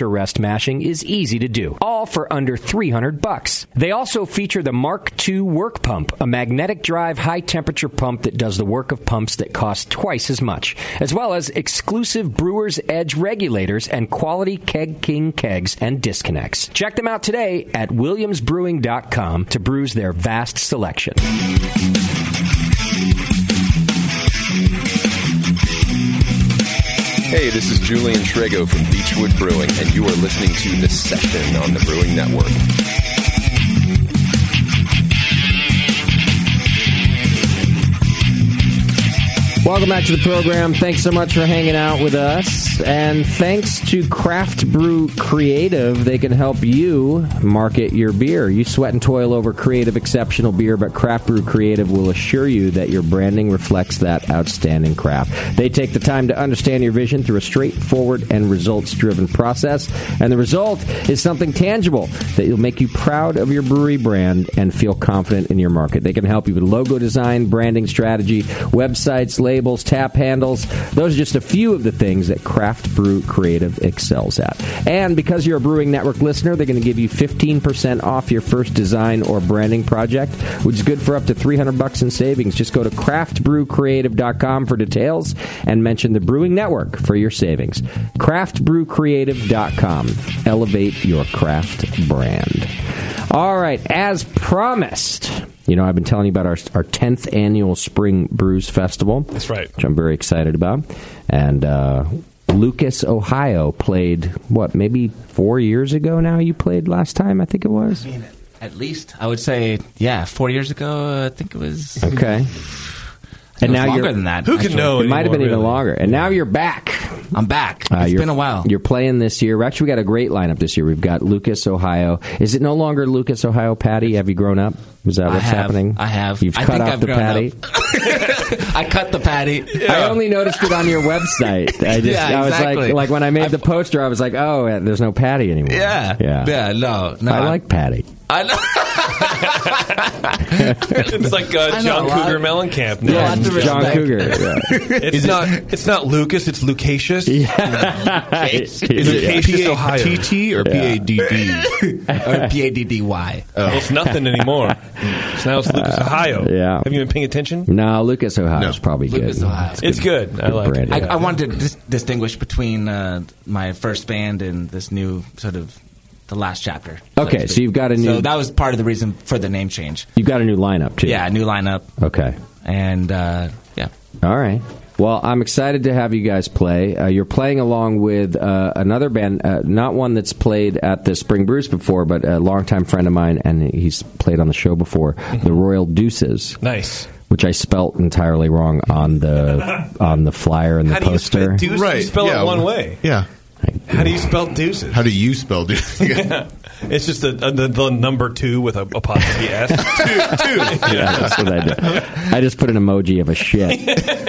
rest mashing is easy to do, all for under 300 bucks. They also feature the Mark II work pump, a magnetic drive high temperature pump that does the work of pumps that cost twice as much, as well as exclusive Brewer's Edge regulators and quality Keg King kegs and disconnects. Check them out today at williamsbrewing.com to brews their vast selection.
Hey, this is Julian Trego from Beechwood Brewing, and you are listening to The Session on the Brewing Network.
Welcome back to the program. Thanks so much for hanging out with us. And thanks to Craft Brew Creative, they can help you market your beer. You sweat and toil over creative, exceptional beer, but Craft Brew Creative will assure you that your branding reflects that outstanding craft. They take the time to understand your vision through a straightforward and results driven process. And the result is something tangible that will make you proud of your brewery brand and feel confident in your market. They can help you with logo design, branding strategy, websites, labels, tap handles. Those are just a few of the things that Craft Brew Creative excels at. And because you're a Brewing Network listener, they're going to give you 15% off your first design or branding project, which is good for up to 300 bucks in savings. Just go to craftbrewcreative.com for details and mention the Brewing Network for your savings. craftbrewcreative.com. Elevate your craft brand. All right, as promised, you know, I've been telling you about our, our 10th annual Spring Brews Festival. That's
right.
Which I'm very excited about. And uh, Lucas, Ohio played, what, maybe four years ago now? You played last time, I think it was?
At least I would say, yeah, four years ago, I think it was.
Okay.
It was longer than that. Who can
actually.
know
It might have been
anymore,
even
really?
longer. And now you're back.
I'm back.
Uh,
It's
you're-
been a while.
You're playing this year. We're Actually, we got a great lineup this year. We've got Lucas, Ohio. Is it no longer Lucas, Ohio, Patty? Have you grown up? Is that
I
what's
have.
happening?
I have.
You've
I
cut
think
off
I've
the
grown
Patty.
I cut the patty.
I only noticed it on your website. I just,
Yeah,
I was
exactly.
like, like when I made the poster, I was like, oh, uh, there's no Patty anymore.
Yeah.
yeah,
Yeah, no, no,
I
I'm-
like Patty.
I know.
it's like uh,
I know,
John
a lot-
Cougar Mellencamp.
Yeah, Lots of John respect. Cougar, yeah.
it's not. It's not Lucas. It's Lucasius. Yeah.
Is
Lucasius, Ohio.
or P A D D Y?
Well, it's nothing anymore. So now it's Lucas, Ohio.
Yeah.
Have you been paying attention?
No, Lucas Ohio is probably
Lucas,
good.
Ohio.
It's good. I like it.
branding.
I, I wanted to dis- distinguish between uh, my first band and this new sort of the last chapter. to
Okay, so
speak.
you've got a new-
So that was part of the reason for the name change.
You've got a new lineup too.
Yeah, new lineup.
Okay.
And uh, yeah,
All right. Well, I'm excited to have you guys play. Uh, you're playing along with uh, another band, uh, not one that's played at the Spring Brews before, but a longtime friend of mine, and he's played on the show before, the Royal Deuces.
Mm-hmm. Nice.
Which I spelt entirely wrong on the on the flyer and the
How do you
poster.
spell deuces? You spell
yeah,
it one way.
Yeah.
How do you spell deuces?
How do you spell deuces?
Yeah. It's just a, a, the, the number two with a apostrophe s. two, two.
yeah, that's what I did. I just put an emoji of a shit.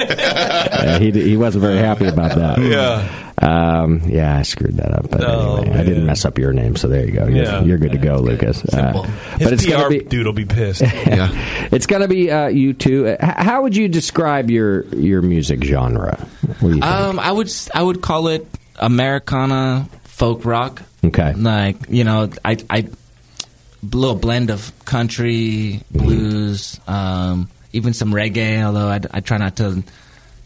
Uh, he he wasn't very happy about that.
Yeah.
Um, yeah, I screwed that up. But anyway, I didn't mess up your name, so there you go. You're,
Yeah.
you're good to go, Lucas. Uh,
His
but it's
PR
gonna be Uh,
dude will be pissed.
it's gonna be uh, you two. Uh, h- how would you describe your your music genre? What do you think?
um, I would s- I would call it Americana folk rock.
Okay.
like you know, I I little blend of country
Mm-hmm.
blues, um, even some reggae. Although I, I try not to,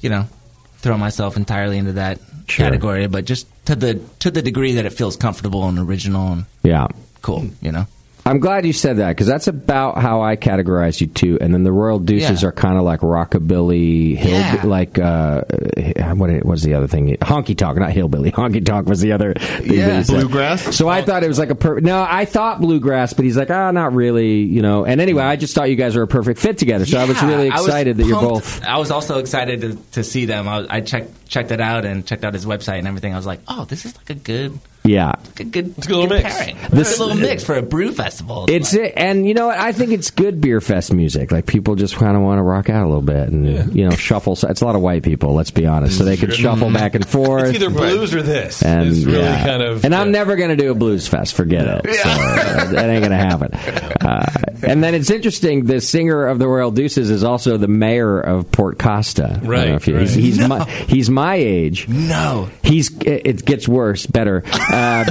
you know, throw myself entirely into that category, but just to the to the degree that it feels comfortable and original and
yeah.
cool.
Hmm.
You know.
I'm glad you said that because that's about how I categorize you too. And then the Royal Deuces are kind of like rockabilly, hill, like uh, uh, what it- was the other thing? Honky tonk, not hillbilly. Honky tonk was the other. thing
Yeah.
that he said.
Bluegrass?
So I thought it was like a per- no. I thought bluegrass, but he's like, ah, not really, you know. And anyway, I just thought you guys were a perfect fit together. So I was
Yeah,
really
I was
excited that you're
pumped.
both.
I was also excited to, to see them. I, was- I checked checked it out and checked out his website and everything. I was like, oh, this is like a good
Yeah.
Good, good, it's a good little mix. Pairing.
This-
good little mix for a brew festival.
It's it, and you know what? I think it's good beer fest music. Like people just kind of want to rock out a little bit and you know shuffle. So It's a lot of white people. Let's be honest. So they could
Sure.
shuffle back and forth.
It's either blues or this.
And
it's really
yeah.
kind of.
and I'm never going to do a blues fest. Forget it. So, uh, that ain't going to happen. Uh, and then it's interesting. The singer of the Royal Deuces is also the mayor of Port Costa. I don't know
Right,
if you- He's,
right.
he's
No.
my he's my age.
No.
He's it it gets worse. Better. Uh,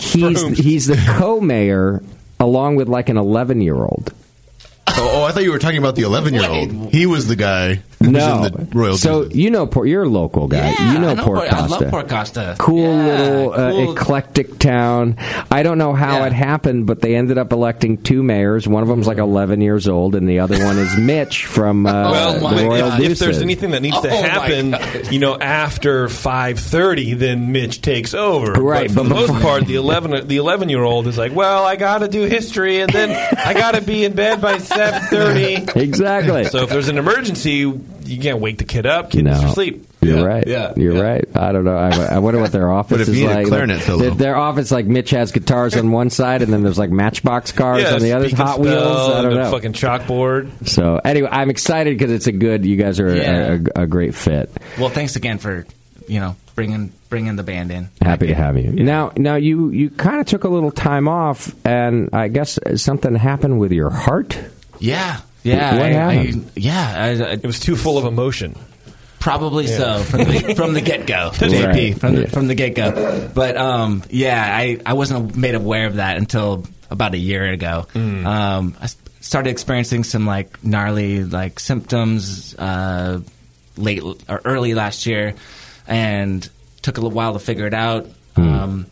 he's he's the co-mayor along with like an 11 year old.
Oh, oh, I thought you were talking about the 11 year old. He was the guy who
No,
was in the Royal
so you know, Port, you're a local guy. you know,
I know
Port
Oh,
Port- I
Costa.
love Port Costa.
Cool little uh,
cool.
eclectic town. I don't know how it happened, but they ended up electing two mayors. One of them's
Mm.
like 11 years old, and the other one is Mitch from uh,
Well,
the
wait,
Royal
if, if there's
Deuces.
anything that needs to
Oh, my
happen, you know, after 5:30, then Mitch takes over. but
Right,
for
but
the most
before-
part, the 11 the 11 year old is like, well, I got to do history, and then I got to be in bed by 7:30.
Exactly.
So if there's an emergency, you can't wake the kid up. Kid
No.
needs to sleep.
You're right.
Yeah.
You're right. I don't know. I, I wonder what their office
if
is
you need a
like.
clarinet
Like,
solo.
Their, their office, like Mitch has guitars on one side, and then there's like Matchbox cars
Yeah,
on the other.
speak and
Hot Wheels.
spell
I
and
don't
a
know.
Fucking chalkboard.
So anyway, I'm excited because it's a good. You guys are
Yeah.
a, a, a great fit.
Well, thanks again for you know bringing bringing the band in.
Happy to have you. Now, now you you kind of took a little time off, and I guess something happened with your heart.
Yeah, yeah,
What
I- I-
happened?
yeah. I, I, it
was too full of emotion.
Probably
Yeah.
so from the, from the get go.
That's
JP
right.
from the,
Yeah.
from the get go. But um, yeah, I, I wasn't made aware of that until about a year ago.
Mm.
Um, I s- started experiencing some like gnarly like symptoms uh, late or early last year, and took a little while to figure it out.
Mm.
Um,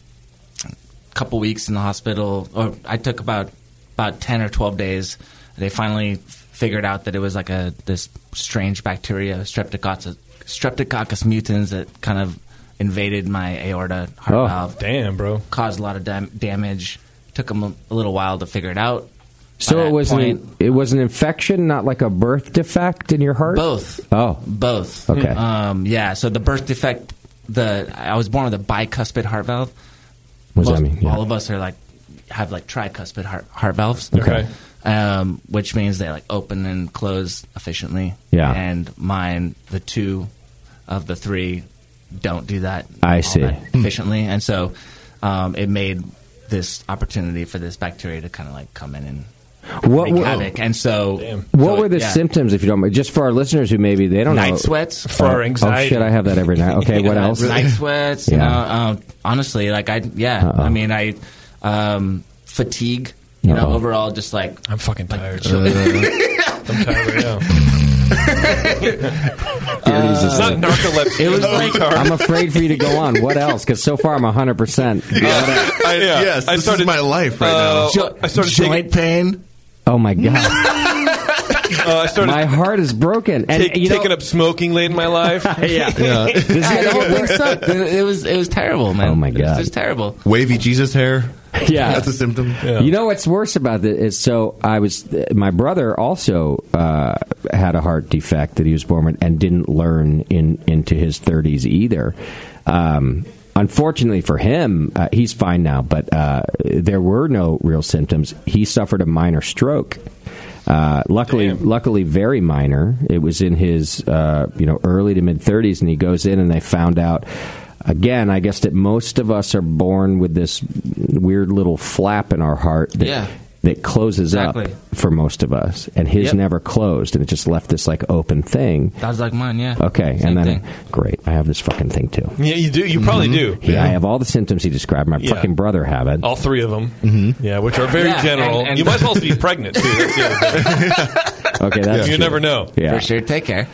couple weeks in the hospital, or I took about about ten or twelve days. They finally figured out that it was like a this strange bacteria, streptococcus, streptococcus mutans, that kind of invaded my aorta heart
Oh,
valve.
Damn, bro!
Caused a lot of dam- damage. Took them a, a little while to figure it out.
So it was
point-
an, it was an infection, not like a birth defect in your heart.
Both.
Oh,
Both.
Okay.
Um, yeah. So the birth defect. The I was born with a bicuspid heart valve.
What does that
Most-
mean? Yeah.
All of us are like have like tricuspid heart heart valves.
Okay.
Um, which means they like open and close efficiently.
Yeah.
And mine, the two of the three, don't do that.
I
all
see. Hmm.
that efficiently, and so um, it made this opportunity for this bacteria to kind of like come in and
What
wreak
were-
havoc. And so,
What were the
yeah.
symptoms, if you don't mind? Just for our listeners who maybe they don't know.
Night sweats. For
Oh,
our
Oh
anxiety.
shit, I have that every night. Okay, what
Yeah,
else?
Night sweats. You
Yeah.
know, um, honestly, like I, yeah. I mean, I um, fatigue. You know,
Uh-oh.
overall, just like
I'm fucking tired.
I'm
tired right now.
Dirties is
Uh, Not
it.
narcolepsy.
It was like
I'm afraid for you to go on. What else? Because so far I'm 100. percent
I,
yes, this is my life
uh,
right
Uh,
now. Jo-
I started
joint pain.
Oh my god,
Uh, I started
my heart is broken. And
take,
you know,
taking up smoking late in my life.
Yeah. Yeah.
I don't think so. It was it was terrible, man.
Oh, my
it was
God.
just terrible.
Wavy Jesus hair.
Yeah.
That's a symptom.
You know what's worse about this is so I was my brother also uh, had a heart defect that he was born with and didn't learn in into his 30s either. Um, unfortunately for him, uh, he's fine now, but uh, there were no real symptoms. He suffered a minor stroke. Uh, luckily, luckily, very minor. It was in his uh, you know early to mid 30s, and he goes in, and they found out again, I guess that most of us are born with this weird little flap in our heart that,
Yeah.
that closes
Exactly.
up for most of us. And his
Yep.
never closed, and it just left this like open thing.
That was like mine. Yeah.
Okay, and
Same
then
thing.
great, I have this fucking thing too.
Yeah, you do. You probably do.
He, I have all the symptoms he described. My
Yeah. Oh.
fucking brother have it.
All three of them.
Mhm.
Yeah, which are very
Yeah,
general.
and- and-
you might as well be pregnant too. That's the other thing.
Okay, that's
You
true.
never know.
Yeah.
For sure. Take care.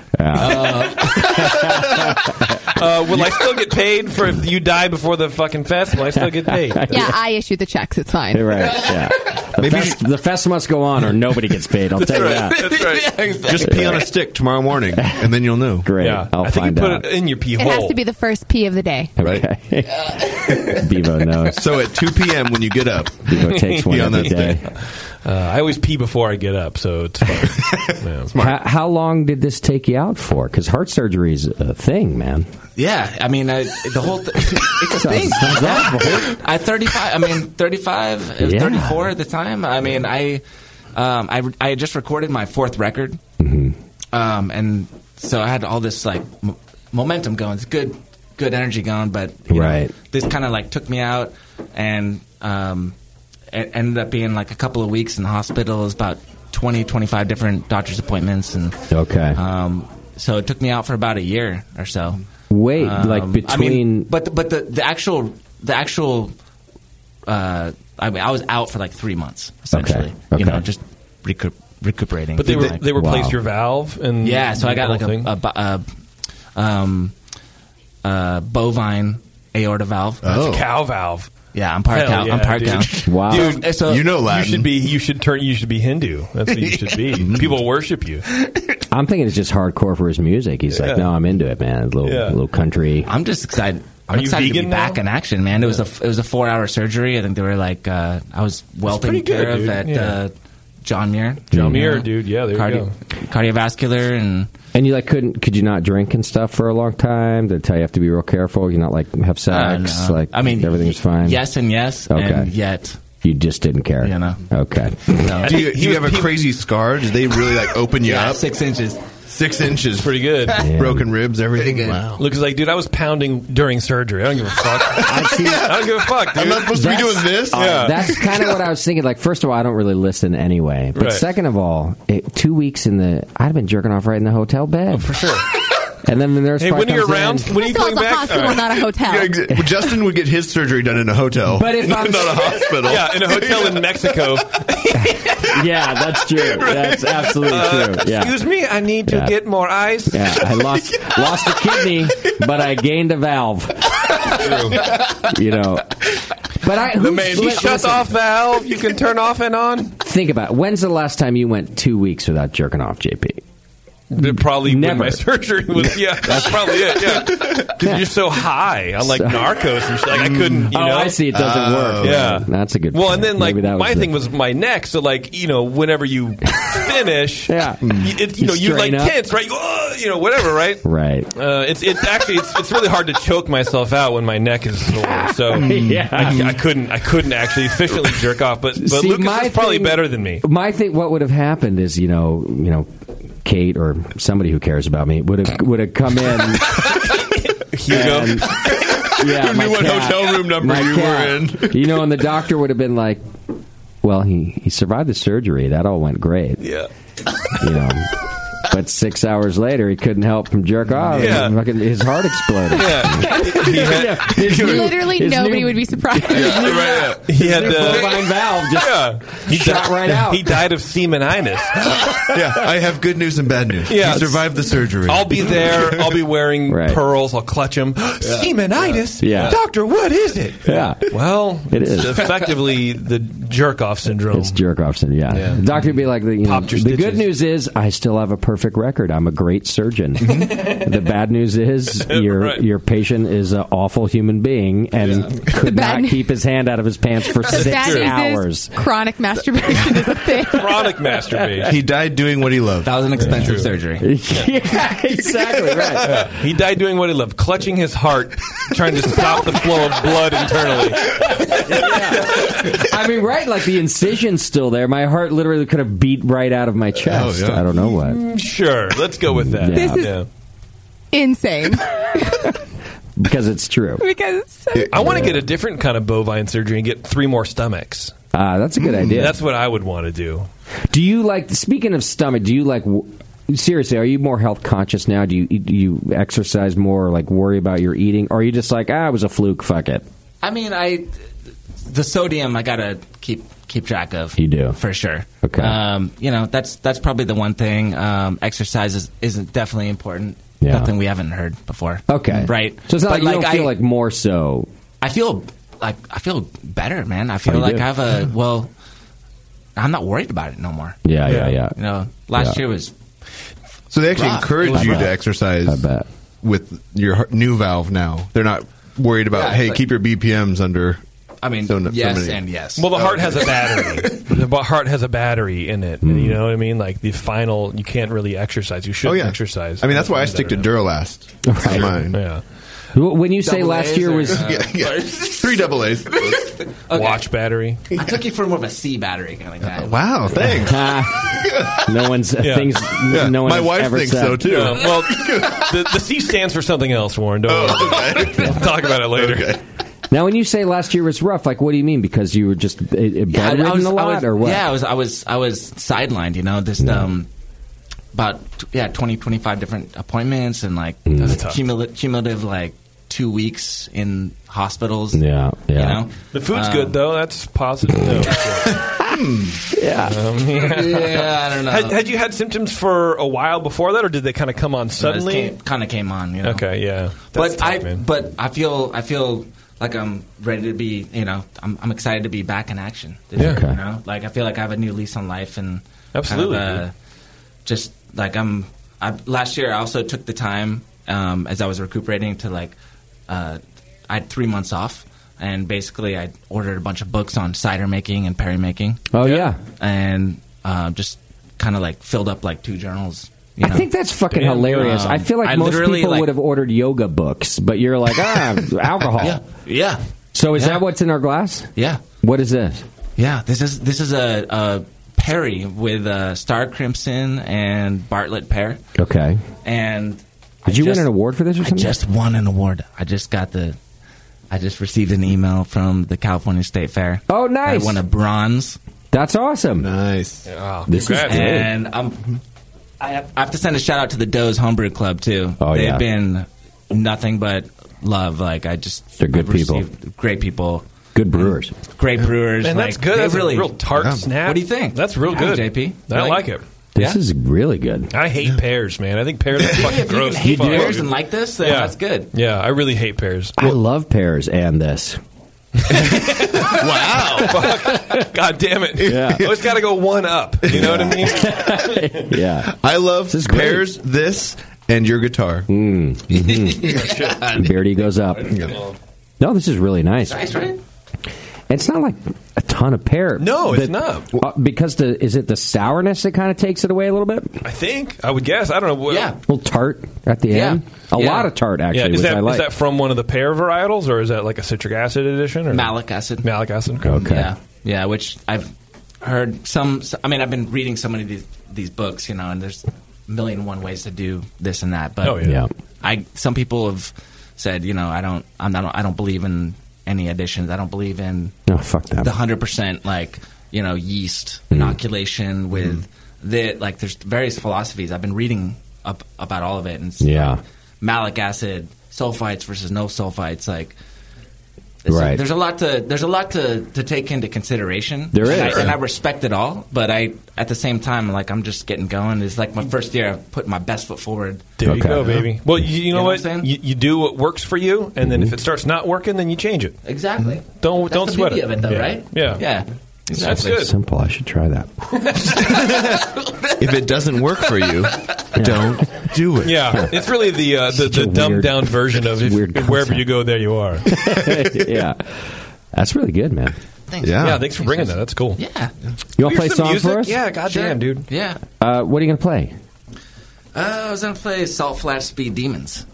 Uh, will I still get paid for if you die before the fucking fest? Will I still get paid?
Yeah, I issue the checks. It's fine.
You're right. Yeah. The, fest, the fest must go on, or nobody gets paid. I'll tell you that.
That's right.
Just pee on a stick tomorrow morning, and then you'll know.
Great.
Yeah.
I'll
I think you
find
put
out.
it in your pee
It
hole.
has to be the first pee of the day.
Right. Bevo knows.
So at 2 p.m. when you get up,
Bevo takes one
be on
every
that
day.
stick.
Uh, I always pee before I get up, so it's fine. Yeah.
Oh.
How, how long did this take you out for? Because heart surgery is a thing, man.
Yeah, I mean, I, the whole th- it's a thing.
sounds
I thirty five. I mean, thirty five,
Yeah.
thirty four at the time. I mean, I, um, I, re- I had just recorded my fourth record,
Mm-hmm.
um, and so I had all this like m- momentum going. It's good, good energy going, but you know,
Right.
this kind of like took me out, and um, it ended up being like a couple of weeks in the hospital. It was about 20, 25 different doctor's appointments, and
Okay.
um, so it took me out for about a year or so. Um,
Wait, like
I mean, but but the, the actual the actual uh, I mean, I was out for like three months essentially.
Okay.
You know, just recu- recuperating.
But they re-
Like-
they replaced your valve and
yeah, so I got
the
like
whole
a,
thing?
a, bo- a, um, uh, bovine aorta valve.
Oh.
That's a cow valve.
Yeah, I'm part
Hell
cow. I'm
yeah,
part
dude.
cow.
Dude,
So-
you know Latin. You should be. You should turn. You should be Hindu. That's what you should be. People worship you.
I'm thinking it's just hardcore for his music. He's
Yeah.
like, no, I'm into it, man. A little,
Yeah.
little country.
I'm just excited. I'm
Are you
excited to
vegan
be
now?
back in action, man. It was a it was a four hour surgery. I think they were like uh, I was well
pretty
taken care
good,
of
dude.
at
Yeah.
uh, John Muir.
John Muir,
Yeah.
dude. Yeah, there you
Cardio-
go.
cardiovascular and
And you like couldn't could you not drink and stuff for a long time? They tell you have to be real careful. You not like have sex.
no.
Like
I mean,
everything's fine.
Yes and yes
Okay.
and yet.
You just didn't care. You know. Okay.
Do you, do you have a crazy scar? Did they really like open you up?
Six inches.
Six inches. Pretty
good.
Broken ribs, everything.
Good.
Wow.
Luke is like, dude, I was pounding during surgery. I don't give a fuck. I don't give a fuck, dude.
I'm not supposed to be doing this?
Yeah.
uh, That's kind of what I was thinking. Like, first of all, I don't really listen anyway. But
Right.
second of all, it, two weeks in the, I'd have been jerking off right in the hotel bed for
sure.
And then the nurse.
Oh, Hey,
probably
when are you
comes
around?
in-
When are you
Hospital's coming a back? hospital, All right. not a hotel.
Yeah, exa- well, Justin would get his surgery done in a hotel,
But if I'm-
not a hospital.
Yeah, in a hotel in Mexico.
yeah, that's true. That's absolutely true.
Uh,
Yeah.
Excuse me, I need to
Yeah.
get more eyes.
Yeah, I lost lost a kidney, but I gained a valve. You know. But I
the
who's-
man,
li-
shut
listen,
off valve. You can turn off and on.
Think about it. when's the last time you went two weeks without jerking off, JP?
probably
Never.
when my surgery was. Yeah, that's probably it. Yeah, 'Cause you're so high on like
So-
narcos and shit. Like I couldn't. You
oh,
know?
I see. It doesn't work.
Yeah,
that's a good.
Well,
point.
and then like
Maybe that
my
the-
thing was my neck. So like you know, whenever you finish,
yeah,
you, it, you,
You
know you like
strain up.
tense, right? You, go, "Ugh," you know, whatever, right?
Right.
Uh, it's it's actually it's, it's really hard to choke myself out when my neck is sore. So
Yeah.
I, I couldn't I couldn't actually efficiently jerk off. But but
See,
Lucas
my
is probably
thing-
better than me.
My thing, what would have happened is, you know, you know, Kate or somebody who cares about me would have would have come in.
Hugo.
and- yeah,
Who
my
knew what
cat-
hotel room number
my
you
cat.
were in?
You know, and the doctor would have been like, "Well, he he survived the surgery. That all went great."
Yeah.
You know. But six hours later, he couldn't help from jerk off.
Yeah.
And fucking, his heart exploded.
Yeah.
His new-
Literally
his
nobody
new-
would be surprised.
He had
new
uh,
bovine valve just
yeah. He
shot
di-
right out.
He died of semenitis.
yeah, I have good news and bad news.
Yeah.
he survived the surgery.
I'll be there. I'll be wearing
Right.
pearls. I'll clutch him. Semenitis.
Yeah.
Doctor, what is it?
Yeah.
Well,
It
it's
is.
effectively the jerk off syndrome.
It's jerk off syndrome. Yeah.
Yeah.
The doctor would be like, the, you know,
Popped your
the good
stitches.
news is I still have a perfect record. I'm a great surgeon.
Mm-hmm.
the bad news is your
Right.
your patient is an awful human being and could
bad
not
news-
keep his hand out of his pants for
The
six
bad news
hours.
is chronic masturbation is a thing.
Chronic masturbation.
He died doing what he loved.
That was an expensive surgery.
yeah, exactly right.
He died doing what he loved, clutching his heart, trying to stop the flow of blood internally.
I mean, right? Like the incision's still there. My heart literally could have beat right out
Oh,
of my chest.
yeah.
I don't know what.
Sure, let's go with that.
Yeah. This
is- Insane.
Because it's true.
because it's so
I want to get a different kind of bovine surgery and get three more stomachs.
Ah, that's a good idea.
Hmm. That's what I would want to do.
Do you like speaking of stomach? Do you like w- seriously? Are you more health conscious now? Do you do you exercise more? Or like worry about your eating? Or are you just like ah, it was a fluke? Fuck it.
I mean, I the sodium I gotta keep keep track of.
You do.
for sure.
Okay.
Um, you know, that's that's probably the one thing. Um, exercise is, is definitely important.
Yeah.
Nothing we haven't heard before.
Okay.
Right.
So it's not
But,
like, you don't
I,
feel like more so.
I feel like I feel better, man. I
Oh,
feel
you
like
do?
I have a well. I'm not worried about it no more.
Yeah, yeah, yeah.
You know, last
Yeah.
year was
So they actually
Rough.
encourage
I
you
bet.
to exercise.
I bet.
with your heart- new valve now. They're not worried about
Yeah,
hey,
but-
keep your BPMs under.
I mean,
So n- so
yes
many.
and yes.
Well, the
Oh,
heart has a
okay.
battery. the ba- heart has a battery in it. You know what I mean? Like the final, you can't really exercise. You should
Hmm. Oh,
not
yeah.
exercise.
I mean, that's why I stick to Duralast. That's mine.
Yeah.
When
you say Double last A's year or- was-
Yeah, yeah.
Three double A's.
Watch battery.
I took you for more of a C battery kind of guy.
Wow, thanks.
no one's
Yeah.
things.
Yeah.
No one.
My
has
wife
ever
thinks
said.
so, too. Yeah, well, the, the C stands for something else, Warren. Don't
Oh,
worry. We'll talk about it later.
now, when you say last year was rough, like what do you mean? Because you were just uh, uh,
I- I
bedridden
was-
a
I
lot,
was-
or what?
Yeah, I was I was I was sidelined. You know, just um, about yeah, 20, 25 different appointments and like
Mm, That's tough.
cumulative, cumulative like two weeks in hospitals.
Yeah,
You
yeah.
know,
The food's
Um,
good though. That's positive.
yeah.
Yeah, I don't know.
Had, had you had symptoms for a while before that, or did they kind of come on suddenly?
kind of came on. You know?
Okay, yeah.
but I but I feel I feel like I'm ready to be. You know, I'm, I'm excited to be back in action. this
Yeah.
year,
Okay.
You know, like I feel like I have a new lease on life and kind of,
Absolutely,
uh,
dude.
just like I'm. I, last year, I also took the time um, as I was recuperating to like uh, I had three months off. And basically, I ordered a bunch of books on cider making and perry making.
Oh yeah.
and um, just kind of like filled up like two journals. you
I
know?
think that's fucking
Damn.
hilarious. I
Um,
feel like
I
most
literally,
people
like-
would have ordered yoga books, but you're like, ah, alcohol.
Yeah. Yeah.
So is that what's in our glass?
Yeah.
What is this?
Yeah, this is this is a, a Perry with uh, Star Crimson and Bartlett pear,
Okay.
and
Did you win an award for this or something?
I just won an award. I just got the. I just received an email from the California State Fair.
Oh, nice!
I won a bronze.
That's awesome.
Nice.
Oh,
this is
congrats. great.
and I'm. I have, I have to send a shout out to the Doe's Homebrew Club too.
Oh,
They've
yeah.
been nothing but love. Like I just
They're good
I've
people.
received Great people.
Good brewers.
Great brewers.
Man,
like,
that's good.
they
That's a
really
real tart
Yeah.
snap.
What do you think?
That's real
Yeah,
good,
JP.
I
Like-
like it.
This is really good.
I hate pears, man. I think pears are fucking gross. as
hate
fuck.
pears and like this, then
yeah.
that's good.
Yeah, I really hate pears.
I love pears and this.
Oh.
Wow. Fuck. God damn it.
Yeah.
Well, it's got to go one up. You know what I mean?
Yeah.
I love
This is great.
pairs, this, and your guitar.
Mhm. Beardy goes up. No, this is really nice.
Nice, right?
It's not like a ton of pear.
No, it's
but-
not.
uh, because the is it the sourness that kind of takes it away a little bit?
I think. I would guess. I don't know. What,
A little tart at the
Yeah.
end. A
Yeah.
lot of tart actually,
yeah, is
which
that,
I
is
like.
that from one of the pear varietals, or is that like a citric acid addition? Or?
Malic acid.
Malic acid. Okay.
Yeah, yeah. Which I've heard some. I mean, I've been reading so many of these these books, you know, and there's a million and one ways to do this and that. But
Oh, yeah. Yeah.
I some people have said, you know, I don't, I'm not, I don't believe in any additions. I don't believe in
no, fuck Mm. that.
the hundred percent like you know yeast inoculation
Mm.
with the like. There's various philosophies. I've been reading up about all of it, and it's
Yeah.
like malic acid, sulfites versus no sulfites, like. So
Right.
There's a lot to there's a lot to, to take into consideration.
There
And I,
is.
and I respect it all, but I at the same time like I'm just getting going. It's like my first year. I've put my best foot forward.
There you go, baby. Well, you, you know,
know what
what?
I'm
you,
saying?
you do what works for you, and
Mm-hmm.
then if it starts not working, then you change it. Mm-hmm.
Exactly.
Don't
That's
don't
the
sweat
beauty
it.
of it, though,
yeah.
right?
Yeah.
Yeah.
That's good.
Simple. I should try that.
if it doesn't work for you, don't do it.
Yeah, it's really the uh, the,
Such a
the dumbed
weird-
down version of
such a
if,
weird
if wherever
concept.
you go, there you are.
yeah. That's really good, man.
Thanks.
Yeah, thanks for bringing that. That's cool.
Yeah.
You want to play
Here's some
a song
music?
for us?
Yeah, goddamn,
Sure.
dude.
Yeah.
Uh, what are you going to play?
Uh, I was gonna play Salt Flat Speed Demons.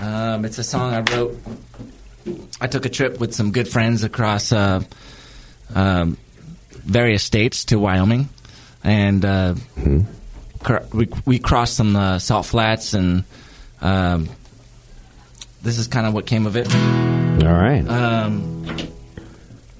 Um, it's a song I wrote. I took a trip with some good friends across uh, um, various states to Wyoming, and uh, cr- we we crossed some uh, salt flats, and um, this is kind of what came of it.
All right.
Um,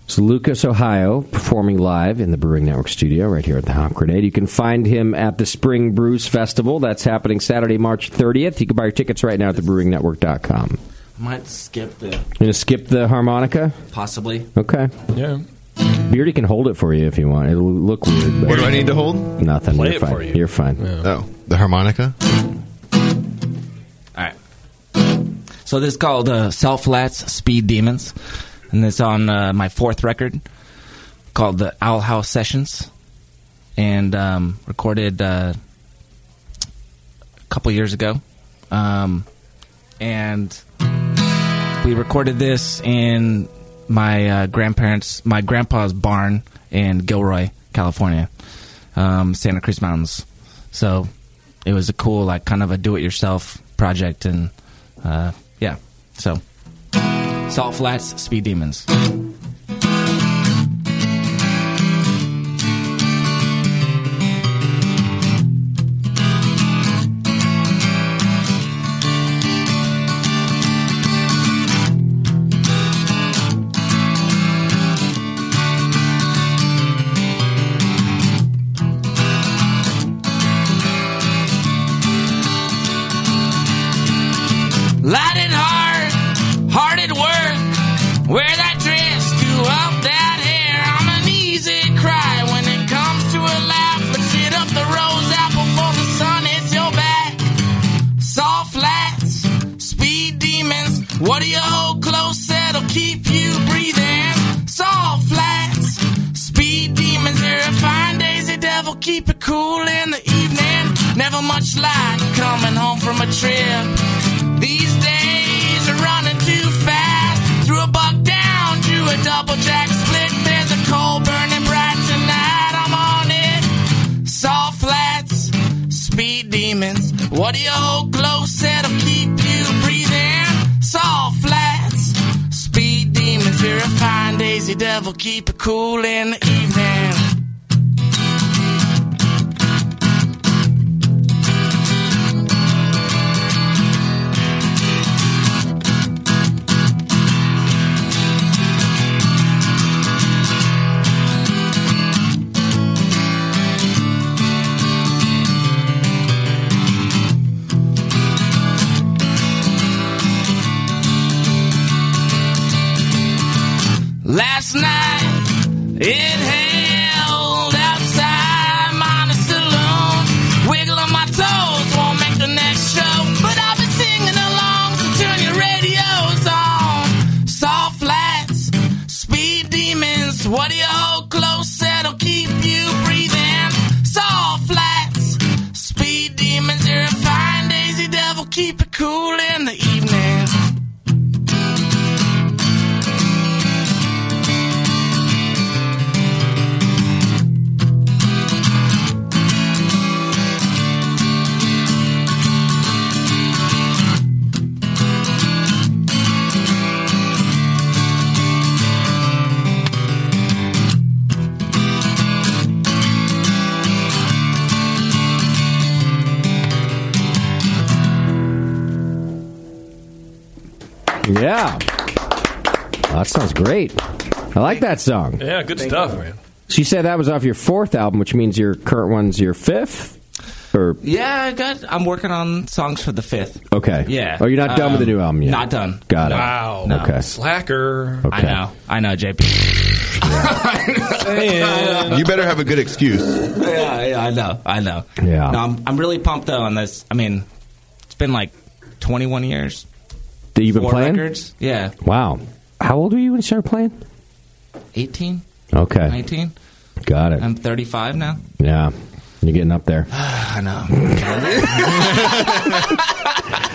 It's Lucas, Ohio, performing live in the Brewing Network studio right here at the Hop Grenade. You can find him at the Spring Brews Festival. That's happening Saturday, March 30th. You can buy your tickets right now at thebrewingnetwork.com.
might skip the
You going to skip the harmonica?
possibly.
Okay.
Yeah.
Beardy can hold it for you if you want. It'll look weird. But
What do I need to hold?
Nothing.
Play
You're
it
fine.
for you.
are fine.
Oh, the harmonica?
All right. So this is called uh, Self Lats Speed Demons, and it's on uh, my fourth record called the Owl House Sessions, and um, recorded uh, a couple years ago. Um, and we recorded this in my uh, grandparents, my grandpa's barn in Gilroy, California, um, Santa Cruz Mountains. So it was a cool, like, kind of a do-it-yourself project, and uh, yeah. So Salt Flats, Speed Demons.
Light and hard, hard at work. Wear that dress, do up that hair. I'm an easy cry when it comes to a laugh. But shit up the rose apple for the sun hits your back. Soft flats, speed demons. What do you hold close that'll keep you breathing? Soft flats, speed demons. You're a fine daisy devil, keep it cool in the evening. Never much light coming home from a trip. These days are running too fast. Threw a buck down to a double jack split. There's a coal burning bright tonight. I'm on it. Soft flats, speed demons. What do you hold close that'll keep you breathing? Soft flats, speed demons. You're a fine daisy devil. Keep it cool in the evening. Last night, it held outside my saloon. Wiggling my toes won't make the next show, but I'll be singing along. So turn your radios on. Soft flats, speed demons. What do you hold close that'll keep you breathing? Soft flats, speed demons. You're a fine daisy devil. Keep it cool in the evening.
Yeah. Well, that sounds great. I like that song.
Yeah, good stuff, man.
So you said that was off your fourth album, which means your current one's your fifth? Or
Yeah, I got. I'm working on songs for the fifth.
okay.
Yeah.
Oh, you're not done with the new
Um,
album yet.
Not done.
Got it.
Wow.
Okay.
Slacker.
Okay.
I know. I know, JP.
You better have a good excuse.
yeah, yeah, I know. I know.
Yeah.
No, I'm, I'm really pumped though on this. I mean, it's been like 21 years.
That you've been
Four
playing?
records. Yeah.
Wow. How old were you when you started playing?
18,
Okay.
19.
Got it.
I'm 35 now.
yeah. You're getting up there.
I know.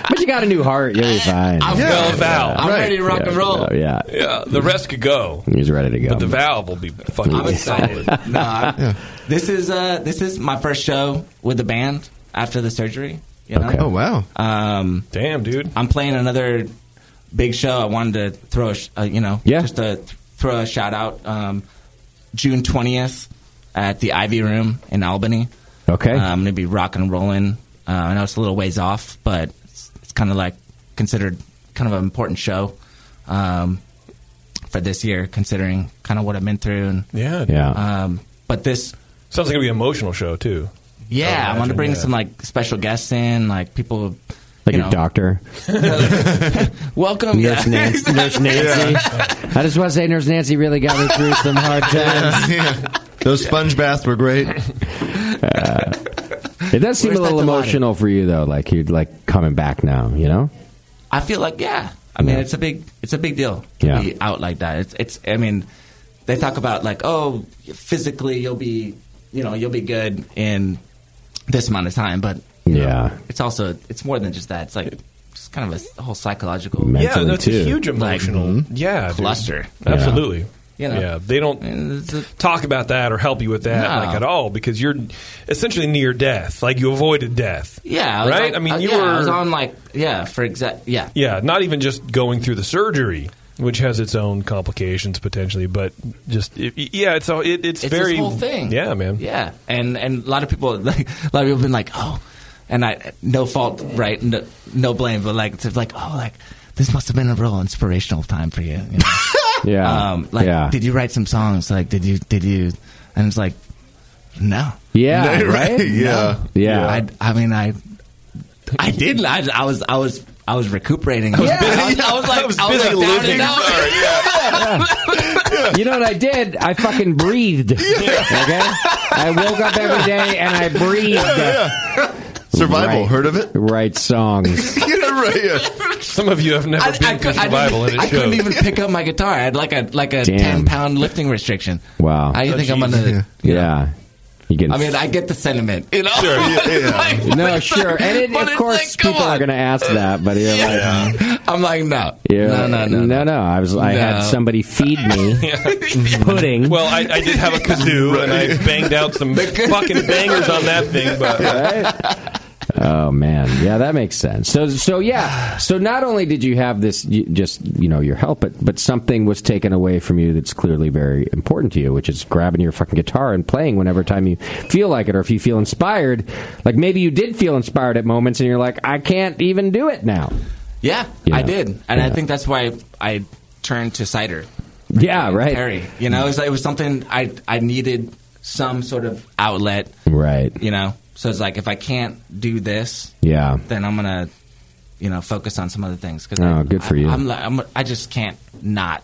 but you got a new heart. You'll be fine.
I'm Yeah.
Well, valve.
I'm ready to rock and roll.
Yeah.
Yeah, the rest could go.
He's ready to go.
But the valve will be fucking
I'm excited.
solid.
no, I- This is uh, this is my first show with the band after the surgery. You know?
Okay. Oh,
wow! Um,
Damn, dude!
I'm playing another big show. I wanted to throw a sh- uh, you know yeah. just to th- throw a shout out. Um, June 20th at the Ivy Room in Albany.
Okay,
Uh, I'm gonna be rock and rolling. Uh, I know it's a little ways off, but it's, it's kind of like considered kind of an important show. Um, for this year, considering kind of what I've been through. And,
Yeah. Yeah.
Um, but this
sounds like it'll be an emotional show too. Oh,
Yeah, I, want to
imagine,
bring
yeah.
some like special guests in, like people.
Like
you
your
know,
doctor.
Welcome,
Nurse
yeah.
Nancy. Nurse Nancy. I just want to say, Nurse Nancy really got me through some hard times.
Those sponge baths were great.
Uh, it does seem
Where's
a little
that divided?
emotional for you, though. Like you're like coming back now. You know.
I feel like yeah. I mean,
Yeah.
it's a big it's a big deal to
Yeah.
be out like that. It's it's I mean, they talk about like oh, physically you'll be you know you'll be good in this amount of time, but
Yeah.
it's also it's more than just that. It's like it's kind of a whole psychological.
yeah, that's a huge emotional
Mm-hmm.
yeah dude.
cluster.
Absolutely.
You know?
Yeah, they don't talk about that or help you with that
No.
like at all because you're essentially near death. Like you avoided death.
Yeah, I was
right.
on-
I mean,
uh,
you
yeah,
were
I was on like yeah for exact yeah.
yeah, not even just going through the surgery, which has its own complications potentially, but just it, yeah, it's all it, it's,
It's this
very
whole thing.
Yeah, man.
Yeah, and and a lot of people, like, a lot of people have been like, oh, and I no fault, right? No, no blame, but like it's like oh, like this must have been a real inspirational time for you. you know?
Yeah.
um, like
yeah.
did you write some songs? Like did you did you? And it's like no,
Yeah,
No,
right?
No.
Yeah. Yeah.
I, I mean, I I did. I, I was I was I was recuperating. I was,
Yeah.
I was, I was like I was, like, down and out.
You know what I did? I fucking breathed. Okay? I woke up every day and I breathed.
Survival,
heard of it? Write songs.
Some of you have never
I, I, could, I, didn't- I couldn't even pick up my guitar. I had like a like a
Damn.
ten pound lifting restriction.
Wow.
I think I'm under.
Yeah.
The,
You get
I mean, I get the sentiment. You know. Like,
no, sure. And it,
but
of
it's
course, people are going to ask that, but you're like,
like- I'm like no.
you're
No,
like,
no, no,
no, no. I was, I had
No.
somebody feed me pudding.
Well, I, I did have a kazoo and I banged out some fucking bangers on that thing, but uh,
Oh man, yeah, that makes sense. So, so yeah, so not only did you have this, you, just you know, your help, but but something was taken away from you that's clearly very important to you, which is grabbing your fucking guitar and playing whenever time you feel like it, or if you feel inspired. Like maybe you did feel inspired at moments, and you're like, I can't even do it now.
Yeah,
Yeah.
I did, and I
Yeah.
think that's why I turned to cider.
Yeah, right.
Perry, you know, it was, it was something I I needed some sort of outlet.
Right.
You know, so it's like if I can't do this,
Yeah.
then I'm gonna, you know, focus on some other things. Cause
Oh,
I,
good for
I,
you.
I'm, li- I'm, I just can't not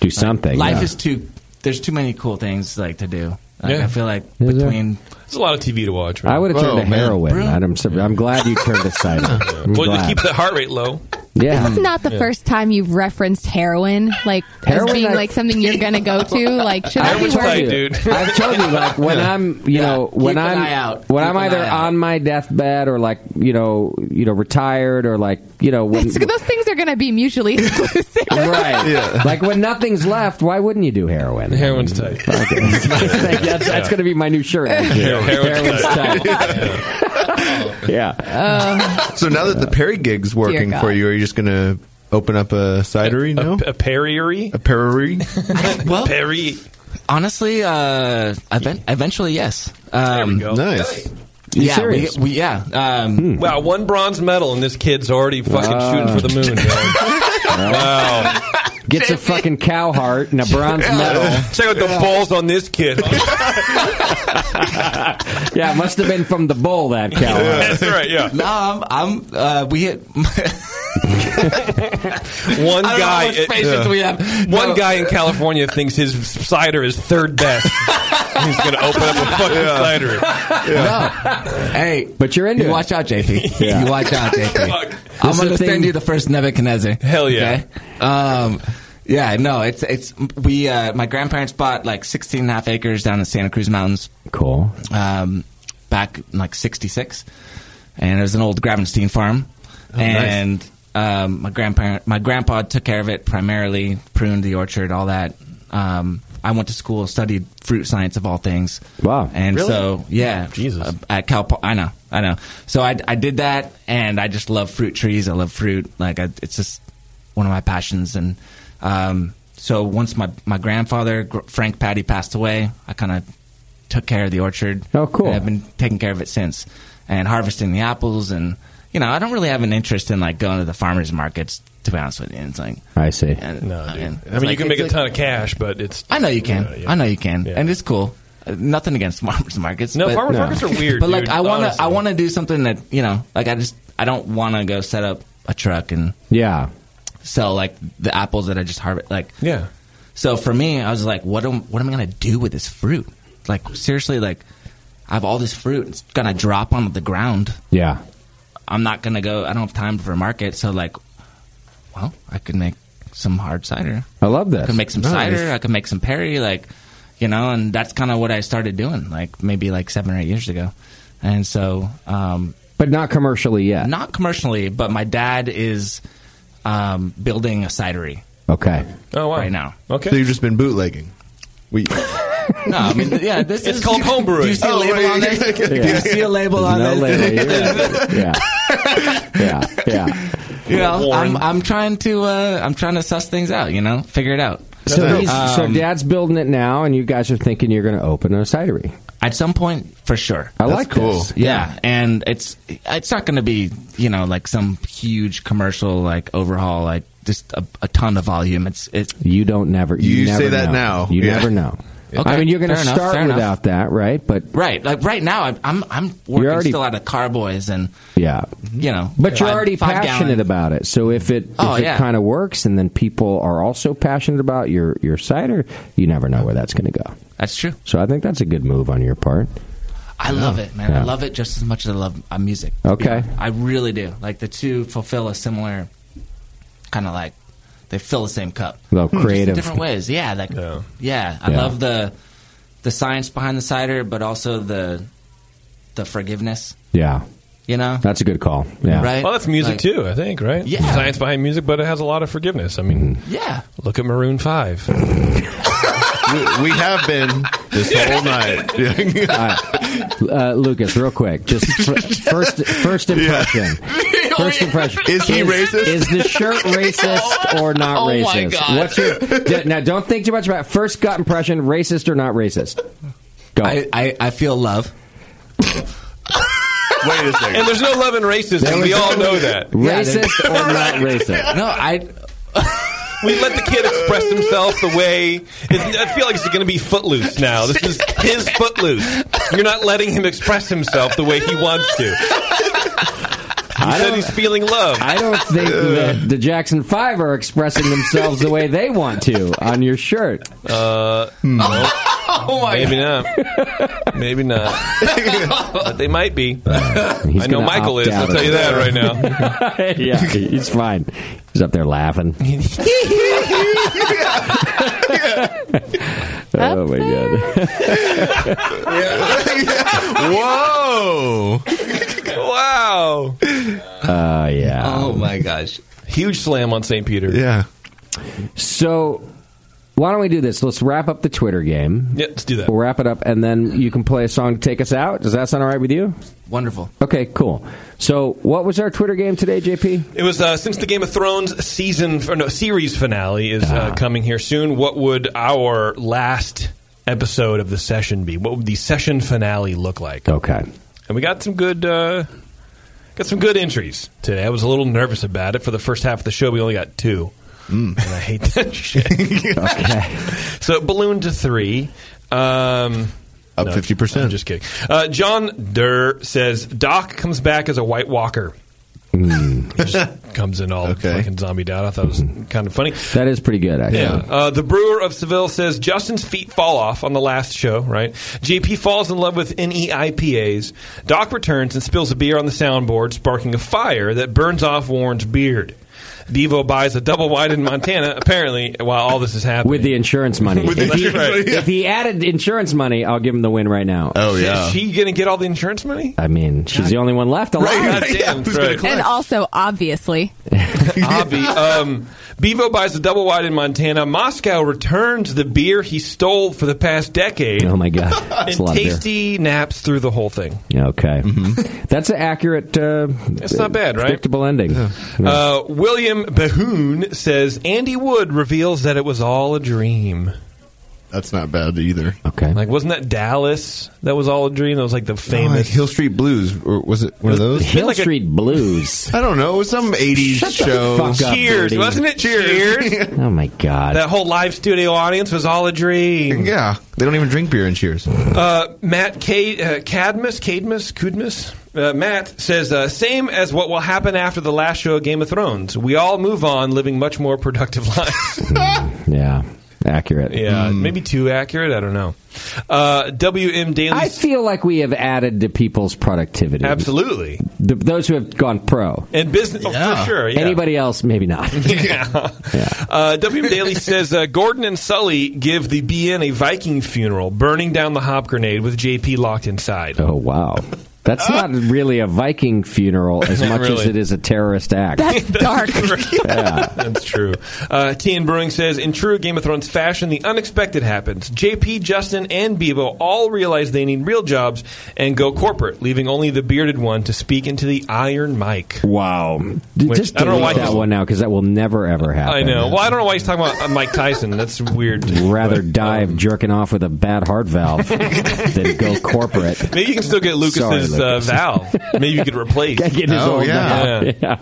Do something.
Life
yeah.
is too. There's too many cool things like to do. Like,
Yeah.
I feel like
Is there?
between
there's a lot of TV to watch. man.
I would have
Oh,
turned to heroin. I'm, sur- I'm glad you turned to cider. I'm
Well, to
glad.
keep the heart rate low.
yeah,
It's not the first time you've referenced heroin, like
Heroin,
as being
I-
like something you're gonna go to. Like, should I,
I've
be
told
worried?
you- I've told you, like when I'm, you know, when
Keep an
I'm,
eye out.
when
Keep
I'm
an
either
eye out.
on my deathbed or like, you know, you know, retired or like, you know, when,
It's- those things are gonna be mutually exclusive.
right, like when nothing's left, why wouldn't you do heroin? Heroin's
tight.
that's that's going to be my new shirt. actually. Heroin's tight. yeah.
Um,
so now that the Perry gig's working
God.
for you, are you just going to open up a cidery now?
A perriery?
A Perry?
well,
Perry.
Honestly, uh, even- eventually, yes. Um,
go. Nice. You
Yeah, we,
serious?
we, yeah. Um,
Wow, one bronze medal and this kid's already fucking
Wow.
shooting for the moon. man. wow.
Gets a fucking cow heart and a bronze medal.
Check out the balls on this kid.
Yeah, it must have been from the bull that cow. heart.
That's right. Yeah.
No, I'm. I'm uh, we hit
One
I don't know
guy.
how much patience we have.
One
No.
guy in California thinks his cider is third best. He's going to open up a fucking cider.
No. Hey,
but you're into
you
it.
watch out, JP.
Yeah.
You watch out,
Fuck.
JP. I'm
This is
gonna
the thing-
send you the first Nebuchadnezzar.
Hell yeah.
Okay? Um, yeah, no, it's it's we. Uh, my grandparents bought like 16 and a half acres down in Santa Cruz Mountains.
Cool.
Um, back in like '66, and it was an old Gravenstein farm,
Oh, nice.
and um, my grandparent, my grandpa took care of it primarily, pruned the orchard, all that. Um, I went to school, studied fruit science of all things.
Wow.
And
Really?
so, yeah, Jesus. at Cal, Po- I know, I know. So I, I did that, and I just love fruit trees. I love fruit. Like I, it's just one of my passions. And um, so once my my grandfather Gr- Frank Patty passed away, I kind of took care of the orchard.
Oh, cool.
And I've been taking care of it since, and harvesting the apples. And you know, I don't really have an interest in like going to the farmers markets. To be honest with you, it's like
I see.
no, I mean,
I mean, you can make a ton of cash, but it's.
I know you can.
Yeah,
I know you can, and it's cool. Uh, nothing against farmers markets.
No,
but-
farmers No. markets are weird,
But like,
dude,
I want
honestly.
to. I want to do something that you know. Like, I just. I don't want to go set up a truck and
Yeah.
sell like the apples that I just harvest. Like,
Yeah.
so for me, I was like, what am what am I gonna do with this fruit? Like seriously, like I have all this fruit. It's gonna drop onto the ground.
Yeah.
I'm not gonna go. I don't have time for a market. So like, well, I could make some hard cider.
I love this.
I could make some
Nice.
cider. I could make some Perry. Like, you know, and that's kind of what I started doing. Like maybe like seven or eight years ago, and so um,
But not commercially yet.
Not commercially, but my dad is um, building a cidery.
Okay.
Oh wow! Right now.
So you've just been bootlegging. We.
No, I mean, yeah, this
It's
is
called home brewing.
Do you see a
Oh,
label
right.
on this?
Yeah.
Do you see a label on
no
this?
label. Yeah. yeah. Yeah. Yeah.
You know,
Warren.
I'm, I'm trying to uh, I'm trying to suss things out. You know, figure it out.
So, he's, so
Um,
dad's building it now, and you guys are thinking you're going to open a cidery.
at some point for sure.
I That's like cool. this.
Yeah. and it's it's not going to be you know like some huge commercial like overhaul like just a, a ton of volume. It's it's
you don't never You, never know. You never know. I mean, you're going to start without that, right? But
Right, like right now, I'm I'm, I'm working
already-
still out of Carboys, and
yeah,
you know,
but you're
five-
already
five
passionate
gallon-
about it. So if it
Oh,
if it
yeah.
kind of works, and then people are also passionate about your your cider, you never know where that's going to go.
That's true.
So I think that's a good move on your part.
I love it, man.
Yeah.
I love it just as much as I love uh, music.
Okay.
I really do. Like the two fulfill a similar kind of like they fill the same cup.
Well,
Hmm, Just in
creative.
different ways. Yeah, like yeah. I
Yeah.
love the the science behind the cider, but also the the forgiveness.
Yeah,
You know,
that's a good call. Yeah,
Right?
Well, that's music
Like-
too, I think, right?
Yeah.
Science behind music, but it has a lot of forgiveness. I mean,
yeah.
Look at Maroon 5. we, have been this whole night.
uh, Lucas, real quick, just fir- first first impression. First impression.
Is he racist?
Is the shirt racist or not
Oh my
racist?
God.
What's your d- now? Don't think too much about it. first gut impression. Racist or not racist? Go.
I, I, I feel love.
Wait a
And there's no love in racism. We all know that.
Racist or not racist?
No, I.
We let the kid express himself the way. It's, I feel like it's going to be footloose now. This is his footloose. You're not letting him express himself the way he wants to. He said he's feeling love.
I don't think that the Jackson Five are expressing themselves the way they want to on your shirt.
Uh, no.
Oh my
Maybe not. Maybe not. but they might be. I know
gonna
Michael
opt
is. I'll
out.
tell you that right now.
yeah, he's fine. He's up there laughing. oh my god.
Whoa!
wow.
Oh yeah.
Oh my gosh. Huge slam on St. Peter.
Yeah.
So why don't we do this? Let's wrap up the Twitter game.
Yeah, let's do that.
We'll wrap it up, and then you can play a song to take us out. Does that sound all right with you?
Wonderful.
Okay, cool. So what was our Twitter game today, JP?
It was uh, since the Game of Thrones season or no series finale is uh, coming here soon. What would our last episode of the session be? What would the session finale look like?
Okay.
And we got some good uh, got some good entries today. I was a little nervous about it for the first half of the show. We only got two, and I hate that shit. okay. So it ballooned to three. Um,
Up 50%.
I'm just kidding. Uh, John Durr says Doc comes back as a White Walker.
Hmm.
He just comes in all fucking zombie down. I thought it was kind of funny.
That is pretty good, actually.
Yeah. Uh, the brewer of Seville says Justin's feet fall off on the last show, right? JP falls in love with E NEIPAs. Doc returns and spills a beer on the soundboard, sparking a fire that burns off Warren's beard. Devo buys a double wide in Montana, apparently, while all this is happening.
With the insurance money.
With the
if, he,
insurance money, yeah.
if he added insurance money, I'll give him the win right now.
Oh
Is she going to get all the insurance money?
I mean, she's the only one left alive.
Right, right, yeah, who's gonna
And also, obviously,
Hobby. Um, Bevo buys a double wide in Montana. Moscow returns the beer he stole for the past decade.
Oh my god, that's a
and
lot of beer.
tasty naps through the whole thing. Mm-hmm.
Yeah, Okay, that's an accurate. Uh,
It's not bad, right?
Predictable ending. Yeah.
Uh, William Behoon says Andy Wood reveals that it was all a dream.
That's not bad either.
Okay.
Like, wasn't that Dallas? That was all a dream. That was like the
Oh,
famous
Hill Street Blues, or was it one of those?
Hill like a- Street
Blues.
I don't know. It was some '80s show.
Cheers, wasn't it? Cheers.
Oh my god.
that whole live studio audience was all a dream.
Yeah, they don't even drink beer in Cheers.
Uh, Matt Cade, uh, Cadmus, Cadmus, Cudmus. Uh, Matt says, uh, same as what will happen after the last show of Game of Thrones. We all move on, living much more productive lives.
yeah, accurate.
yeah, maybe too accurate. I don't know. Uh, WM Daily.
I feel like we have added to people's productivity.
Absolutely.
Th- those who have gone pro.
And business, oh, for sure. Yeah.
Anybody else, maybe not.
Yeah. Uh, WM Daily says uh, Gordon and Sully give the BN a Viking funeral, burning down the hop grenade with JP locked inside.
Oh wow. That's not really a Viking funeral as
Not
much as
really.
it is a terrorist act.
dark. That's true. Uh, TN Brewing says In true Game of Thrones fashion, the unexpected happens. JP, Justin, and Bebo all realize they need real jobs and go corporate, leaving only the bearded one to speak into the iron mic.
Wow. D-
Which-
Just
I don't know
delete
why
that
he's-
one now because that will never ever happen.
I know. Well, I don't know why he's talking about uh, Mike Tyson. That's weird.
Rather die of jerking off with a bad heart valve than go corporate.
Maybe you can still get Lucas's
Sorry,
Uh,
Lucas.
valve. Maybe you could replace.
Get his
Oh,
old valve. Oh, Yeah.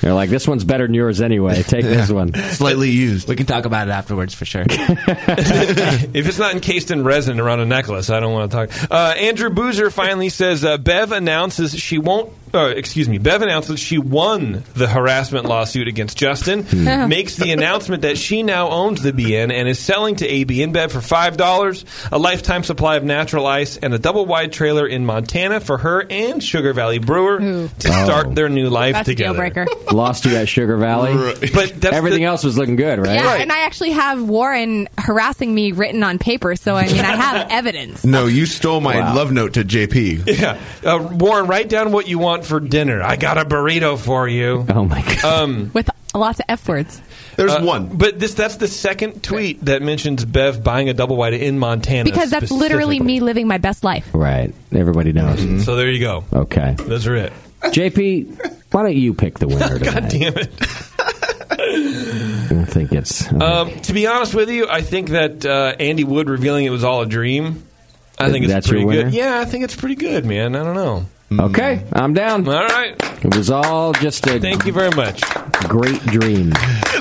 They're like, this one's better than yours anyway. Take this one.
Slightly used. We can talk about it afterwards for sure.
if it's not encased in resin around a necklace, I don't want to talk. Uh, Andrew Boozer finally says uh, Bev announces she won't. Uh, excuse me. Bev announces she won the harassment lawsuit against Justin.
Hmm.
Makes the announcement that she now owns the BN and is selling to AB InBev for five dollars, a lifetime supply of natural ice, and a double wide trailer in Montana for her and Sugar Valley Brewer to
Oh.
start their new life together.
Lost you at Sugar Valley.
But
everything else was looking good, right?
Yeah, and I actually have Warren harassing me written on paper, so I mean, I have evidence.
No, you stole my
Wow.
love note to JP.
Yeah, uh, Warren, write down what you want for dinner. I got a burrito for you.
Oh my god!
Um,
With lots of F words.
There's
one, but this—that's the second tweet that mentions Bev buying a double wide in Montana.
Because that's literally
specifically. Mm-hmm.
me living my best life.
Right. Everybody knows.
Mm-hmm.
So there you go.
Okay.
Those are it.
JP, why don't you pick the winner? Tonight?
God damn it.
I think it's.
Um, to be honest with you, I think that uh, Andy Wood revealing it was all a dream. I think it's
That's your
pretty
winner?
good. Yeah, I think it's pretty good, man. I don't know.
Okay, I'm down.
All right.
It was all just a.
Thank you very much.
Great dream.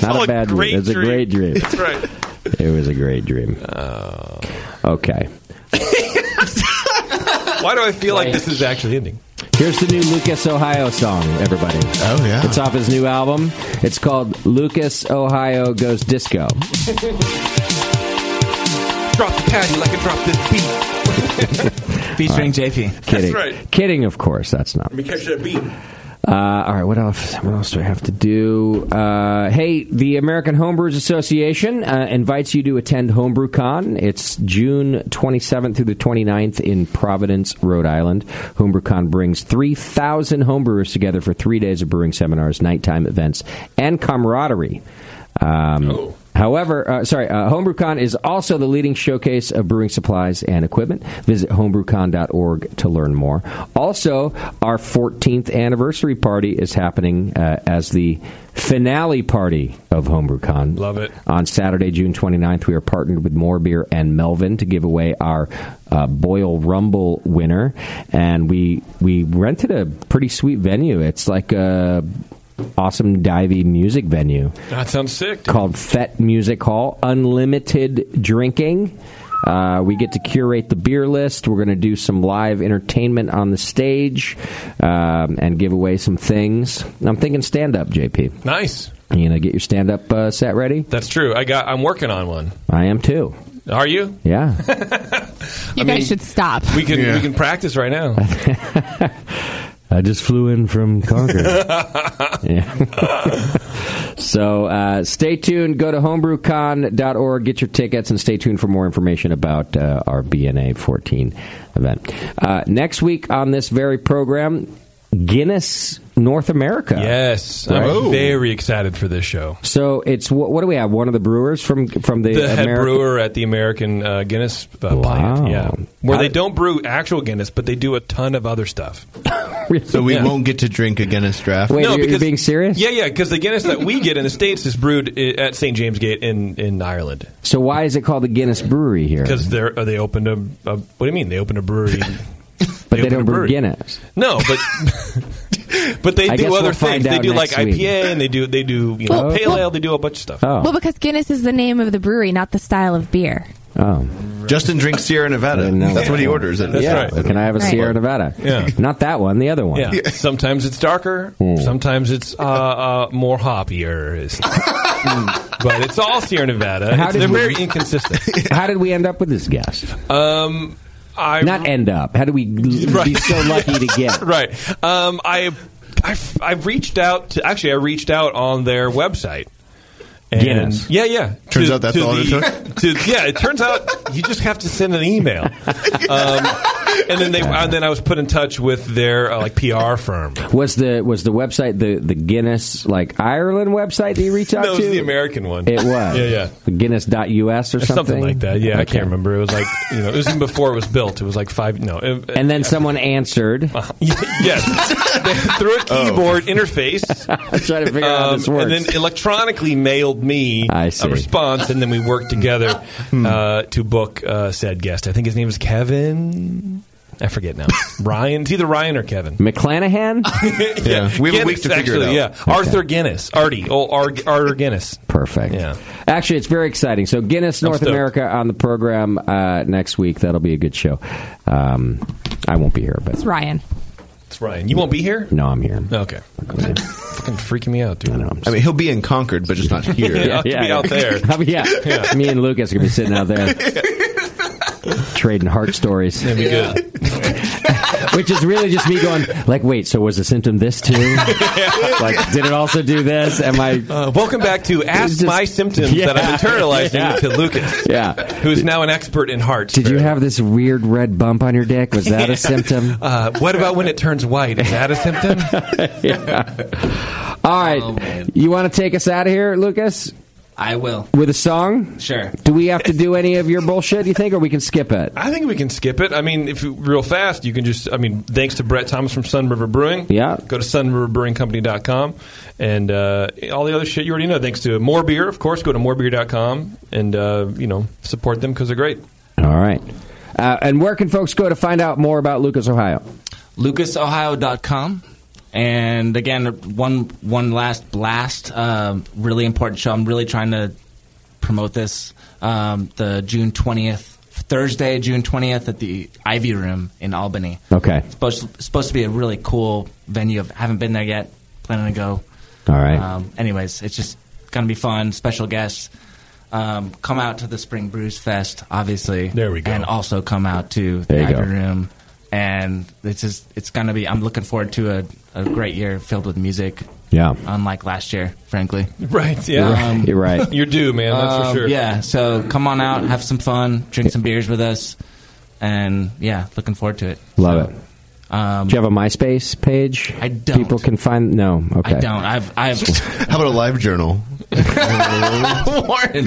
Not
all
a
a
bad
great
dream. It's a
dream.
great dream.
That's right. Oh.
It was a great dream. Okay.
Why do I feel like this is actually ending?
Here's the new Lucas Ohio song, everybody. Oh yeah. It's off his new album. It's called Lucas Ohio Goes Disco.
Drop the patty like I dropped this beat.
Featuring
All
JP.
Kidding.
That's right.
Kidding, of course. That's not.
Let me catch that beat.
Uh, all right, what else? What else do I have to do? Uh, hey, the American Homebrewers Association uh, invites you to attend HomebrewCon. It's June 27th through the 29th in Providence, Rhode Island. HomebrewCon brings 3,000 homebrewers together for three days of brewing seminars, nighttime events, and camaraderie. Um,
Oh.
However, uh, sorry, uh, HomebrewCon is also the leading showcase of brewing supplies and equipment. Visit homebrewcon.org to learn more. Also, our 14th anniversary party is happening uh, as the finale party of HomebrewCon.
Love it.
On Saturday, June 29th, we are partnered with More Beer and Melvin to give away our uh, Boyle Rumble winner, and we we rented a pretty sweet venue. It's like a awesome divey music venue
That sounds sick.
called Fett Music Hall. Unlimited drinking. Uh, we get to curate the beer list. We're going to do some live entertainment on the stage um, and give away some things. And I'm thinking stand up, JP.
Nice.
You know, get your stand up uh, set ready.
That's true. I got. I'm working on one.
I am too.
Are you?
Yeah.
You guys should stop.
We can we can practice right now.
I just flew in from Concord. yeah. so uh, stay tuned. Go to homebrewcon.org, get your tickets, and stay tuned for more information about uh, our BNA 14 event. Uh, next week on this very program, Guinness North America.
Yes,
Right?
I'm very excited for this show.
So it's what, what do we have? One of the brewers from from the,
The head
American.
brewer at the American uh, Guinness uh, plant, yeah, where they don't brew actual Guinness, but they do a ton of other stuff.
So we
Yeah.
won't get to drink a Guinness draft.
No, because-
serious?
Yeah, yeah, because the Guinness that we get in the states is brewed i- at St James Gate in, in Ireland
So why is it called the Guinness Brewery here?
because they are they opened a, a what do you mean they opened a brewery?
But they,
opened
don't
a
brew
brewery.
Guinness.
No, but but they
I
do
guess
other
we'll
things.
find
They
out
do like
next week.
IPA and they do they do you know
Well-
pale
well-
ale. They do a bunch of stuff.
Well, because Guinness is the name of the brewery, not the style of beer.
Oh.
Justin drinks Sierra Nevada. That's what he orders. At
yeah. Can I have a
Right.
Sierra Nevada?
Yeah.
Not that one, the other one.
Yeah. Sometimes it's darker.
Mm.
Sometimes it's uh, uh, more hoppier. It's- but it's all Sierra Nevada.
How
It's-
did
they're
we-
very inconsistent.
How did we end up with this guest?
Um, I
Not end up. How do we l- be so lucky to get?
right. Um, I, I I reached out to actually I reached out on their website. And-
Guinness.
Yeah, yeah.
Turns out that's all it
to- yeah, it turns out you just have to send an email. Um, and then they, and then I was put in touch with their uh, like PR firm.
Was the was the website the, the Guinness like Ireland website that you reached out
No, it was
to?
the American one.
It was.
Yeah, yeah.
The Guinness.us or something.
like that. Yeah, I
Okay.
can't remember. It was like you know, it was even before it was built. It was like five. No, it,
And then someone answered.
yes, through a
Oh.
keyboard interface.
I'm trying to figure out how this works.
Um, And then electronically mailed me
I see. Hmm.
a response, and then we worked together uh, to book uh, said guest. I think his name is Kevin. I forget now. Ryan. It's either Ryan or Kevin.
McClanahan?
yeah.
We have a week
Guinness,
to figure it
actually,
out.
Yeah. Arthur Guinness. Artie. Oh, Ar- Arthur Guinness.
Perfect.
Yeah.
Actually, it's very exciting. So Guinness
I'm
North
stoked.
America on the program uh, next week. That'll be a good show. Um, I won't be here, but
It's Ryan.
It's Ryan. You won't be here?
no, I'm here.
Okay. Fucking freaking me out, dude. I,
mean, he'll be in Concord, but just not here.
Yeah, I'll be out there.
I'll be- yeah.
Yeah.
me and Lucas are gonna be sitting out there trading heart stories.
That'd be good.
Which is really just me going like, wait, so was the symptom this too? like, did it also do this? Am I?
Uh, welcome back to Ask
It's just-
My Symptoms
Yeah.
that I've internalized
Yeah.
to Lucas,
Yeah.
who is now an expert in hearts.
Did you have this weird red bump on your dick? Was that
Yeah.
a symptom?
Uh, what about when it turns white? Is that a symptom? Um,
yeah. All right. you want to take us out of here, Lucas?
I will.
With a song?
Sure.
Do we have to do any of your bullshit, you think, or we can skip it?
I think we can skip it. I mean, if you, real fast, you can just. I mean, thanks to Brett Thomas from Sun River Brewing.
Yeah.
Go to sunriverbrewingcompany.com. And uh, all the other shit you already know. Thanks to More Beer, of course. Go to morebeer.com and, uh, you know, support them because they're great.
All right. Uh, and where can folks go to find out more about Lucas, Ohio?
lucasohio.com. And again, one one last blast. Um, really important show. I'm really trying to promote this. Um, the June 20th, Thursday, June 20th at the Ivy Room in Albany.
Okay.
It's supposed, supposed to be a really cool venue. I haven't been there yet. Planning to go.
All right.
Um, anyways, it's just going to be fun. Special guests. Um, come out to the Spring Brews Fest, obviously. There we go. And also come out to the
There you
Ivy
go.
Room. And it's just, it's going to be, I'm looking forward to a, a great year filled with music.
Yeah.
Unlike last year, frankly.
Right, yeah.
You're right.
You're due, man. That's
Um,
for sure.
Yeah, so come on out, have some fun, drink some beers with us. And yeah, looking forward to it.
Love
it. Um,
Do you have a MySpace page? I
don't.
People can find. No. Okay.
I don't. I've. I've
How about a live journal?
Warren,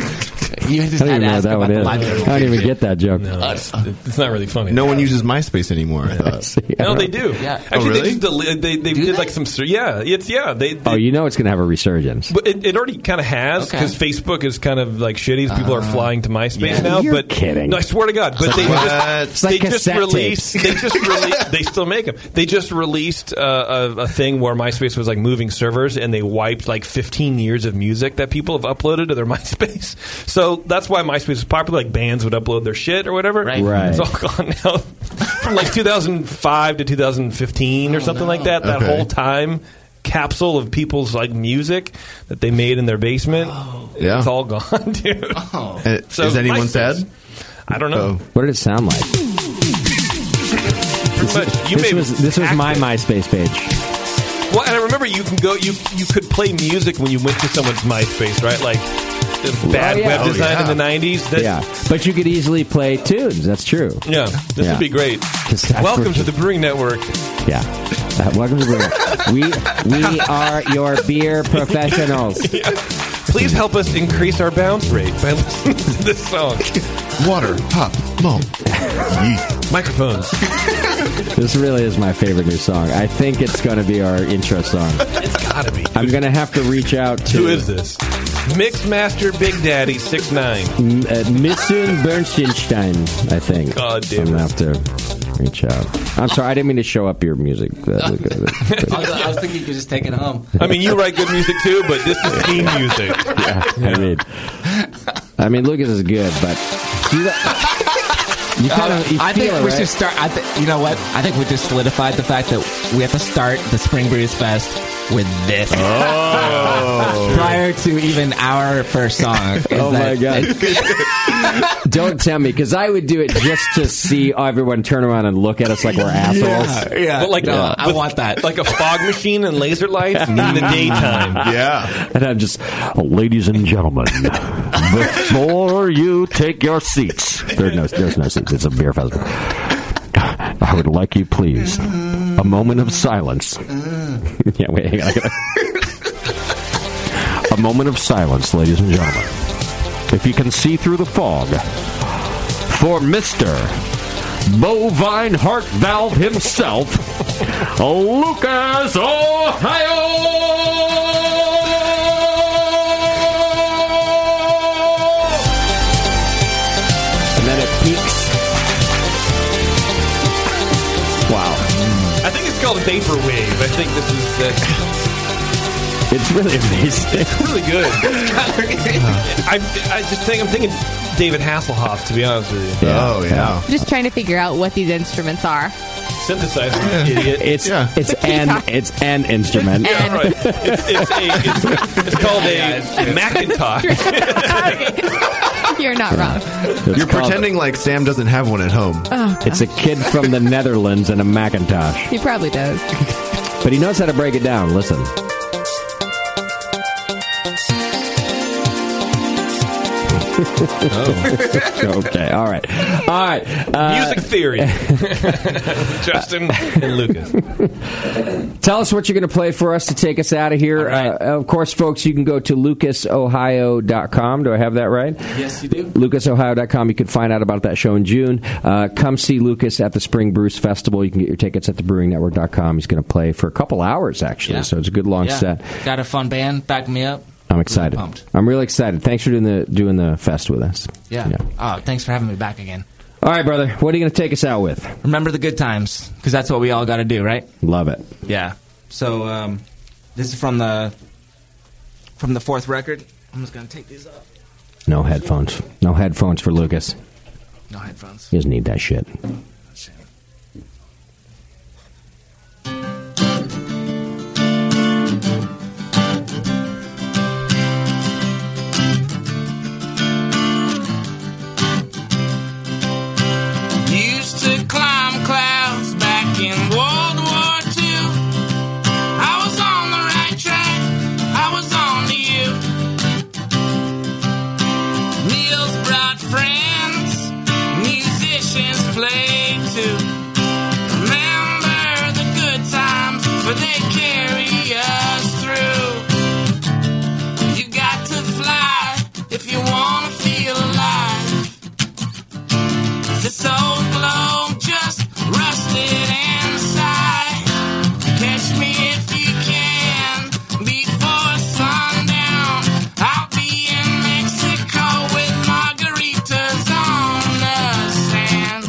you
I
just
don't even know what
had to ask
that
about
one
the
is.
live
I
journal.
don't even get that joke.
it's, it's not really funny.
No one uses MySpace anymore. I thought.
No, they do.
Yeah.
Actually,
Oh,
they
really?
just deli- they, they did like some. sur- Yeah, it's yeah. They,
Oh, you know it's going to have a resurgence.
But it, it already kind of has because Facebook is kind of like shitty. People are flying to MySpace
Uh, yeah.
now.
You're
but
kidding.
No, I swear to God. But they
What? It's
just
like
uh, they just
cassette
released. They just rele- they still make them. They just released uh, a, a thing where MySpace was like moving servers and they wiped like 15 years of music that people have uploaded to their MySpace. So that's why MySpace is popular. Like bands would upload their shit or whatever. Right.
Right.
It's all gone now. From like 2005 to 2015 or something like that. That
Okay.
whole time capsule of people's like music that they made in their basement.
Yeah.
It's all gone, dude.
Uh, is anyone sad?
I don't know.
What did it sound like?
Oh.
Pretty much. You
this
may
was this was my MySpace page.
Well, and I remember you can go you you could play music when you went to someone's MySpace, right? Like the bad
yeah.
web
Oh,
design
yeah.
in the 90s. That's,
Yeah, but you could easily play tunes. That's true.
Yeah, this
Yeah.
would be great.
that's
Welcome
what-
to the Brewing Network.
Yeah. Uh, welcome to the we we are your beer professionals.
Yeah. Please help us increase our bounce rate by listening to this song.
Water, pop, malt,
microphones.
This really is my favorite new song. I think it's going to be our intro song.
It's gotta be.
I'm going to have to reach out to
Who is this? Mixmaster Big Daddy Six Nine.
M- uh, Missun Bernstein, I think.
God damn
I'm going to have to reach out. I'm sorry, I didn't mean to show up your music. Uh,
I was, I was thinking you could just take it home.
I mean, you write good music too, but this is theme music.
I mean, I mean, Lucas is good, but you, you kind of you
Uh, I
feel it,
think we
right?
should start. I th- you know what? I think we just solidified the fact that we have to start the Spring Breeze Fest with this.
Oh.
Prior to even our first
Uh,
song. is
Oh my
that-
God. Don't tell me, because I would do it just to see everyone turn around and look at us like we're assholes.
But like,
Yeah.
uh, with- Like a fog machine and laser lights in the daytime.
Yeah.
And I'm just, ladies and gentlemen, before you take your seats, there's no, there's no seats. It's a beer festival. I would like you please. A moment of silence. yeah, wait, hang on. I gotta- A moment of silence, ladies and gentlemen. If you can see through the fog, for Mr. Bovine Heart Valve himself, Lucas And then it peaks. Wow.
I think it's called Vaporwave. I think this is the.
It's really amazing.
It's really good. I, I just think I'm thinking David Hasselhoff, to be honest with you.
Oh, yeah.
Just trying to figure out what these instruments are.
Synthesizer, idiot.
It's it's an it's an instrument.
Yeah, right. It's, it's, a, it's, it's called a Macintosh.
You're not wrong.
You're pretending like Sam doesn't have one at home.
Oh,
It's a kid from the Netherlands in a Macintosh,
he probably does.
but he knows how to break it down. Listen. okay. All right. All right.
Oh.
uh,
Music theory. Justin and Lucas.
Tell us what you're going to play for us to take us out of here. Uh, of course, folks, you can go to lucasohio.com. Do I have that right?
Yes, you do.
lucasohio.com. You can find out about that show in June. Uh, come see Lucas at the Spring Brews Festival. You can get your tickets at thebrewingnetwork.com. He's going to play for a couple hours, actually, so it's a good long
Yeah.
set.
Got a fun band, back me up.
I'm excited. I'm really excited. Thanks for doing the doing the fest with us.
Yeah. Oh, thanks for having me back again.
All right, brother. What are you going to take us out with?
Remember the good times, because that's what we all got to do, right?
Love it.
Yeah. So um, this is from the from the fourth record. I'm just gonna take these off.
No headphones. No headphones for Lucas.
No headphones.
He doesn't need that shit.
Used to climb clouds back in World War II. I was on the right track, I was on to you. Meals brought friends, musicians played too. Remember the good times, for they carry us through. You got to fly if you wanna feel alive. This old globe just rusted inside. Catch me if you can before sundown. I'll be in Mexico with margaritas on the sand.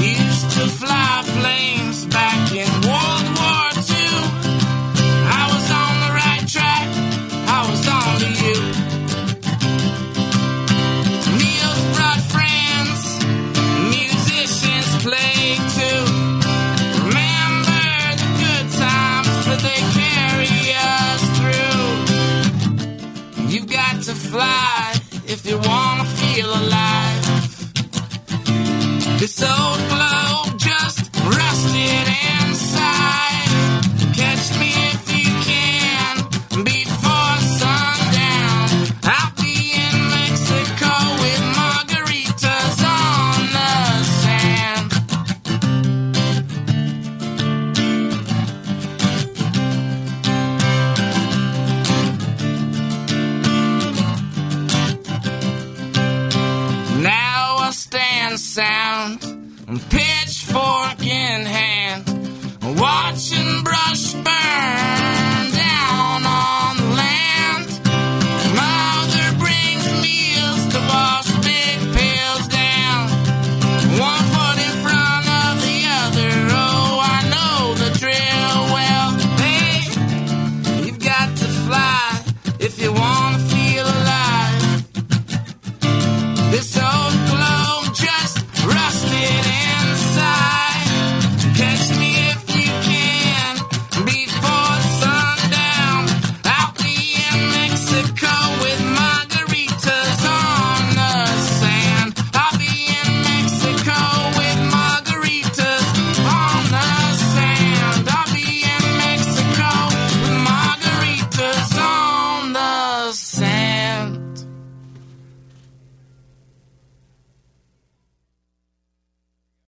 Used to fly planes back in World War II. I was on the right track. I was on to you. Meals brought friends. Musicians play too. Remember the good times, but they carry us through. You got to fly if you wanna feel alive. This old globe just rusted inside. Catch me if you can before sundown. I'll be in Mexico with margaritas on the sand. Now I stand sound, pitchfork in hand, watching brush burn oh,